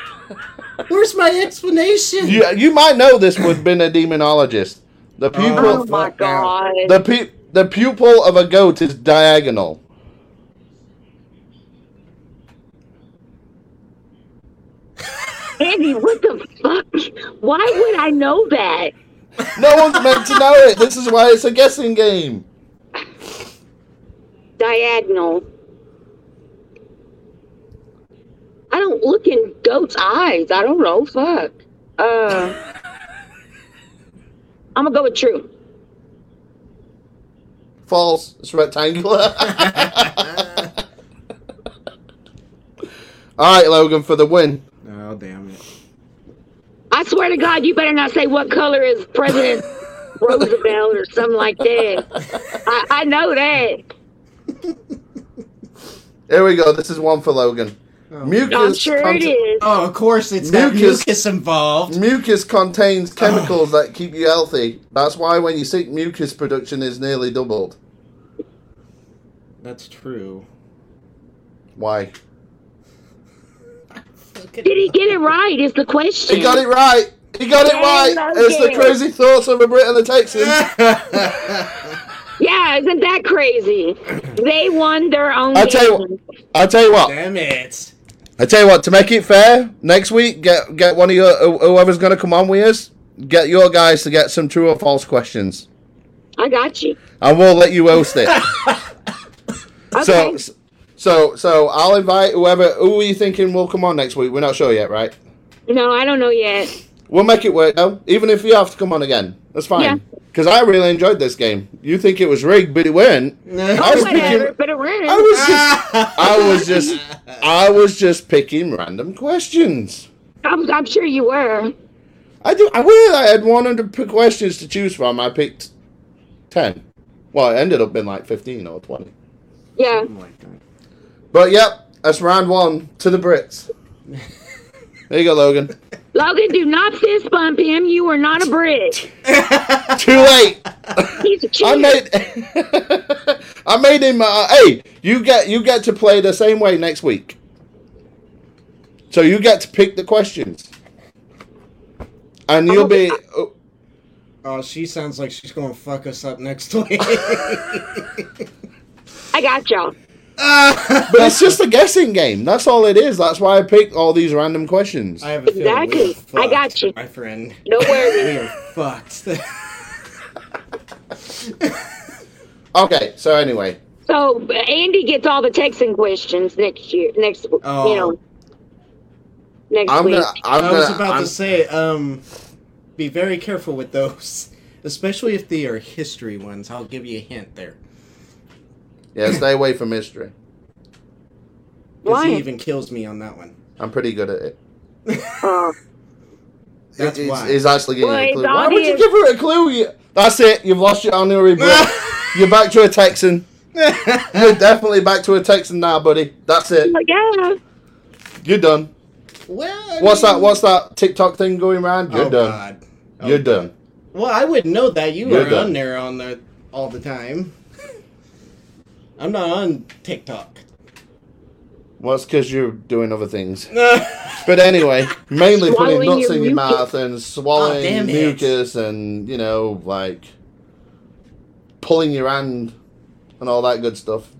[SPEAKER 3] get-go. Where's my explanation?
[SPEAKER 1] You you might know this would have been a demonologist. The
[SPEAKER 4] Oh
[SPEAKER 1] pupil,
[SPEAKER 4] my
[SPEAKER 3] fuck now.
[SPEAKER 4] god.
[SPEAKER 1] the pu- the pupil of a goat is diagonal.
[SPEAKER 4] Andy, what the fuck? Why would I know that?
[SPEAKER 1] No one's meant to know it. This is why it's a guessing game.
[SPEAKER 4] Diagonal. I don't look in goat's eyes. I don't know. Fuck. Uh, I'm gonna go with true.
[SPEAKER 1] False. It's rectangular. All right, Logan, for the win.
[SPEAKER 3] Oh damn it!
[SPEAKER 4] I swear to God, you better not say what color is President Roosevelt or something like that. I, I know that.
[SPEAKER 1] Here we go. This is one for Logan.
[SPEAKER 3] Oh.
[SPEAKER 1] Mucus.
[SPEAKER 4] I'm sure it
[SPEAKER 1] conti-
[SPEAKER 4] is.
[SPEAKER 3] Oh, of course it's that
[SPEAKER 1] Mucus.
[SPEAKER 3] mucus involved.
[SPEAKER 1] Mucus contains chemicals that keep you healthy. That's why when you sick, mucus production is nearly doubled.
[SPEAKER 3] That's true.
[SPEAKER 1] Why?
[SPEAKER 4] Did he get it right? Is the question.
[SPEAKER 1] He got it right. He got it
[SPEAKER 4] Yay,
[SPEAKER 1] right.
[SPEAKER 4] Logan.
[SPEAKER 1] It's the crazy thoughts of a Brit and a Texan.
[SPEAKER 4] Yeah, isn't that crazy? They won their own.
[SPEAKER 1] I tell you
[SPEAKER 4] game.
[SPEAKER 1] what. I tell you what.
[SPEAKER 3] Damn it!
[SPEAKER 1] I tell you what, to make it fair, next week get get one of your who- whoever's going to come on with us, get your guys to get some true or false questions,
[SPEAKER 4] I got you.
[SPEAKER 1] and we'll let you host it.
[SPEAKER 4] Okay.
[SPEAKER 1] So, so, so I'll invite whoever. Who are you thinking will come on next week? We're not sure yet, right?
[SPEAKER 4] no, I don't know yet.
[SPEAKER 1] We'll make it work though. Even if you have to come on again, that's
[SPEAKER 4] Yeah.
[SPEAKER 1] fine. Because I really enjoyed this game. You think it was rigged, but it weren't. I
[SPEAKER 4] Oh,
[SPEAKER 1] was
[SPEAKER 4] whatever.
[SPEAKER 1] thinking-
[SPEAKER 4] But it ran.
[SPEAKER 1] I was just, I was just, I was just picking random questions.
[SPEAKER 4] I'm, I'm sure you were.
[SPEAKER 1] I do. I will. I had 100 p- questions to choose from. I picked 10. Well, it ended up being like 15 or 20.
[SPEAKER 4] Yeah.
[SPEAKER 1] But yep, that's round one to the Brits. There you go, Logan.
[SPEAKER 4] Logan, do not fist bump him. You are not a Brit.
[SPEAKER 1] Too late.
[SPEAKER 4] He's a
[SPEAKER 1] I
[SPEAKER 4] cheater.
[SPEAKER 1] made I made him. Uh, hey, you get you get to play the same way next week. So you get to pick the questions, and you'll be.
[SPEAKER 3] Oh, she sounds like she's gonna fuck us up next week.
[SPEAKER 4] I got y'all.
[SPEAKER 1] But it's just a guessing game. That's all it is. That's why I picked all these random questions.
[SPEAKER 3] I have a feeling
[SPEAKER 4] Exactly.
[SPEAKER 3] we are fucked,
[SPEAKER 4] I got you.
[SPEAKER 3] my friend.
[SPEAKER 4] No
[SPEAKER 3] We
[SPEAKER 4] worries.
[SPEAKER 3] are fucked.
[SPEAKER 1] Okay. So anyway,
[SPEAKER 4] So uh, Andy gets all the Texan questions next year. Next,
[SPEAKER 3] Oh.
[SPEAKER 4] you know, next
[SPEAKER 1] I'm
[SPEAKER 4] week.
[SPEAKER 1] gonna. I'm
[SPEAKER 3] I was
[SPEAKER 1] gonna-
[SPEAKER 3] about
[SPEAKER 1] I'm-
[SPEAKER 3] to say, um, be very careful with those, especially if they are history ones. I'll give you a hint there.
[SPEAKER 1] Yeah, stay away from history.
[SPEAKER 3] Because
[SPEAKER 4] Why?
[SPEAKER 3] he even kills me on that one.
[SPEAKER 1] I'm pretty good at it.
[SPEAKER 4] Oh.
[SPEAKER 3] That's
[SPEAKER 1] It- it's,
[SPEAKER 3] why.
[SPEAKER 1] it's actually giving
[SPEAKER 4] Well,
[SPEAKER 1] you a
[SPEAKER 4] it's
[SPEAKER 1] clue. Why would you
[SPEAKER 4] obvious.
[SPEAKER 1] give her a clue? You, that's it. You've lost your honorary breath. You're back to a Texan. You're definitely back to a Texan now, buddy. That's it.
[SPEAKER 4] Well, Oh, yeah.
[SPEAKER 1] You're done.
[SPEAKER 3] well, I
[SPEAKER 1] What's that?
[SPEAKER 3] mean-
[SPEAKER 1] What's that TikTok thing going around? You're
[SPEAKER 3] Oh,
[SPEAKER 1] done.
[SPEAKER 3] God. Oh,
[SPEAKER 1] You're
[SPEAKER 3] God.
[SPEAKER 1] done.
[SPEAKER 3] Well, I wouldn't know that. You
[SPEAKER 1] You're
[SPEAKER 3] are
[SPEAKER 1] done.
[SPEAKER 3] on there on the all the time. I'm not on TikTok.
[SPEAKER 1] Well, it's because you're doing other things. But anyway, mainly putting
[SPEAKER 4] Swallowing
[SPEAKER 1] nuts
[SPEAKER 4] your
[SPEAKER 1] in your
[SPEAKER 4] mucus.
[SPEAKER 1] mouth and swallowing
[SPEAKER 3] damn it.
[SPEAKER 1] mucus and, you know, like pulling your hand and all that good stuff.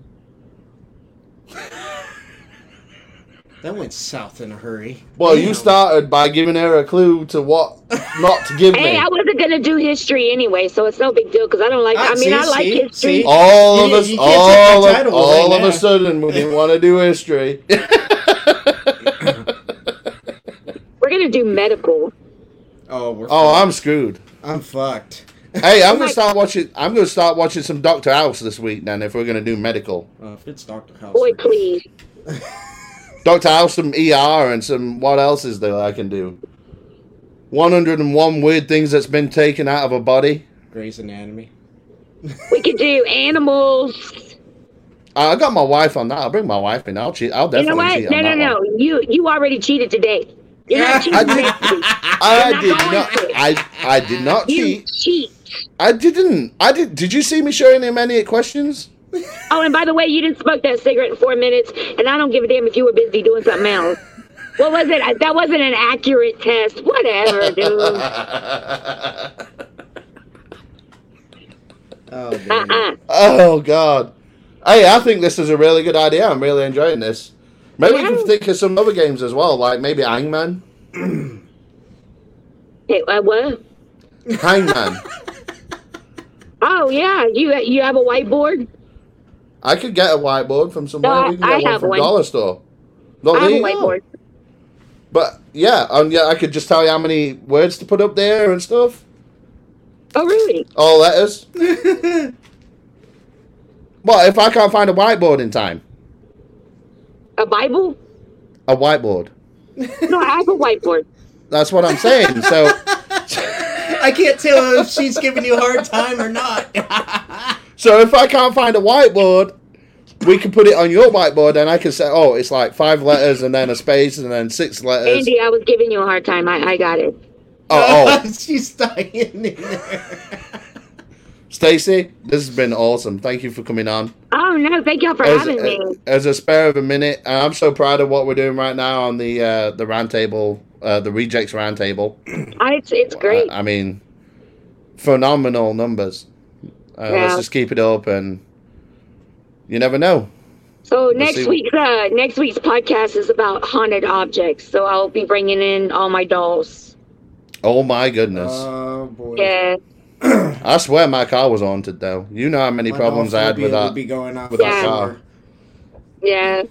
[SPEAKER 3] that went south in a hurry.
[SPEAKER 1] Well,
[SPEAKER 3] Damn.
[SPEAKER 1] you started by giving her a clue to what not to give
[SPEAKER 4] Hey,
[SPEAKER 1] me.
[SPEAKER 4] I wasn't gonna do history anyway, so it's no big deal because I don't like.
[SPEAKER 3] Ah,
[SPEAKER 4] I mean,
[SPEAKER 3] see,
[SPEAKER 4] I like
[SPEAKER 3] see,
[SPEAKER 4] history.
[SPEAKER 3] see?
[SPEAKER 1] All
[SPEAKER 3] You-
[SPEAKER 1] of us,
[SPEAKER 3] you can't take my
[SPEAKER 1] all of,
[SPEAKER 3] title
[SPEAKER 1] all
[SPEAKER 3] right
[SPEAKER 1] of a
[SPEAKER 3] now.
[SPEAKER 1] sudden, we didn't want to do history.
[SPEAKER 4] We're gonna do medical.
[SPEAKER 3] Oh, we're
[SPEAKER 1] oh,
[SPEAKER 3] fucked.
[SPEAKER 1] I'm screwed.
[SPEAKER 3] I'm fucked.
[SPEAKER 1] Hey, I'm gonna
[SPEAKER 4] my-
[SPEAKER 1] start watching. I'm gonna start watching some Doctor House this week. Then, if we're gonna do medical,
[SPEAKER 3] Uh, if it's Doctor House,
[SPEAKER 4] Boy,
[SPEAKER 3] we're good.
[SPEAKER 4] please.
[SPEAKER 1] Doctor House, some ER, and some what else is there I can do? 101 weird things that's been taken out of a body.
[SPEAKER 3] Grey's Anatomy.
[SPEAKER 4] We could do animals.
[SPEAKER 1] I I got my wife on that. I'll bring my wife in. I'll cheat. I'll
[SPEAKER 4] You know
[SPEAKER 1] definitely
[SPEAKER 4] what?
[SPEAKER 1] cheat
[SPEAKER 4] No,
[SPEAKER 1] on
[SPEAKER 4] no,
[SPEAKER 1] that
[SPEAKER 4] no.
[SPEAKER 1] one.
[SPEAKER 4] You you already cheated today. You're not cheating.
[SPEAKER 1] I did-
[SPEAKER 4] next week.
[SPEAKER 1] I
[SPEAKER 3] Oh,
[SPEAKER 4] not
[SPEAKER 1] did
[SPEAKER 4] going
[SPEAKER 1] not.
[SPEAKER 4] to.
[SPEAKER 1] I I did not
[SPEAKER 4] You
[SPEAKER 1] cheat.
[SPEAKER 4] cheat.
[SPEAKER 1] I didn't. I did. Did you see me showing him any questions?
[SPEAKER 4] Oh, and by the way, you didn't smoke that cigarette in four minutes, and I don't give a damn if you were busy doing something else. What was it? I- That wasn't an accurate test. Whatever, dude. Uh
[SPEAKER 3] Oh, damn it.
[SPEAKER 4] uh
[SPEAKER 1] Oh God! Hey, I think this is a really good idea. I'm really enjoying this. Maybe we
[SPEAKER 4] Yeah.
[SPEAKER 1] can think of some other games as well, like maybe Hangman.
[SPEAKER 4] Hey, uh, what?
[SPEAKER 1] Hangman.
[SPEAKER 4] Oh yeah, you you have a whiteboard.
[SPEAKER 1] I could get a whiteboard from somewhere.
[SPEAKER 4] No,
[SPEAKER 1] we can
[SPEAKER 4] I-
[SPEAKER 1] get
[SPEAKER 4] I
[SPEAKER 1] one
[SPEAKER 4] have
[SPEAKER 1] from
[SPEAKER 4] one.
[SPEAKER 1] dollar store. Well,
[SPEAKER 4] I have
[SPEAKER 1] there
[SPEAKER 4] a
[SPEAKER 1] you go.
[SPEAKER 4] whiteboard.
[SPEAKER 1] But yeah, um, yeah, I could just tell you how many words to put up there and stuff.
[SPEAKER 4] Oh really?
[SPEAKER 1] All letters. well, if I can't find a whiteboard in time,
[SPEAKER 4] A Bible?
[SPEAKER 1] a whiteboard.
[SPEAKER 4] No, I have a whiteboard.
[SPEAKER 1] That's what I'm saying. so
[SPEAKER 3] I can't tell if she's giving you a hard time or not.
[SPEAKER 1] So if I can't find a whiteboard, we can put it on your whiteboard, and I can say, "Oh, it's like five letters, and then a space, and then six letters."
[SPEAKER 4] Andy, I was giving you a hard time. I, I got it.
[SPEAKER 1] Oh, oh,
[SPEAKER 3] she's dying in there.
[SPEAKER 1] Stacy, this has been awesome. Thank you for coming on.
[SPEAKER 4] Oh no, thank y'all for
[SPEAKER 1] As,
[SPEAKER 4] having me.
[SPEAKER 1] as a spare of a minute, and I'm so proud of what we're doing right now on the uh, the round table, uh, the rejects round table.
[SPEAKER 4] I, it's it's great.
[SPEAKER 1] I, I mean, phenomenal numbers. Uh,
[SPEAKER 4] Yeah.
[SPEAKER 1] Let's just keep it up, and you never know.
[SPEAKER 4] So
[SPEAKER 1] see
[SPEAKER 4] next
[SPEAKER 1] what-
[SPEAKER 4] week's uh, next week's podcast is about haunted objects. So I'll be bringing in all my dolls.
[SPEAKER 1] Oh my goodness!
[SPEAKER 3] Oh boy.
[SPEAKER 4] Yeah,
[SPEAKER 1] I swear my car was haunted though. You know how many
[SPEAKER 3] My
[SPEAKER 1] problems I had with
[SPEAKER 3] phobia
[SPEAKER 1] that.
[SPEAKER 3] would be going off
[SPEAKER 1] with
[SPEAKER 4] that
[SPEAKER 1] car.
[SPEAKER 4] yeah.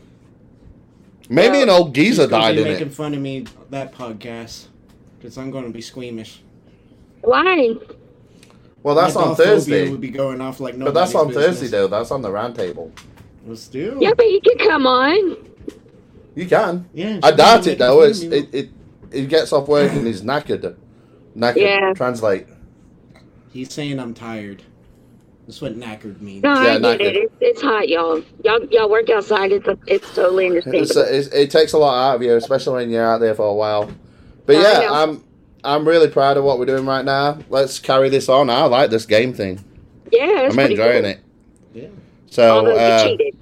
[SPEAKER 1] Maybe an old geezer
[SPEAKER 3] He's gonna
[SPEAKER 1] died
[SPEAKER 3] be
[SPEAKER 1] in
[SPEAKER 3] making
[SPEAKER 1] it.
[SPEAKER 3] fun of me that podcast because I'm going to be squeamish.
[SPEAKER 4] Why?
[SPEAKER 1] Well, that's
[SPEAKER 3] My
[SPEAKER 1] on
[SPEAKER 3] doll phobia
[SPEAKER 1] Thursday.
[SPEAKER 3] Would be going off like
[SPEAKER 1] But that's on
[SPEAKER 3] nobody's
[SPEAKER 1] Thursday
[SPEAKER 3] business.
[SPEAKER 1] though. That's on the round table.
[SPEAKER 3] Let's do.
[SPEAKER 4] Yeah, but you can come on.
[SPEAKER 1] You can.
[SPEAKER 3] Yeah.
[SPEAKER 1] I
[SPEAKER 3] she's gonna
[SPEAKER 1] doubt
[SPEAKER 3] make
[SPEAKER 1] it though.
[SPEAKER 3] fun of
[SPEAKER 1] It's
[SPEAKER 3] me.
[SPEAKER 1] it, it it gets off work and he's knackered. Knackered.
[SPEAKER 4] Yeah.
[SPEAKER 1] Translate.
[SPEAKER 3] He's saying I'm tired. That's what knackered means.
[SPEAKER 4] No,
[SPEAKER 1] Yeah,
[SPEAKER 4] I
[SPEAKER 1] not
[SPEAKER 4] get it.
[SPEAKER 1] good.
[SPEAKER 4] It's, it's hot, y'all. Y'all, y'all work outside. It's it's totally understandable.
[SPEAKER 1] It's, it's, it takes a lot out of you, especially when you're out there for a while. But
[SPEAKER 4] Yeah, I
[SPEAKER 1] yeah,
[SPEAKER 4] know.
[SPEAKER 1] I'm I'm really proud of what we're doing right now. Let's carry this on. I like this game thing.
[SPEAKER 4] yeah, it's
[SPEAKER 1] I'm
[SPEAKER 4] pretty
[SPEAKER 1] enjoying
[SPEAKER 4] cool.
[SPEAKER 1] it.
[SPEAKER 3] Yeah.
[SPEAKER 1] So
[SPEAKER 4] Although
[SPEAKER 1] uh,
[SPEAKER 4] you cheated.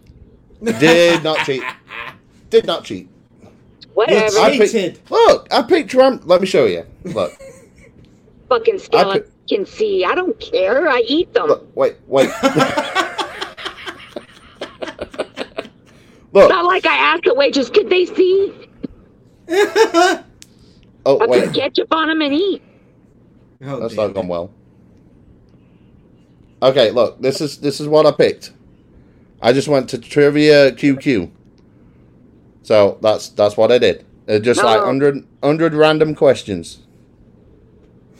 [SPEAKER 1] did not cheat. Did not cheat.
[SPEAKER 4] Whatever.
[SPEAKER 1] I picked-
[SPEAKER 3] cheated.
[SPEAKER 1] look, I picked Trump. Let me show you. Look,
[SPEAKER 4] fucking
[SPEAKER 1] I
[SPEAKER 4] skeleton can see. I don't care. I eat them.
[SPEAKER 1] look, wait, wait.
[SPEAKER 4] It's
[SPEAKER 1] look.
[SPEAKER 4] not like I asked the waitress, could they see?
[SPEAKER 1] Oh
[SPEAKER 4] I put
[SPEAKER 1] wait,
[SPEAKER 4] ketchup on them and eat.
[SPEAKER 3] Oh,
[SPEAKER 1] that's
[SPEAKER 3] damn.
[SPEAKER 1] not gone well. Okay, look. This is this is what I picked. I just went to trivia QQ. So that's that's what I did. They're just like
[SPEAKER 4] No.
[SPEAKER 1] 100, 100 random questions.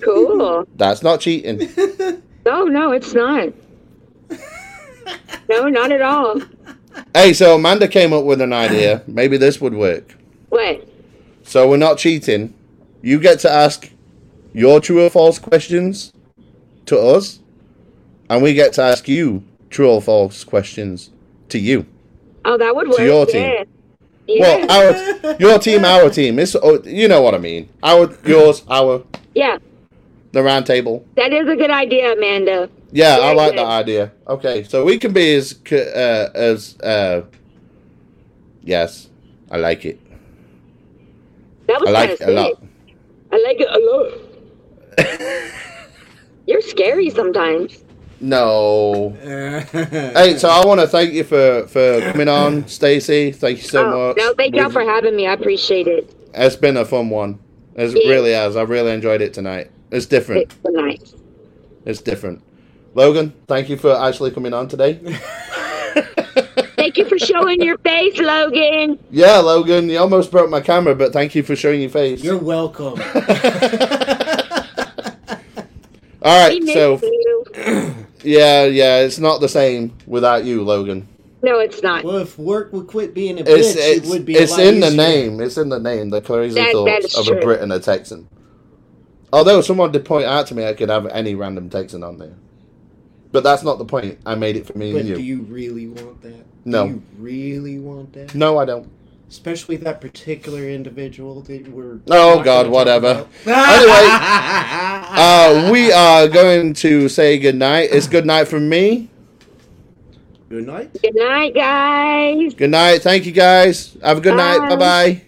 [SPEAKER 4] Cool.
[SPEAKER 1] That's not cheating.
[SPEAKER 4] no, no, it's not. no, not at all.
[SPEAKER 1] hey, so Amanda came up with an idea. Maybe this would work.
[SPEAKER 4] What?
[SPEAKER 1] So we're not cheating. You get to ask your true or false questions to us, and we get to ask you true or false questions to you.
[SPEAKER 4] Oh, that would work.
[SPEAKER 1] your team.
[SPEAKER 4] yeah. Yeah.
[SPEAKER 1] Well, our your team, our team. It's oh, you know what I mean. Our yours, our
[SPEAKER 4] yeah,
[SPEAKER 1] the round table.
[SPEAKER 4] that is a good idea, Amanda.
[SPEAKER 1] Yeah, I
[SPEAKER 4] Yeah,
[SPEAKER 1] like
[SPEAKER 4] yeah.
[SPEAKER 1] that idea. Okay, so we can be as c- uh, as uh, yes, I like it.
[SPEAKER 4] That was
[SPEAKER 1] I like it
[SPEAKER 4] kinda
[SPEAKER 1] a lot.
[SPEAKER 4] sick. I like it a lot. You're scary sometimes.
[SPEAKER 1] No.
[SPEAKER 3] hey,
[SPEAKER 1] Hey, so I want to thank you for for coming on, Stacey. Thank you so
[SPEAKER 4] Oh,
[SPEAKER 1] much.
[SPEAKER 4] no, thank y'all
[SPEAKER 1] We've-
[SPEAKER 4] for having me. I appreciate it.
[SPEAKER 1] It's been a fun one. It
[SPEAKER 4] Yeah.
[SPEAKER 1] really has. I really enjoyed it tonight. It's different.
[SPEAKER 4] It's so nice.
[SPEAKER 1] It's different. Logan, thank you for actually coming on today.
[SPEAKER 4] Thank you for showing your face, Logan.
[SPEAKER 1] yeah, Logan, you almost broke my camera, but thank you for showing your face.
[SPEAKER 3] You're welcome.
[SPEAKER 1] All
[SPEAKER 4] We
[SPEAKER 1] right,
[SPEAKER 4] miss
[SPEAKER 1] so
[SPEAKER 4] you.
[SPEAKER 1] yeah, yeah, it's not the same without you, Logan.
[SPEAKER 4] No, it's not.
[SPEAKER 3] well, if work would quit being a
[SPEAKER 1] It's
[SPEAKER 3] bitch,
[SPEAKER 1] it's,
[SPEAKER 3] it would be. a
[SPEAKER 1] it's
[SPEAKER 3] lot
[SPEAKER 1] in the
[SPEAKER 3] easier.
[SPEAKER 1] name. It's in the name. The crazy
[SPEAKER 4] That- that
[SPEAKER 1] thoughts
[SPEAKER 4] is
[SPEAKER 1] of a
[SPEAKER 4] true.
[SPEAKER 1] Brit and a Texan. Although someone did point out to me I could have any random Texan on there, but that's not the point. I made it for me
[SPEAKER 3] But
[SPEAKER 1] and you.
[SPEAKER 3] do you really want that?
[SPEAKER 1] No.
[SPEAKER 3] Do you really want that?
[SPEAKER 1] No, I don't.
[SPEAKER 3] Especially that particular individual that we're.
[SPEAKER 1] Oh,
[SPEAKER 3] not gonna
[SPEAKER 1] God,
[SPEAKER 3] talk
[SPEAKER 1] whatever.
[SPEAKER 3] about.
[SPEAKER 1] Uh, we are going to say goodnight. It's good night from me.
[SPEAKER 3] Good night.
[SPEAKER 4] Good night, guys.
[SPEAKER 1] Good night. Thank you guys. Have a good night.
[SPEAKER 4] Bye.
[SPEAKER 1] Bye bye.